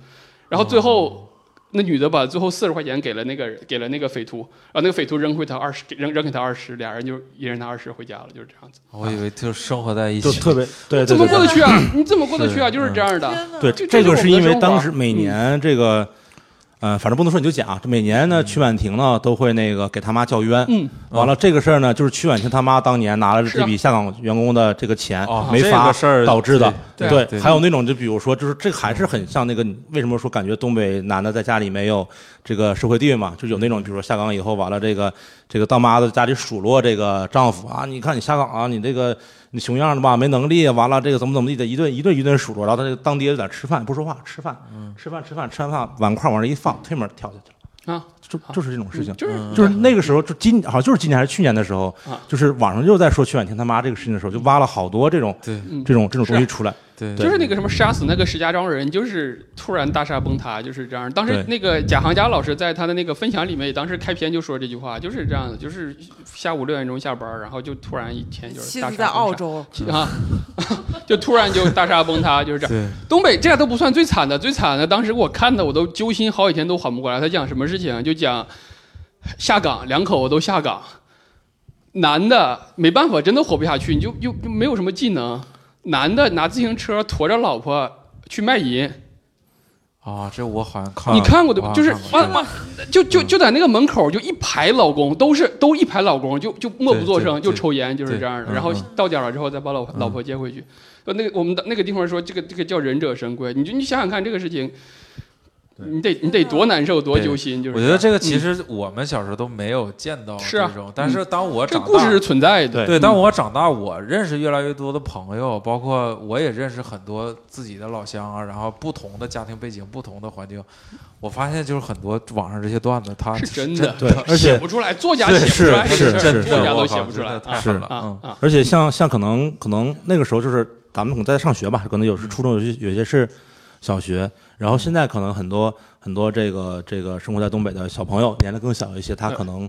[SPEAKER 3] 然后最后。那女的把最后四十块钱给了那个人给了那个匪徒，然后那个匪徒扔回他二十，扔扔给他二十，俩人就一人拿二十回家了，就是这样子。
[SPEAKER 1] 我以为就生活在一
[SPEAKER 4] 就
[SPEAKER 1] 起，
[SPEAKER 4] 特别对
[SPEAKER 3] 怎
[SPEAKER 4] 对
[SPEAKER 3] 么
[SPEAKER 4] 对
[SPEAKER 3] 过
[SPEAKER 4] 对
[SPEAKER 3] 得去啊？你怎么过得去啊？
[SPEAKER 1] 是
[SPEAKER 3] 就是这样的。
[SPEAKER 2] 天呐，
[SPEAKER 4] 对，
[SPEAKER 3] 这这
[SPEAKER 4] 这个
[SPEAKER 3] 是
[SPEAKER 4] 是
[SPEAKER 3] 我
[SPEAKER 4] 因
[SPEAKER 3] 们的
[SPEAKER 4] 为
[SPEAKER 3] 生嗯
[SPEAKER 4] 当
[SPEAKER 3] 活
[SPEAKER 4] 时每年这个，呃，反正不能说你就讲，这每年
[SPEAKER 1] 嗯
[SPEAKER 4] 呢，曲婉婷呢都会那个给他妈叫冤。
[SPEAKER 3] 嗯，
[SPEAKER 4] 完了这个事儿呢，就是曲婉婷他妈当年拿了
[SPEAKER 3] 是
[SPEAKER 4] 这
[SPEAKER 3] 啊
[SPEAKER 4] 笔下岗员工的这个钱
[SPEAKER 1] 哦
[SPEAKER 4] 没
[SPEAKER 1] 这
[SPEAKER 4] 发
[SPEAKER 1] 个事儿
[SPEAKER 4] 导致的。
[SPEAKER 1] 对对对
[SPEAKER 4] 还有那种就比如说，就是这个还是很像那个你为什么说感觉东北男的在家里没有这个社会地位嘛？就有那种比如说下岗以后完了这个这个当妈的家里数落这个丈夫啊，你看你下岗啊，你这个。你熊样的吧，没能力，啊完了这个怎么怎么地的，一顿一顿一顿数落，然后他这个当爹就在那吃饭不说话，吃饭，
[SPEAKER 3] 嗯
[SPEAKER 4] 吃饭吃饭吃完饭碗筷往这一放，推门跳下去了，
[SPEAKER 3] 啊，
[SPEAKER 4] 就就是这嗯种事情，
[SPEAKER 3] 就是
[SPEAKER 4] 就是那个时候，就今好像就是今年还是去年的时候
[SPEAKER 3] 啊，
[SPEAKER 4] 就是网上又在说曲婉婷他妈这个事情的时候，就挖了好多这种
[SPEAKER 1] 对
[SPEAKER 4] 这种这种东
[SPEAKER 3] 是
[SPEAKER 4] 西
[SPEAKER 3] 啊
[SPEAKER 4] 出来。
[SPEAKER 1] 对，
[SPEAKER 3] 就是那个什么杀死那个石家庄人，就是突然大厦崩塌，就是这样。当时
[SPEAKER 4] 对
[SPEAKER 3] 那个贾行家老师在他的那个分享里面，也当时开篇就说这句话，就是这样的，就是下午六点钟下班，然后就突然一天就是
[SPEAKER 2] 妻
[SPEAKER 3] 大
[SPEAKER 2] 子
[SPEAKER 3] 厦
[SPEAKER 2] 在
[SPEAKER 3] 崩塌
[SPEAKER 2] 澳洲，
[SPEAKER 3] 啊， 就突然就大厦崩塌，就是这样。
[SPEAKER 1] 对
[SPEAKER 3] 东北这都不算最惨的，最惨的当时我看的我都揪心好几天都缓不过来。他讲什么事情啊？就讲下岗，两口子都下岗，男的没办法，真的活不下去，你就又又没有什么技能。男的拿自行车驮着老婆去卖淫，
[SPEAKER 1] 啊，这我好像看
[SPEAKER 3] 你看过对吧？
[SPEAKER 1] 啊
[SPEAKER 3] 就是
[SPEAKER 1] 看过嗯
[SPEAKER 3] 完完，就就就在那个门口，就一排老公，都是都一排老公，就就默不作
[SPEAKER 1] 对
[SPEAKER 3] 声，
[SPEAKER 1] 对
[SPEAKER 3] 就抽烟，就是这样的。
[SPEAKER 1] 对嗯
[SPEAKER 3] 然后
[SPEAKER 1] 嗯
[SPEAKER 3] 到点儿了之后，再把老老婆接回去。就那个我们的那个地方说，这个这个叫忍者神龟。你就你想想看，这个事情，你得你得多难受，多
[SPEAKER 1] 对
[SPEAKER 3] 揪心。就是
[SPEAKER 1] 我觉得这个其
[SPEAKER 3] 嗯
[SPEAKER 1] 实我们小时候都没有见到
[SPEAKER 3] 是
[SPEAKER 1] 这
[SPEAKER 3] 啊
[SPEAKER 1] 种，但是当我
[SPEAKER 3] 这
[SPEAKER 1] 长大，
[SPEAKER 3] 故事是存在的。
[SPEAKER 4] 对
[SPEAKER 1] 对，
[SPEAKER 3] 嗯
[SPEAKER 1] 当我长大，我认识越来越多的朋友，包括我也认识很多自己的老乡啊，然后不同的家庭背景、不同的环境，我发现就是很多网上这些段子，它
[SPEAKER 3] 是真的
[SPEAKER 1] 的，
[SPEAKER 4] 对，而
[SPEAKER 3] 写
[SPEAKER 4] 且
[SPEAKER 3] 不出来，作家
[SPEAKER 4] 对
[SPEAKER 3] 写不出来，这
[SPEAKER 4] 是
[SPEAKER 3] 个
[SPEAKER 4] 是
[SPEAKER 3] 事儿
[SPEAKER 4] 是
[SPEAKER 3] 作家
[SPEAKER 1] 我
[SPEAKER 3] 都
[SPEAKER 1] 靠
[SPEAKER 3] 写不出
[SPEAKER 1] 真
[SPEAKER 3] 来
[SPEAKER 1] 的
[SPEAKER 3] 啊
[SPEAKER 1] 太
[SPEAKER 4] 是
[SPEAKER 1] 狠了，
[SPEAKER 3] 啊
[SPEAKER 1] 嗯，
[SPEAKER 3] 啊！
[SPEAKER 4] 而且像像可能可能那个时候就是咱们可能在上学吧，可能有时
[SPEAKER 3] 嗯
[SPEAKER 4] 初中有些有些是小学，然后现在可能很多很多这个这个生活在东北的小朋友年龄更小一些，他
[SPEAKER 3] 对
[SPEAKER 4] 可能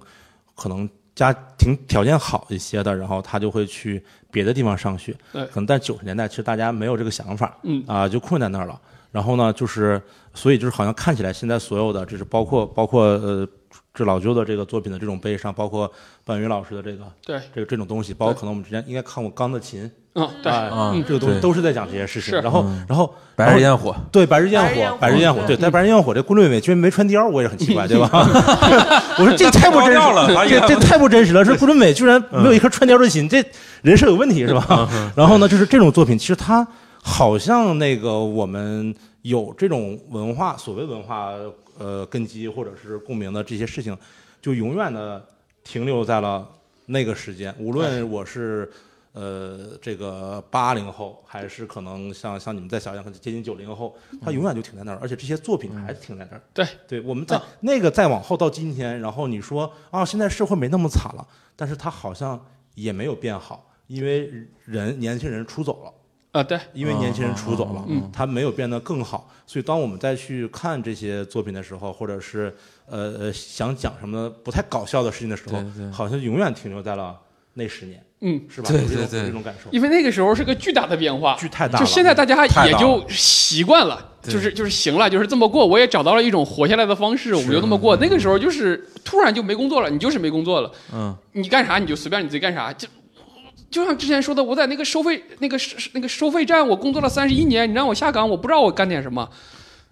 [SPEAKER 4] 可能家庭条件好一些的，然后他就会去别的地方上学，
[SPEAKER 3] 对
[SPEAKER 4] 可能在九十年代其实大家没有这个想法，
[SPEAKER 3] 嗯
[SPEAKER 4] 啊、就困在那儿了。然后呢，就是所以就是好像看起来现在所有的，就是包括包括呃。这老舅的这个作品的这种悲伤，包括半云老师的这个
[SPEAKER 3] 对，
[SPEAKER 4] 这个这种东西，包括
[SPEAKER 3] 对
[SPEAKER 4] 可能我们之前应该看过《钢的琴》
[SPEAKER 3] 嗯对，
[SPEAKER 4] 哎
[SPEAKER 1] 嗯
[SPEAKER 4] 这个东西
[SPEAKER 1] 对
[SPEAKER 4] 都是在讲这些事情。
[SPEAKER 3] 是嗯
[SPEAKER 4] 然后，然后
[SPEAKER 1] 白日焰火，
[SPEAKER 4] 对《白日焰
[SPEAKER 2] 白日焰火
[SPEAKER 4] 火》，《白日焰火》对，
[SPEAKER 2] 对
[SPEAKER 4] 在《白日焰火》这顾论伟居然没穿貂，我也很 奇怪，对吧？ 我说这太不真
[SPEAKER 1] 高
[SPEAKER 4] 实
[SPEAKER 1] 调了他嗯应
[SPEAKER 4] 这
[SPEAKER 1] 该
[SPEAKER 4] 这太不真实了。说顾论伟居然没有一颗穿貂的心，这人设有问题是
[SPEAKER 1] 嗯
[SPEAKER 4] 吧？ 然后呢，就是这种作品，其实它好像那个我们有这种文化，所谓文化呃根基或者是共鸣的这些事情，就永远的停留在了那个时间。无论我是呃这个八零后，还是可能像像你们再小一点，可能接近九零后，
[SPEAKER 1] 嗯
[SPEAKER 4] 它永远就停在那儿，而且这些作品还停在那儿。
[SPEAKER 3] 对
[SPEAKER 4] 对，我们在
[SPEAKER 3] 啊
[SPEAKER 4] 那个再往后到今天，然后你说啊，现在社会没那么惨了，但是它好像也没有变好，因为人年轻人出走了。
[SPEAKER 3] 啊对，
[SPEAKER 4] 因为年轻人出走了，
[SPEAKER 3] 嗯
[SPEAKER 4] 他没有变得更好，所以当我们再去看这些作品的时候，或者是呃呃想讲什么不太搞笑的事情的时候，
[SPEAKER 1] 对对
[SPEAKER 4] 好像永远停留在了那十年，
[SPEAKER 3] 嗯，
[SPEAKER 4] 是吧？
[SPEAKER 1] 对
[SPEAKER 4] 有这种
[SPEAKER 1] 对对
[SPEAKER 4] 有这种感受，
[SPEAKER 3] 因为那个时候是个巨大的变化，
[SPEAKER 4] 剧太大了，
[SPEAKER 3] 就现在大家
[SPEAKER 1] 太
[SPEAKER 3] 也
[SPEAKER 1] 大
[SPEAKER 3] 就
[SPEAKER 1] 了
[SPEAKER 3] 习惯了，
[SPEAKER 1] 对
[SPEAKER 3] 就是就是行了，就是这么过。我也找到了一种活下来的方式，我就这么过。那个时候就是突然就没工作了，你就是没工作了，
[SPEAKER 1] 嗯，
[SPEAKER 3] 你干啥你就随便你自己干啥，就就像之前说的，我在那个收费那个是那个收费站，我工作了三十一年，你让我下岗，我不知道我干点什么。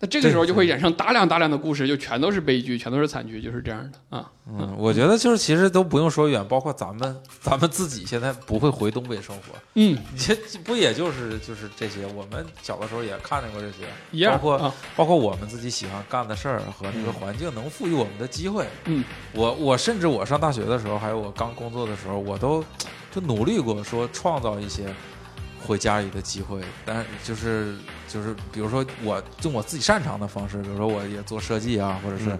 [SPEAKER 3] 那这个时候就会衍生大量大量的故事，就全都是悲剧，全都是惨剧，就是这样的啊。
[SPEAKER 1] 嗯，我觉得就是其实都不用说远，包括咱们咱们自己现在不会回东北生活，
[SPEAKER 3] 嗯，
[SPEAKER 1] 你这不也就是就是这些？我们小的时候也看见过这些，
[SPEAKER 3] 一样
[SPEAKER 1] 包括、
[SPEAKER 3] 啊
[SPEAKER 1] 包括我们自己喜欢干的事儿和那个环境能赋予我们的机会。
[SPEAKER 3] 嗯，
[SPEAKER 1] 我我甚至我上大学的时候，还有我刚工作的时候，我都就努力过说创造一些回家里的机会，但是就是就是比如说我用我自己擅长的方式，比如说我也做设计啊，或者是
[SPEAKER 4] 嗯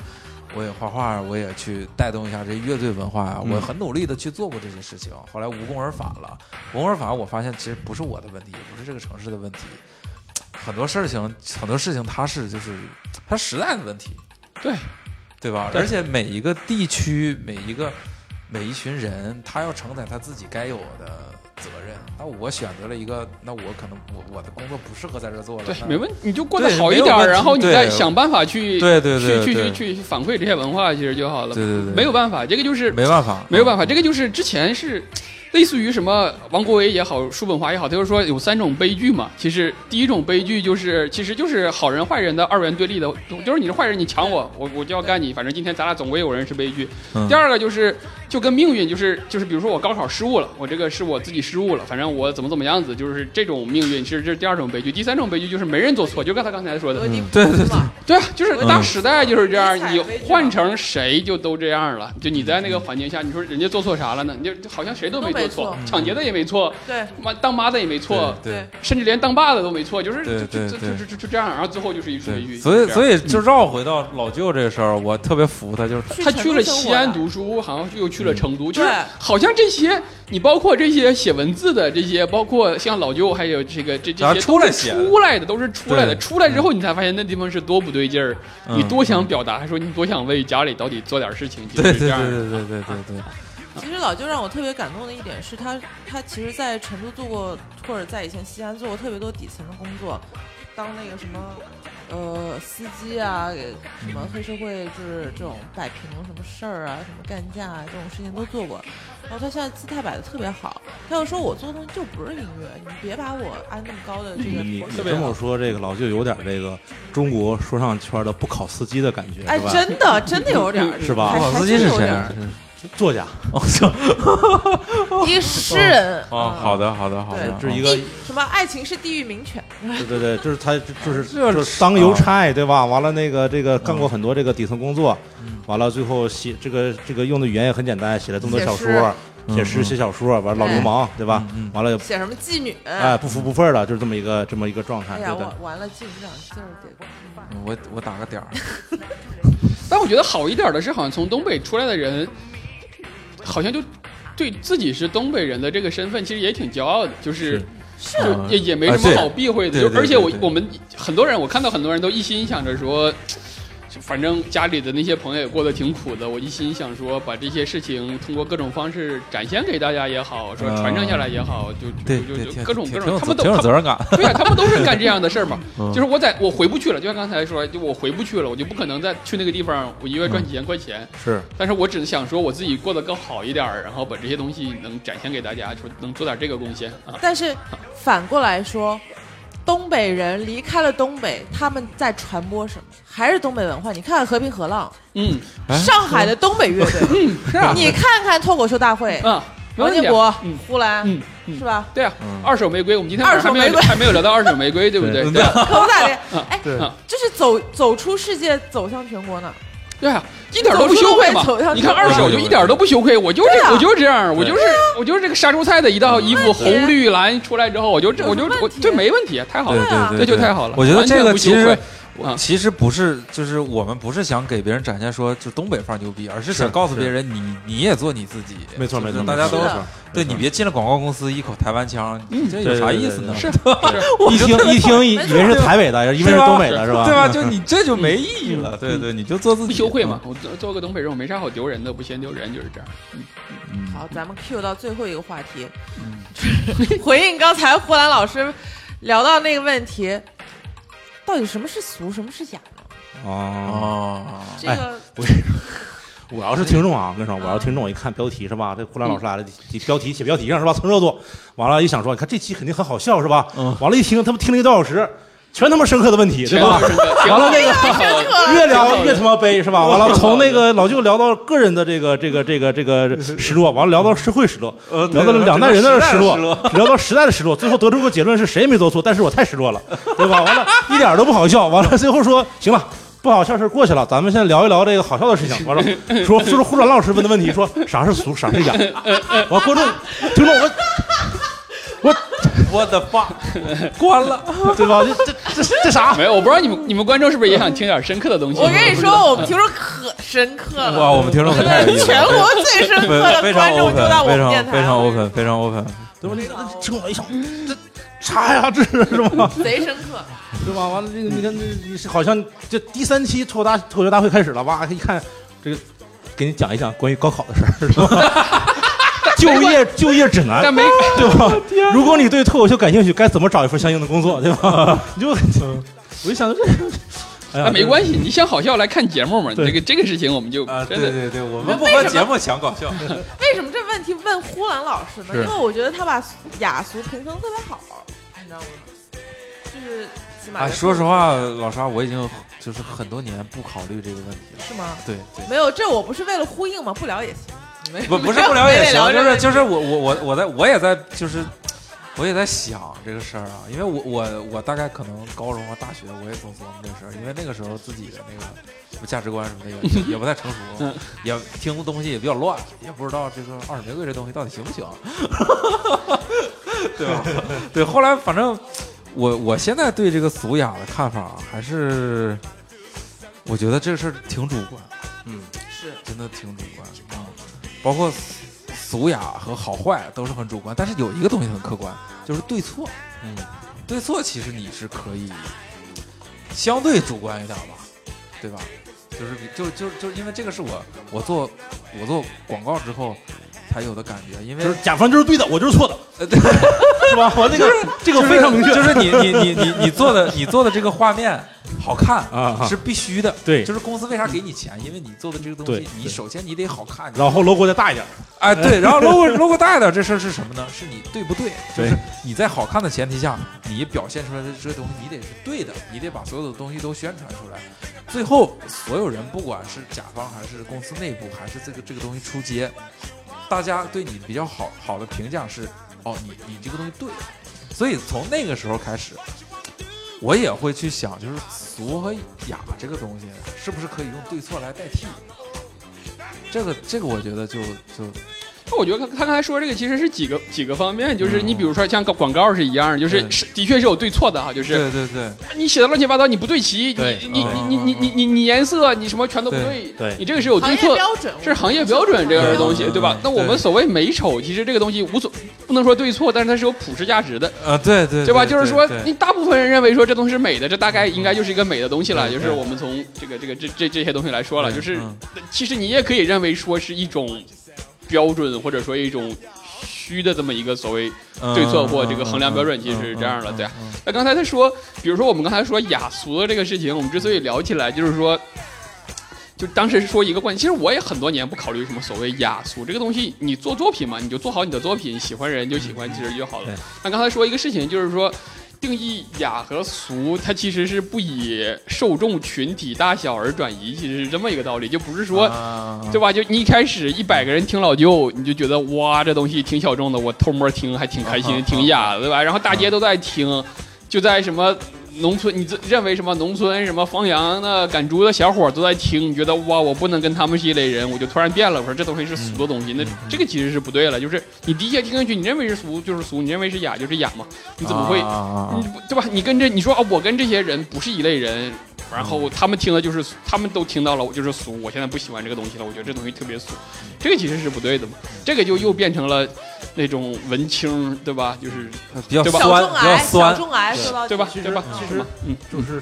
[SPEAKER 1] 我也画画，我也去带动一下这乐队文化啊，
[SPEAKER 4] 嗯
[SPEAKER 1] 我很努力的去做过这些事情，后来无功而返了。无功而返，我发现其实不是我的问题，也不是这个城市的问题，很多事情很多事情它是就是它时代的问题，
[SPEAKER 3] 对
[SPEAKER 1] 对吧？
[SPEAKER 3] 对
[SPEAKER 1] 而且每一个地区，每一个每一群人，他要承载他自己该有的责任。那我选择了一个，那我可能我我的工作不适合在这儿做了。
[SPEAKER 3] 对，
[SPEAKER 1] 那
[SPEAKER 3] 没问题，你就过得
[SPEAKER 1] 对
[SPEAKER 3] 好一
[SPEAKER 1] 没有
[SPEAKER 3] 点儿，
[SPEAKER 1] 问题
[SPEAKER 3] 然后你再
[SPEAKER 1] 对
[SPEAKER 3] 想办法去
[SPEAKER 1] 对对对
[SPEAKER 3] 去去
[SPEAKER 1] 对
[SPEAKER 3] 去去反馈这些文化，其实就好了。
[SPEAKER 1] 对对对
[SPEAKER 3] 没有办法，这个就是
[SPEAKER 1] 没办法，嗯
[SPEAKER 3] 没有办法，这
[SPEAKER 1] 个
[SPEAKER 3] 个就是之前是类似于什么王国维也好，叔本华也好，他就说有三种悲剧嘛。其实第一种悲剧就是，其实就是好人坏人的二元对立的，就是你是坏人，你抢我，我我就要干你，反正今天咱俩总归有人是悲剧。
[SPEAKER 1] 嗯
[SPEAKER 3] 第二个就是就跟命运就是就是，比如说我高考失误了，我这个是我自己失误了，反正我怎么怎么样子，就是这种命运，其实这是第二种悲剧。第三种悲剧就是没人做错，就刚才刚才说的
[SPEAKER 2] 俄，狄
[SPEAKER 1] 对
[SPEAKER 2] 浦斯
[SPEAKER 1] 对对
[SPEAKER 2] 嘛，
[SPEAKER 3] 对啊，就是
[SPEAKER 1] 嗯
[SPEAKER 3] 大时代就是这样，
[SPEAKER 2] 嗯
[SPEAKER 3] 你换成谁就都这样了。就你在那个环境下，你说人家做错啥了呢？你就就好像谁都没做
[SPEAKER 2] 都
[SPEAKER 3] 错
[SPEAKER 2] 没，
[SPEAKER 3] 抢劫的也没错，
[SPEAKER 2] 对
[SPEAKER 3] 妈当妈的也没错，
[SPEAKER 1] 嗯对。
[SPEAKER 3] 甚至连当爸的都没错，就是
[SPEAKER 1] 对
[SPEAKER 3] 就就
[SPEAKER 1] 对
[SPEAKER 3] 就
[SPEAKER 1] 对
[SPEAKER 3] 就就就这样，然后最后就是一出悲剧。
[SPEAKER 1] 所以，所
[SPEAKER 3] 以
[SPEAKER 1] 以就绕回到老舅这个事儿，我特别服他，就是
[SPEAKER 3] 他去了西安
[SPEAKER 2] 成都
[SPEAKER 3] 读书，好像又去了成都，就
[SPEAKER 2] 嗯
[SPEAKER 3] 是
[SPEAKER 2] 对
[SPEAKER 3] 好像这些，你包括这些写文字的这些，包括像老舅，还有这个这这
[SPEAKER 1] 啊
[SPEAKER 3] 些
[SPEAKER 1] 出来
[SPEAKER 3] 都是
[SPEAKER 1] 写的
[SPEAKER 3] 出来的都是出来的，
[SPEAKER 1] 对
[SPEAKER 3] 出来之后你才发现那地方是多不对劲儿，
[SPEAKER 1] 嗯
[SPEAKER 3] 你多想表达，还说你多想为家里到底做点事情，就
[SPEAKER 1] 对对
[SPEAKER 3] 是这
[SPEAKER 1] 对
[SPEAKER 3] 样的。啊
[SPEAKER 1] 对对对对对，
[SPEAKER 2] 生活的。其实老舅让我特别感动的一点是他，他其实，在成都做过，或者在以前西安做过特别多底层的工作，当那个什么，呃，司机啊，给什么黑社会就是这种摆平什么事儿啊，什么干架啊这种事情都做过。然后他现在姿态摆的特别好，他就说我做的东西就不是音乐，你们别把我安那么高的这个
[SPEAKER 4] 你你
[SPEAKER 2] 头
[SPEAKER 4] 这么说，这个老舅有点这个中国说唱圈的不考司机的感觉，
[SPEAKER 2] 哎，
[SPEAKER 4] 是吧？
[SPEAKER 2] 真的真的有点儿
[SPEAKER 4] 是吧
[SPEAKER 2] 还
[SPEAKER 1] 老
[SPEAKER 2] 还
[SPEAKER 1] 司机
[SPEAKER 2] 真
[SPEAKER 1] 是
[SPEAKER 2] 有
[SPEAKER 1] 谁
[SPEAKER 2] 点
[SPEAKER 1] 啊
[SPEAKER 2] 儿？
[SPEAKER 4] 作 家，
[SPEAKER 1] 哦，行
[SPEAKER 2] 一个诗人
[SPEAKER 3] 嗯
[SPEAKER 1] 哦，好，的，好的，好的
[SPEAKER 2] 对，
[SPEAKER 1] 哦
[SPEAKER 4] 这是一个，
[SPEAKER 2] 什么爱情是地狱名犬，
[SPEAKER 4] 对对对，就是他就是
[SPEAKER 1] 这
[SPEAKER 4] 就是
[SPEAKER 2] 啊
[SPEAKER 4] 当邮差，对吧？完了那个这个
[SPEAKER 2] 嗯
[SPEAKER 4] 干过很多这个底层工作，完了最后写这个这个用的语言也很简单，写了这么多小说，
[SPEAKER 2] 嗯
[SPEAKER 4] 写诗写小说，完了老流氓，对吧？完了也
[SPEAKER 2] 写什么妓女？
[SPEAKER 4] 哎不服不忿的，就是这么一个这么一个状态，
[SPEAKER 2] 哎
[SPEAKER 4] 对
[SPEAKER 2] 呀，
[SPEAKER 4] 对
[SPEAKER 2] 我。完了，记不上劲儿得。
[SPEAKER 1] 嗯我我打个点儿，
[SPEAKER 3] 但我觉得好一点的是，好像从东北出来的人，好像就对自己是东北人的这个身份，其实也挺骄傲的，就是。是
[SPEAKER 1] 嗯
[SPEAKER 3] 也也没什
[SPEAKER 1] 啊对
[SPEAKER 3] 么好避讳的，
[SPEAKER 1] 对
[SPEAKER 3] 就
[SPEAKER 1] 对
[SPEAKER 3] 而且我
[SPEAKER 1] 对对
[SPEAKER 3] 我们很多人，我看到很多人都一心想着说，就反正家里的那些朋友也过得挺苦的，我一心想说把这些事情通过各种方式展现给大家也好，说
[SPEAKER 1] 嗯
[SPEAKER 3] 传承下来也好，就
[SPEAKER 1] 对
[SPEAKER 3] 就就
[SPEAKER 1] 对，
[SPEAKER 3] 就
[SPEAKER 1] 挺
[SPEAKER 3] 各种各
[SPEAKER 1] 挺挺有
[SPEAKER 3] 种，他们都
[SPEAKER 1] 挺有
[SPEAKER 3] 他们
[SPEAKER 1] 责任感，
[SPEAKER 3] 对啊呀、他们都是干这样的事儿嘛。
[SPEAKER 1] 嗯
[SPEAKER 3] 就是我在我回不去了，就像刚才说，就我回不去了，我就不可能再去那个地方，我一个月赚几千块钱。
[SPEAKER 4] 是，
[SPEAKER 3] 但是我只是想说，我自己过得更好一点儿，然后把这些东西能展现给大家，说能做点这个贡献啊。
[SPEAKER 2] 但是反过来说，东北人离开了东北，他们在传播什么？还是东北文化？你看看和平河浪，
[SPEAKER 3] 嗯
[SPEAKER 1] 哎
[SPEAKER 2] 上海的东北乐队，
[SPEAKER 3] 嗯，是啊，
[SPEAKER 2] 你看看脱口秀大会，
[SPEAKER 3] 啊，没
[SPEAKER 2] 王
[SPEAKER 3] 问题
[SPEAKER 2] 建
[SPEAKER 3] 啊
[SPEAKER 2] 国
[SPEAKER 3] 嗯、
[SPEAKER 2] 呼兰，
[SPEAKER 3] 嗯嗯
[SPEAKER 2] 是吧？
[SPEAKER 3] 对啊，二手玫瑰，我们今天
[SPEAKER 2] 二
[SPEAKER 3] 晚
[SPEAKER 2] 手
[SPEAKER 3] 上还没
[SPEAKER 2] 玫瑰
[SPEAKER 3] 有还没有聊到二手玫瑰，对不对？
[SPEAKER 1] 嗯
[SPEAKER 3] 对啊
[SPEAKER 2] 可不咋 的，哎，
[SPEAKER 4] 对
[SPEAKER 2] 就是走走出世界，走向全国呢。
[SPEAKER 3] 对啊，一点都不羞愧嘛
[SPEAKER 2] 走出路会走向。
[SPEAKER 3] 你看二手就一点都不羞愧，我就是
[SPEAKER 2] 对啊
[SPEAKER 3] 我就是这样，我就是我就是这个杀猪菜的一道衣
[SPEAKER 2] 题
[SPEAKER 3] 服，红绿蓝出来之后，我就这我就
[SPEAKER 2] 有什么
[SPEAKER 3] 我
[SPEAKER 2] 问题
[SPEAKER 3] 这没问题，太好
[SPEAKER 1] 对
[SPEAKER 3] 了，
[SPEAKER 2] 对啊
[SPEAKER 1] 对
[SPEAKER 3] 这就太好了。
[SPEAKER 1] 我觉得
[SPEAKER 3] 完全
[SPEAKER 1] 这个
[SPEAKER 3] 不
[SPEAKER 1] 其
[SPEAKER 3] 羞
[SPEAKER 1] 实
[SPEAKER 3] 愧。
[SPEAKER 1] 我
[SPEAKER 3] 啊
[SPEAKER 1] 其实不是，就是我们不是想给别人展现说就东北范儿牛逼，而是想
[SPEAKER 4] 是
[SPEAKER 1] 告诉
[SPEAKER 4] 是
[SPEAKER 1] 别人你你也做你自己，
[SPEAKER 4] 没错
[SPEAKER 1] 就
[SPEAKER 4] 没
[SPEAKER 1] 是
[SPEAKER 4] 错，
[SPEAKER 1] 大家
[SPEAKER 4] 没错
[SPEAKER 1] 都
[SPEAKER 4] 没
[SPEAKER 2] 是
[SPEAKER 4] 错
[SPEAKER 1] 对你别进了广告公司一口台湾腔，
[SPEAKER 3] 嗯
[SPEAKER 1] 你这有啥意思呢？
[SPEAKER 3] 是 是，
[SPEAKER 4] 一听一听以为是台北的，以为是东北的是吧？
[SPEAKER 1] 对吧？就你这就没意义了， 对对，你就做自己，
[SPEAKER 3] 不羞愧嘛。我做做个东北人，我没啥好丢人的，不嫌丢人就是这样。
[SPEAKER 2] 好，咱们 Q 到最后一个话题，
[SPEAKER 3] 嗯
[SPEAKER 2] 回应刚才呼兰老师聊到那个问题，到底什么是俗，什么是雅呢？
[SPEAKER 4] 哦。
[SPEAKER 1] 哦，
[SPEAKER 2] 这个
[SPEAKER 4] 我要是听众啊，我跟你说，我要是听众，我一看标题是吧？这呼兰老师来了，标题写标题上是吧？蹭热度，完了，一想说，你看这期肯定很好笑是吧？
[SPEAKER 3] 嗯
[SPEAKER 4] 完了，一听他们听了一个多小时，全他妈深刻的问题，对
[SPEAKER 3] 全
[SPEAKER 4] 吧
[SPEAKER 3] 都？是这个
[SPEAKER 4] 完了那个
[SPEAKER 3] 挺好的
[SPEAKER 4] 越聊越他妈悲是吧？完了，从那个老舅聊到个人的这个这个这个这个失落，完了聊到社会失落，呃聊到两代人的失落，聊到时代的失落，最后得出个结论是谁也没做错，但是我太失落了，对吧？完了，一点都不好笑，完了最后说行了。不好笑事儿过去了，咱们先聊一聊这个好笑的事情。完 了，说说胡兰老师问的问题，说啥是俗，啥是雅。完，观众听众，我我
[SPEAKER 1] 我的爸， 关了，
[SPEAKER 4] 对吧？这这这这啥？
[SPEAKER 3] 没有，我不知道你们你们观众是不是也想听点深刻的东西？
[SPEAKER 2] 我跟你
[SPEAKER 3] 不知道，
[SPEAKER 2] 说，我们听说可深刻
[SPEAKER 1] 哇，
[SPEAKER 2] 了，
[SPEAKER 1] 我们听众可太有意思
[SPEAKER 2] 全
[SPEAKER 1] 了。
[SPEAKER 2] 国最深刻的
[SPEAKER 1] 非
[SPEAKER 2] 观
[SPEAKER 1] 常
[SPEAKER 2] 众就
[SPEAKER 1] open，
[SPEAKER 2] 到我
[SPEAKER 1] 非
[SPEAKER 2] 们电
[SPEAKER 1] 常
[SPEAKER 2] 台了，
[SPEAKER 1] 非常 open，非常 open。
[SPEAKER 4] 对吧？那那听我一想，这啥呀？这是是吧？
[SPEAKER 2] 贼深刻。
[SPEAKER 4] 对吧？完了，这个你看，这你是好像这第三期脱口大脱口秀大会开始了，哇，一看这个，给你讲一讲关于高考的事儿， 是吧？ 就业就业指南
[SPEAKER 3] 但，没
[SPEAKER 4] 对 吧？
[SPEAKER 3] 啊
[SPEAKER 4] 如果你对脱口秀感兴趣，该怎么找一份相应的工作，对吧？你 就，我就想这，哎呀，
[SPEAKER 3] 嗯啊但没关系，你想好笑来看节目嘛。
[SPEAKER 4] 对
[SPEAKER 3] 这个这个事情我们就
[SPEAKER 1] 啊，对
[SPEAKER 3] 真的
[SPEAKER 1] 对对，我们不和节目抢搞笑，
[SPEAKER 2] 为什么这问题问呼兰老师呢？
[SPEAKER 1] 是
[SPEAKER 2] 因为我觉得他把雅俗平衡特别好，你知道吗？就是起码、
[SPEAKER 1] 哎，说实，话，老沙，我已经就是很多年不考虑这个问题了。
[SPEAKER 2] 是吗？
[SPEAKER 1] 对对，
[SPEAKER 2] 没有，这我不是为了呼应嘛，不聊也行。没
[SPEAKER 1] 不不是
[SPEAKER 2] 没有
[SPEAKER 1] 不聊也
[SPEAKER 2] 没得聊
[SPEAKER 1] 行，
[SPEAKER 2] 这
[SPEAKER 1] 就
[SPEAKER 2] 个
[SPEAKER 1] 是就是我我我我在我也在就是我也在想这个事儿啊，因为我我我大概可能高中和啊大学我也总琢磨这事儿，因为那个时候自己的那个什么价值观什么的也也不太成熟
[SPEAKER 3] 嗯，
[SPEAKER 1] 也听的东西也比较乱，也不知道这个二手玫瑰这东西到底行不 行，对吧？对，后来反正我我现在对这个俗雅的看法啊还是，我觉得这个事儿挺主观。
[SPEAKER 2] 是
[SPEAKER 1] 真的挺主观啊、包括俗俗雅和好坏都是很主观，但是有一个东西很客观，就是对错。
[SPEAKER 4] 嗯，
[SPEAKER 1] 对错其实你是可以相对主观一点吧，对吧？就是比就就就因为这个是我我做我做广告之后，才有的感觉， 因为
[SPEAKER 4] 就是甲方就是对的，我就是错的，是吧？我这个这个
[SPEAKER 1] 就是
[SPEAKER 4] 非常明确，
[SPEAKER 1] 就是你你你你你做的你做的这个画面好看
[SPEAKER 4] 啊啊
[SPEAKER 1] 是必须的，
[SPEAKER 4] 对
[SPEAKER 1] 就是公司为啥给你钱？因为你做的这个东
[SPEAKER 4] 对
[SPEAKER 1] 西，你
[SPEAKER 4] 对
[SPEAKER 1] 首先你得好看，
[SPEAKER 4] 然后 logo 再大一点，
[SPEAKER 1] 哎对，然后 logo logo 大一点这事儿是什么呢？是你对不对？就
[SPEAKER 4] 对
[SPEAKER 1] 是你在好看的前提下，你表现出来的这些东西，你得是对的，你得把所有的东西都宣传出来。最后，所有人不管是甲方还是公司内部，还是这个这个东西出街，大家对你比较好好的评价是，哦，你你这个东西对。所以从那个时候开始，我也会去想，就是俗和雅这个东西，是不是可以用对错来代替？这个这个，我觉得就就
[SPEAKER 3] 那我觉得他他刚才说这个其实是几个几个方面，就是你比如说像个广告是一样，就是
[SPEAKER 1] 嗯对
[SPEAKER 3] 是的确是有对错的哈，就是
[SPEAKER 1] 对对嗯对，
[SPEAKER 3] 你写的乱七八糟，你不对齐，
[SPEAKER 8] 对
[SPEAKER 3] 你你你你你你你颜色你什么全都不对，
[SPEAKER 4] 对对
[SPEAKER 3] 你这个是有
[SPEAKER 2] 行
[SPEAKER 3] 对
[SPEAKER 2] 业
[SPEAKER 3] 错，
[SPEAKER 2] 标准，
[SPEAKER 3] 这是行业标准这个东西
[SPEAKER 1] 嗯，
[SPEAKER 3] 对吧
[SPEAKER 1] 嗯？
[SPEAKER 3] 那我们
[SPEAKER 1] 对
[SPEAKER 3] 所谓美丑，其实这个东西无所不能说对错，但是它是有普世价值的。
[SPEAKER 1] 呃，对对
[SPEAKER 3] 对吧？就是说
[SPEAKER 1] 对，
[SPEAKER 3] 你大部分人认为说这东西是美的，这大概应该就是一个美的东西了。就是我们从这个这个这这这些东西来说了，
[SPEAKER 1] 嗯
[SPEAKER 3] 就是
[SPEAKER 1] 嗯
[SPEAKER 3] 其实你也可以认为说是一种标准，或者说一种虚的这么一个所谓对
[SPEAKER 1] 嗯
[SPEAKER 3] 错或这个衡量标准，其实是这样的，对啊。那刚才他说，比如说我们刚才说雅俗的这个事情，我们之所以聊起来，就是说。就当时说一个观点，其实我也很多年不考虑什么所谓雅俗这个东西。你做作品嘛，你就做好你的作品，喜欢人就喜欢，其实就好了
[SPEAKER 4] 对。
[SPEAKER 3] 那刚才说一个事情，就是说定义雅和俗，它其实是不以受众群体大小而转移，其实是这么一个道理，就不是说。
[SPEAKER 1] 啊嗯
[SPEAKER 3] 对吧？就你一开始一百个人听老舅，你就觉得哇，这东西挺小众的，我偷摸听还挺开心，
[SPEAKER 1] 啊嗯
[SPEAKER 3] 挺雅的，对吧？然后大街都在听，就在什么农村，你自认为什么农村什么放羊的、赶猪的小伙儿都在听，你觉得哇，我不能跟他们是一类人，我就突然变了，我说这东西是俗的东
[SPEAKER 1] 嗯
[SPEAKER 3] 西，那这个其实是不对了，就是你的确听进去，你认为是俗就是俗，你认为是雅就是雅嘛，你怎么
[SPEAKER 1] 啊
[SPEAKER 3] 会？
[SPEAKER 4] 啊
[SPEAKER 3] 你不对吧？你跟这你说啊，我跟这些人不是一类人，然
[SPEAKER 4] 嗯
[SPEAKER 3] 后他们听的就是他们都听到了，我就是俗，我现在不喜欢这个东西了，我觉得这东西特别俗，这个其实是不对的嘛，
[SPEAKER 4] 嗯
[SPEAKER 3] 这个就又变成了那种文青，对吧？就是
[SPEAKER 1] 比较
[SPEAKER 3] 对吧
[SPEAKER 2] 小
[SPEAKER 1] 酸，
[SPEAKER 2] 众
[SPEAKER 1] 比较
[SPEAKER 2] 癌，小
[SPEAKER 1] 酸，
[SPEAKER 2] 众癌说到底
[SPEAKER 3] 对吧？
[SPEAKER 4] 啊其实
[SPEAKER 3] 对吧？
[SPEAKER 4] 其
[SPEAKER 3] 是吧嗯。
[SPEAKER 4] 就是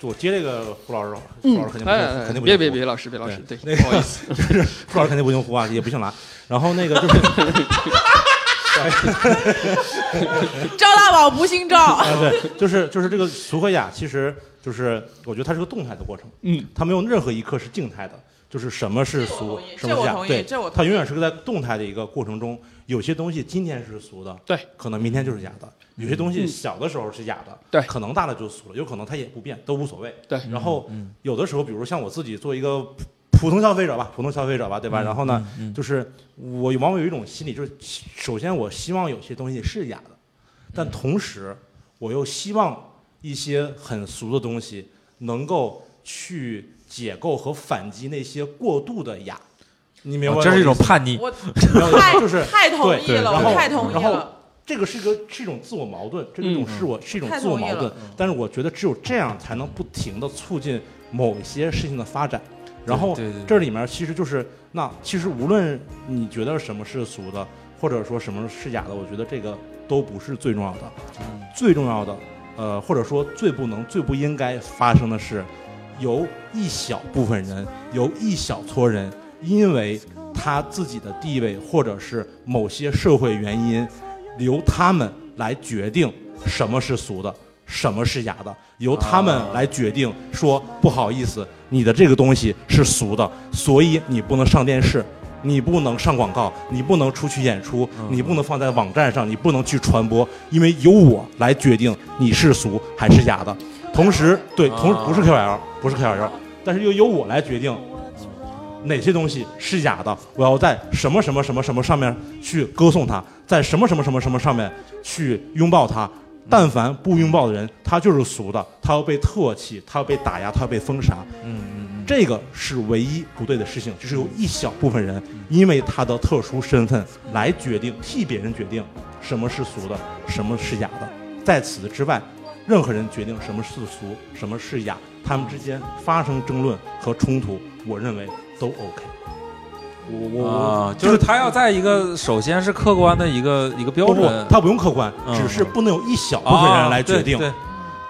[SPEAKER 4] 我接这个胡老师，胡老
[SPEAKER 3] 嗯
[SPEAKER 4] 师肯定，不
[SPEAKER 3] 哎
[SPEAKER 4] 肯定不
[SPEAKER 3] 别
[SPEAKER 4] 行
[SPEAKER 3] 别别，老师别老师，对
[SPEAKER 4] 对，那
[SPEAKER 3] 不好意思，
[SPEAKER 4] 个 就是胡老师肯定不姓胡啊，也不姓蓝，然后那个就是。
[SPEAKER 2] 赵大宝不 姓赵，
[SPEAKER 4] 啊，对，就是就是这个俗和雅，其实就是我觉得它是个动态的过程，
[SPEAKER 3] 嗯，
[SPEAKER 4] 它没有任何一刻是静态的，就是什么是俗，
[SPEAKER 2] 这
[SPEAKER 4] 什
[SPEAKER 2] 我
[SPEAKER 4] 么是雅
[SPEAKER 2] 同，意
[SPEAKER 4] 对
[SPEAKER 2] 这我同意这我，同
[SPEAKER 4] 它永远是个在动态的一个过程中，有些东西今天是俗的，
[SPEAKER 3] 对，嗯
[SPEAKER 4] 可能明天就是雅的，有些东西小的时候是雅的，
[SPEAKER 3] 对
[SPEAKER 4] 可能大了就俗了，有可能它也不变，都无所谓，
[SPEAKER 3] 对
[SPEAKER 4] 然后有的时候，比如像我自己做一个普普通消费者吧，普通消费者吧，对吧？
[SPEAKER 1] 嗯
[SPEAKER 4] 然后呢，就是我往往有一种心理，就是首先我希望有些东西是雅的，但
[SPEAKER 1] 嗯
[SPEAKER 4] 同时我又希望一些很俗的东西能够去解构和反击那些过度的雅。你明白
[SPEAKER 1] 嗯
[SPEAKER 4] 吗？
[SPEAKER 1] 哦这是一种叛逆。
[SPEAKER 2] 我
[SPEAKER 4] 然后
[SPEAKER 2] 太
[SPEAKER 4] 就是
[SPEAKER 2] 太同意
[SPEAKER 4] 对
[SPEAKER 2] 了，
[SPEAKER 4] 然
[SPEAKER 2] 我
[SPEAKER 4] 后
[SPEAKER 2] 太同意
[SPEAKER 4] 然后
[SPEAKER 2] 了。
[SPEAKER 4] 这个是一个是一种自我矛盾，这是
[SPEAKER 1] 嗯
[SPEAKER 4] 一种是我、是一种
[SPEAKER 2] 太
[SPEAKER 4] 自我
[SPEAKER 2] 同意
[SPEAKER 4] 矛
[SPEAKER 2] 了
[SPEAKER 4] 盾，但是我觉得只有这样才能不停的促进某一些事情的发展。然后
[SPEAKER 1] 对对对
[SPEAKER 4] 这里面其实就是那其实无论你觉得什么是俗的，或者说什么是雅的，我觉得这个都不是最重要的，最重要的呃或者说最不能最不应该发生的是，由一小部分人，由一小撮人，因为他自己的地位或者是某些社会原因，由他们来决定什么是俗的，什么是雅的，由他们来决定说不好意思，你的这个东西是俗的，所以你不能上电视。你不能上广告，你不能出去演出，你不能放在网站上，你不能去传播，因为由我来决定你是俗还是雅的。同时，对，同不是 KOL，不是 KOL，但是又由我来决定哪些东西是雅的，我要在什么什么什么什么上面去歌颂它，在什么什么什么什么上面去拥抱它。但凡不拥抱的人，他就是俗的，他要被唾弃，他要被打压，他要被封杀。嗯嗯，这个是唯一不对的事情，就是有一小部分人因为他的特殊身份来决定，替别人决定什么是俗的，什么是雅的。在此之外，任何人决定什么是俗，什么是雅，他们之间发生争论和冲突，我认为都 OK。我我
[SPEAKER 1] 啊，就是他要在一个首先是客观的一个一个标
[SPEAKER 4] 不不
[SPEAKER 1] 准，，
[SPEAKER 4] 他不用客观，
[SPEAKER 1] 嗯啊
[SPEAKER 4] 只是不能有一小部分人来决定，
[SPEAKER 1] 对，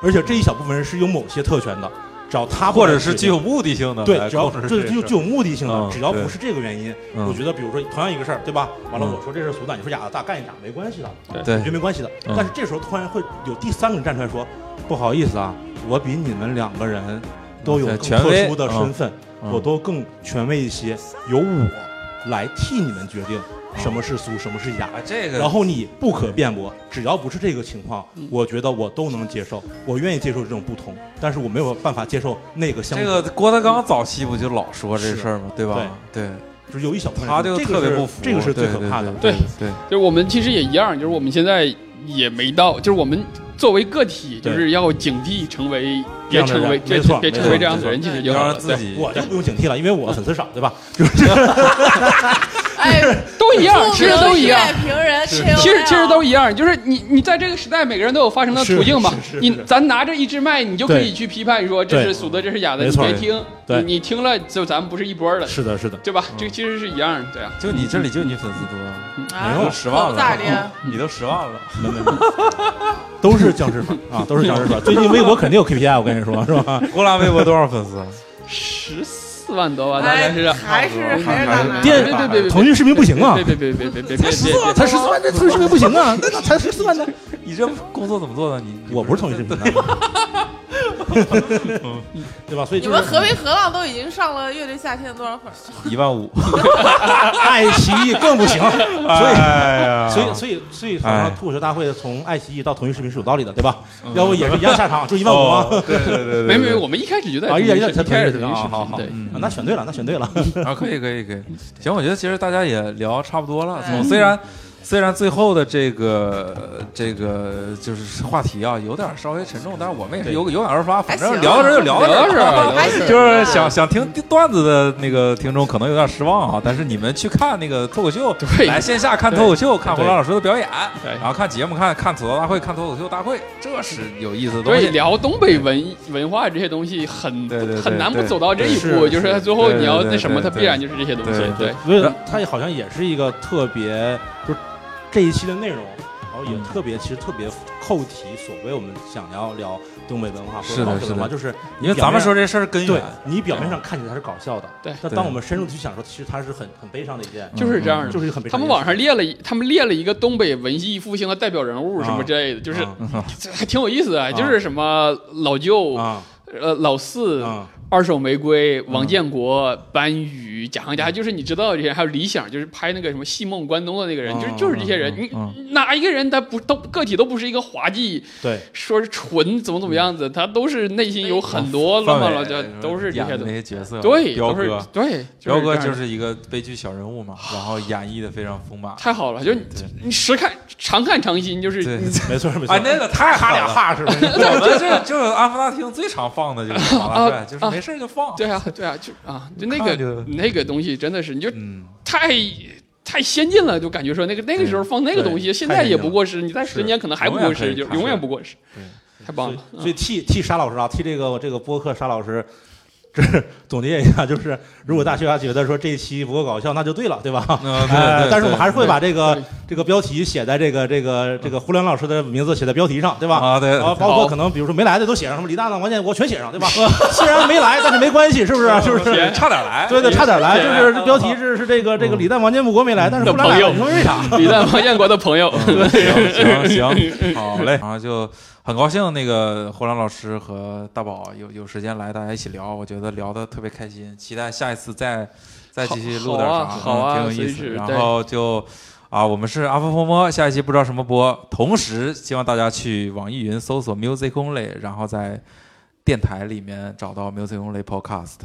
[SPEAKER 4] 而且这一小部分人是有某些特权的，只要他不
[SPEAKER 1] 或者
[SPEAKER 4] 来
[SPEAKER 1] 是哎
[SPEAKER 4] 决
[SPEAKER 1] 具
[SPEAKER 4] 定
[SPEAKER 1] 有目的性的
[SPEAKER 4] 对
[SPEAKER 1] 来，
[SPEAKER 4] 只要
[SPEAKER 1] 控制
[SPEAKER 4] 这
[SPEAKER 1] 个
[SPEAKER 4] 就
[SPEAKER 1] 事儿
[SPEAKER 4] 具有目的性
[SPEAKER 1] 嗯
[SPEAKER 4] 的，只要
[SPEAKER 1] 对
[SPEAKER 4] 不是这个原因，
[SPEAKER 1] 嗯
[SPEAKER 4] 我觉得比如说同样一个事儿，对吧？完了
[SPEAKER 1] 嗯
[SPEAKER 4] 我说这事儿俗的，你说假的，大干一架没关系的，我觉得
[SPEAKER 1] 对
[SPEAKER 4] 没关系的。
[SPEAKER 1] 嗯
[SPEAKER 4] 但是这时候突然会有第三个人站出来说，不好意思啊，我比你们两个人都有
[SPEAKER 1] 对
[SPEAKER 4] 更
[SPEAKER 1] 嗯权
[SPEAKER 4] 特
[SPEAKER 1] 威
[SPEAKER 4] 殊的身份，
[SPEAKER 1] 嗯
[SPEAKER 4] 我都更权威一些，由我来替你们决定
[SPEAKER 1] 嗯
[SPEAKER 4] 什么是俗，什么是假。
[SPEAKER 1] 啊，这个
[SPEAKER 4] 然后你不可辩驳，只要不是这个情况，
[SPEAKER 1] 嗯
[SPEAKER 4] 我觉得我都能接受，我愿意接受这种不同，但是我没有办法接受那个相
[SPEAKER 1] 这
[SPEAKER 4] 同。
[SPEAKER 1] 个郭德纲早期不就老说这
[SPEAKER 4] 是
[SPEAKER 1] 事儿吗？对吧？对，
[SPEAKER 4] 就是有一小部分人
[SPEAKER 1] 他就
[SPEAKER 4] 这个
[SPEAKER 1] 特别
[SPEAKER 4] 是
[SPEAKER 1] 不服，
[SPEAKER 4] 这个是最
[SPEAKER 1] 对
[SPEAKER 4] 可怕的。
[SPEAKER 1] 对
[SPEAKER 3] 对
[SPEAKER 1] 对，
[SPEAKER 3] 就是我们其实也一样，就是我们现在也没到，就是我们作为个体，就
[SPEAKER 4] 对
[SPEAKER 3] 是要警惕成为，
[SPEAKER 4] 这
[SPEAKER 3] 别
[SPEAKER 4] 样的
[SPEAKER 3] 成为，
[SPEAKER 4] 人
[SPEAKER 3] 别
[SPEAKER 4] 没错
[SPEAKER 3] 别成
[SPEAKER 1] 没
[SPEAKER 3] 为
[SPEAKER 1] 错
[SPEAKER 3] 这样子的
[SPEAKER 4] 没
[SPEAKER 3] 人，其实
[SPEAKER 1] 要
[SPEAKER 3] 就好
[SPEAKER 1] 让
[SPEAKER 3] 了。
[SPEAKER 1] 自
[SPEAKER 3] 对，
[SPEAKER 1] 己
[SPEAKER 4] 我就不用警惕了，因为我粉丝少，对吧？
[SPEAKER 2] 哎，
[SPEAKER 3] 都 一样，其实都一样。
[SPEAKER 2] 评人，
[SPEAKER 3] 其实其实都一样，就是你你在这个时代，每个人都有发声的途径嘛
[SPEAKER 4] 是是。是
[SPEAKER 3] 你
[SPEAKER 4] 是
[SPEAKER 3] 咱拿着一支麦，你就可以
[SPEAKER 4] 对
[SPEAKER 3] 去批判说这是
[SPEAKER 4] 对
[SPEAKER 3] 俗的，这是假的，
[SPEAKER 4] 没
[SPEAKER 3] 你
[SPEAKER 4] 错
[SPEAKER 3] 别听。
[SPEAKER 4] 对
[SPEAKER 3] 你你听了就咱们不是一波的，
[SPEAKER 4] 是的，是的，
[SPEAKER 3] 对吧？这其实是一样的，对啊。
[SPEAKER 1] 就你这里就你粉丝多，
[SPEAKER 2] 啊
[SPEAKER 1] 你都十万
[SPEAKER 2] 可不咋的
[SPEAKER 1] 了，你都十万了，
[SPEAKER 4] 没没没，都是僵尸粉啊，都是僵 尸粉。最近微博肯定有 KPI，我跟你说，是吧？
[SPEAKER 1] 郭拉微博多少粉丝啊？
[SPEAKER 3] 十四万多吧，大
[SPEAKER 2] 哎
[SPEAKER 3] 概是。
[SPEAKER 2] 还是
[SPEAKER 1] 差不多
[SPEAKER 2] 还
[SPEAKER 1] 还
[SPEAKER 2] 是大
[SPEAKER 1] 是
[SPEAKER 2] 男。
[SPEAKER 3] 别
[SPEAKER 4] 电
[SPEAKER 3] 别别别，别
[SPEAKER 4] 腾讯视频不行啊
[SPEAKER 3] 别别别别别别别别别别！
[SPEAKER 4] 才十四万，这腾讯视频不行啊，那才十四万呢。
[SPEAKER 1] 你这工作怎么做的？你
[SPEAKER 4] 我不是腾讯视 频的， 对吧？所
[SPEAKER 2] 你
[SPEAKER 4] 以就是
[SPEAKER 2] 们河北河浪都已经上了乐队夏天的多少粉了？
[SPEAKER 1] 一万五，
[SPEAKER 4] 爱奇艺更不行，所以。
[SPEAKER 1] 哎呀
[SPEAKER 4] 所以，所以，所以，
[SPEAKER 1] 哎嗯
[SPEAKER 4] 脱口秀大会从爱奇艺到腾讯视频是有道理的，对吧？要不也是一样下场，就一万五啊吗？
[SPEAKER 1] 哦对对对对，
[SPEAKER 3] 没没没，
[SPEAKER 1] 对
[SPEAKER 3] 我们一开始就在
[SPEAKER 4] 啊，一点一点，才
[SPEAKER 3] 一
[SPEAKER 4] 腾
[SPEAKER 3] 开
[SPEAKER 4] 讯
[SPEAKER 3] 始
[SPEAKER 4] 视
[SPEAKER 3] 就
[SPEAKER 4] 频啊，好好，
[SPEAKER 3] 对。
[SPEAKER 4] 嗯那选对了，那选对了，
[SPEAKER 1] 啊，可以可以可以，行，我觉得其实大家也聊差不多了。从虽然虽然最后的这个这个就是话题啊，有点稍微沉重，但是我们也是有有感而发，反
[SPEAKER 2] 还
[SPEAKER 1] 正
[SPEAKER 2] 行
[SPEAKER 1] 聊到这儿就聊到这
[SPEAKER 3] 聊到这儿
[SPEAKER 1] 儿
[SPEAKER 2] 还行
[SPEAKER 1] 了，就是想想听段子的那个听众可能有点失望啊，但是你们去看那个脱口秀，
[SPEAKER 3] 对
[SPEAKER 1] 来线下看脱口秀，看胡
[SPEAKER 4] 对
[SPEAKER 1] 老师的表演，
[SPEAKER 3] 对
[SPEAKER 1] 然后看节目，看看吐槽大会，看脱口秀大会，这是有意思的东
[SPEAKER 3] 所以
[SPEAKER 1] 西。
[SPEAKER 3] 聊东北文文化这些东西很
[SPEAKER 1] 对对对
[SPEAKER 3] 很难不
[SPEAKER 1] 对
[SPEAKER 3] 走到这一
[SPEAKER 4] 是
[SPEAKER 3] 步，就是它最后
[SPEAKER 1] 对
[SPEAKER 3] 你要
[SPEAKER 1] 对
[SPEAKER 3] 那什么，
[SPEAKER 1] 对
[SPEAKER 3] 它
[SPEAKER 1] 对
[SPEAKER 3] 必然就是这些东西
[SPEAKER 1] 对。
[SPEAKER 3] 对，
[SPEAKER 4] 所以它也好像也是一个特别，就是这一期的内容，然后也特别，其实特别扣题，所谓我们想要聊东北文化或
[SPEAKER 1] 是
[SPEAKER 4] 者
[SPEAKER 1] 的
[SPEAKER 4] 老北文化，
[SPEAKER 1] 是的
[SPEAKER 4] 就是
[SPEAKER 1] 因为咱们说
[SPEAKER 4] 这。
[SPEAKER 1] 这事儿根
[SPEAKER 4] 对
[SPEAKER 1] 源，
[SPEAKER 4] 你表面上看起来它是搞笑的，
[SPEAKER 3] 对
[SPEAKER 4] 但当我们深入去想说，其实它是很很悲伤的一
[SPEAKER 1] 嗯
[SPEAKER 4] 件，
[SPEAKER 3] 就是这样的。
[SPEAKER 4] 嗯就是一个很悲
[SPEAKER 3] 他
[SPEAKER 4] 伤
[SPEAKER 3] 们
[SPEAKER 4] 的一件事。
[SPEAKER 3] 网上列了一，他们列了一个东北文艺复兴的代表人物什么
[SPEAKER 4] 啊
[SPEAKER 3] 之类的，就是
[SPEAKER 4] 啊
[SPEAKER 3] 这还挺有意思的，就是什么老
[SPEAKER 1] 嗯
[SPEAKER 3] 舅、
[SPEAKER 4] 啊
[SPEAKER 3] 呃老四、
[SPEAKER 4] 啊
[SPEAKER 3] 二手玫瑰、王建国、班宇、贾行家，就是你知道这些人，还有李想，就是拍那个什么《戏梦关东》的那个人，
[SPEAKER 4] 嗯
[SPEAKER 3] 就是就是这些人，你
[SPEAKER 4] 啊
[SPEAKER 3] 哪一个人他不都个体都不是一个滑稽，
[SPEAKER 4] 对，
[SPEAKER 3] 说是纯怎么怎么样子，他都是内心有很多
[SPEAKER 4] 嗯哦
[SPEAKER 1] 范
[SPEAKER 3] 乱
[SPEAKER 1] 伟
[SPEAKER 3] 乱乱七八都是这
[SPEAKER 1] 演
[SPEAKER 3] 些
[SPEAKER 1] 的那
[SPEAKER 3] 东西，
[SPEAKER 1] 些角色，
[SPEAKER 3] 对，
[SPEAKER 1] 彪
[SPEAKER 3] 都是
[SPEAKER 1] 哥，
[SPEAKER 3] 对，
[SPEAKER 1] 彪哥
[SPEAKER 3] 这样
[SPEAKER 1] 就
[SPEAKER 3] 的
[SPEAKER 1] 是一个悲剧小人物嘛，然后演绎的非常丰满。
[SPEAKER 3] 太好了，就是你
[SPEAKER 1] 对
[SPEAKER 3] 你时看常看常新，就是
[SPEAKER 1] 对
[SPEAKER 3] 你
[SPEAKER 4] 没错没 错。
[SPEAKER 1] 啊，那个太
[SPEAKER 4] 哈
[SPEAKER 1] 哈
[SPEAKER 4] 俩
[SPEAKER 1] 俩哈，
[SPEAKER 4] 哈是不是？
[SPEAKER 1] 我们这就是安福大厅最常放的就是马
[SPEAKER 3] 啊
[SPEAKER 1] 大帅，就是
[SPEAKER 3] 啊
[SPEAKER 1] 没事儿就放。
[SPEAKER 3] 对啊，对啊，就啊，就那
[SPEAKER 1] 看着
[SPEAKER 3] 个那个东西真的是，你就
[SPEAKER 1] 嗯，
[SPEAKER 3] 太太先进了，就感觉说那个那个时候放那个东西，
[SPEAKER 4] 对
[SPEAKER 3] 现在也不过时，你在十年可能还不过时，
[SPEAKER 1] 是
[SPEAKER 3] 就
[SPEAKER 1] 永远可以
[SPEAKER 3] 永远不过时，太棒了。嗯
[SPEAKER 4] 所以替替沙老师啊，替这个这个播客沙老师，这总结一下，就是如果大学家啊觉得说这一期不够搞笑，那就对了，对吧？
[SPEAKER 1] 嗯对
[SPEAKER 4] 哎
[SPEAKER 1] 对
[SPEAKER 4] 但是我们还是会把这
[SPEAKER 3] 啊对
[SPEAKER 4] 个这个标题写在这个这个这个胡良老师的名字写在标题上，对吧？
[SPEAKER 1] 啊对
[SPEAKER 4] 然后包
[SPEAKER 3] 好
[SPEAKER 4] 括可能比如说没来的都写上，什么李大大、王建国全写上，对吧？ 虽然没来，但是没关系，是不是？
[SPEAKER 3] 啊
[SPEAKER 4] 是不是？
[SPEAKER 1] 差点来。
[SPEAKER 4] 对对，差点来，就是这标题是是这个这个李诞、王建国没来，但是
[SPEAKER 3] 的
[SPEAKER 4] 胡良来了，
[SPEAKER 3] 啊嗯朋友
[SPEAKER 4] 你说为啥？
[SPEAKER 3] 李诞、王建国的朋友，
[SPEAKER 1] 嗯行 行行，好嘞，然后就很高兴那个胡兰老师和大宝有有时间来，大家一起聊，我觉得聊的特别开心，期待下一次再再继续录点啥，
[SPEAKER 3] 好好
[SPEAKER 1] 嗯
[SPEAKER 3] 啊
[SPEAKER 1] 挺有意
[SPEAKER 3] 随
[SPEAKER 1] 思。
[SPEAKER 3] 时
[SPEAKER 1] 然后就。啊，我们是阿峰风波，下一期不知道什么播。同时，希望大家去网易云搜索 Music Only，然后在电台里面找到 Music Only Podcast。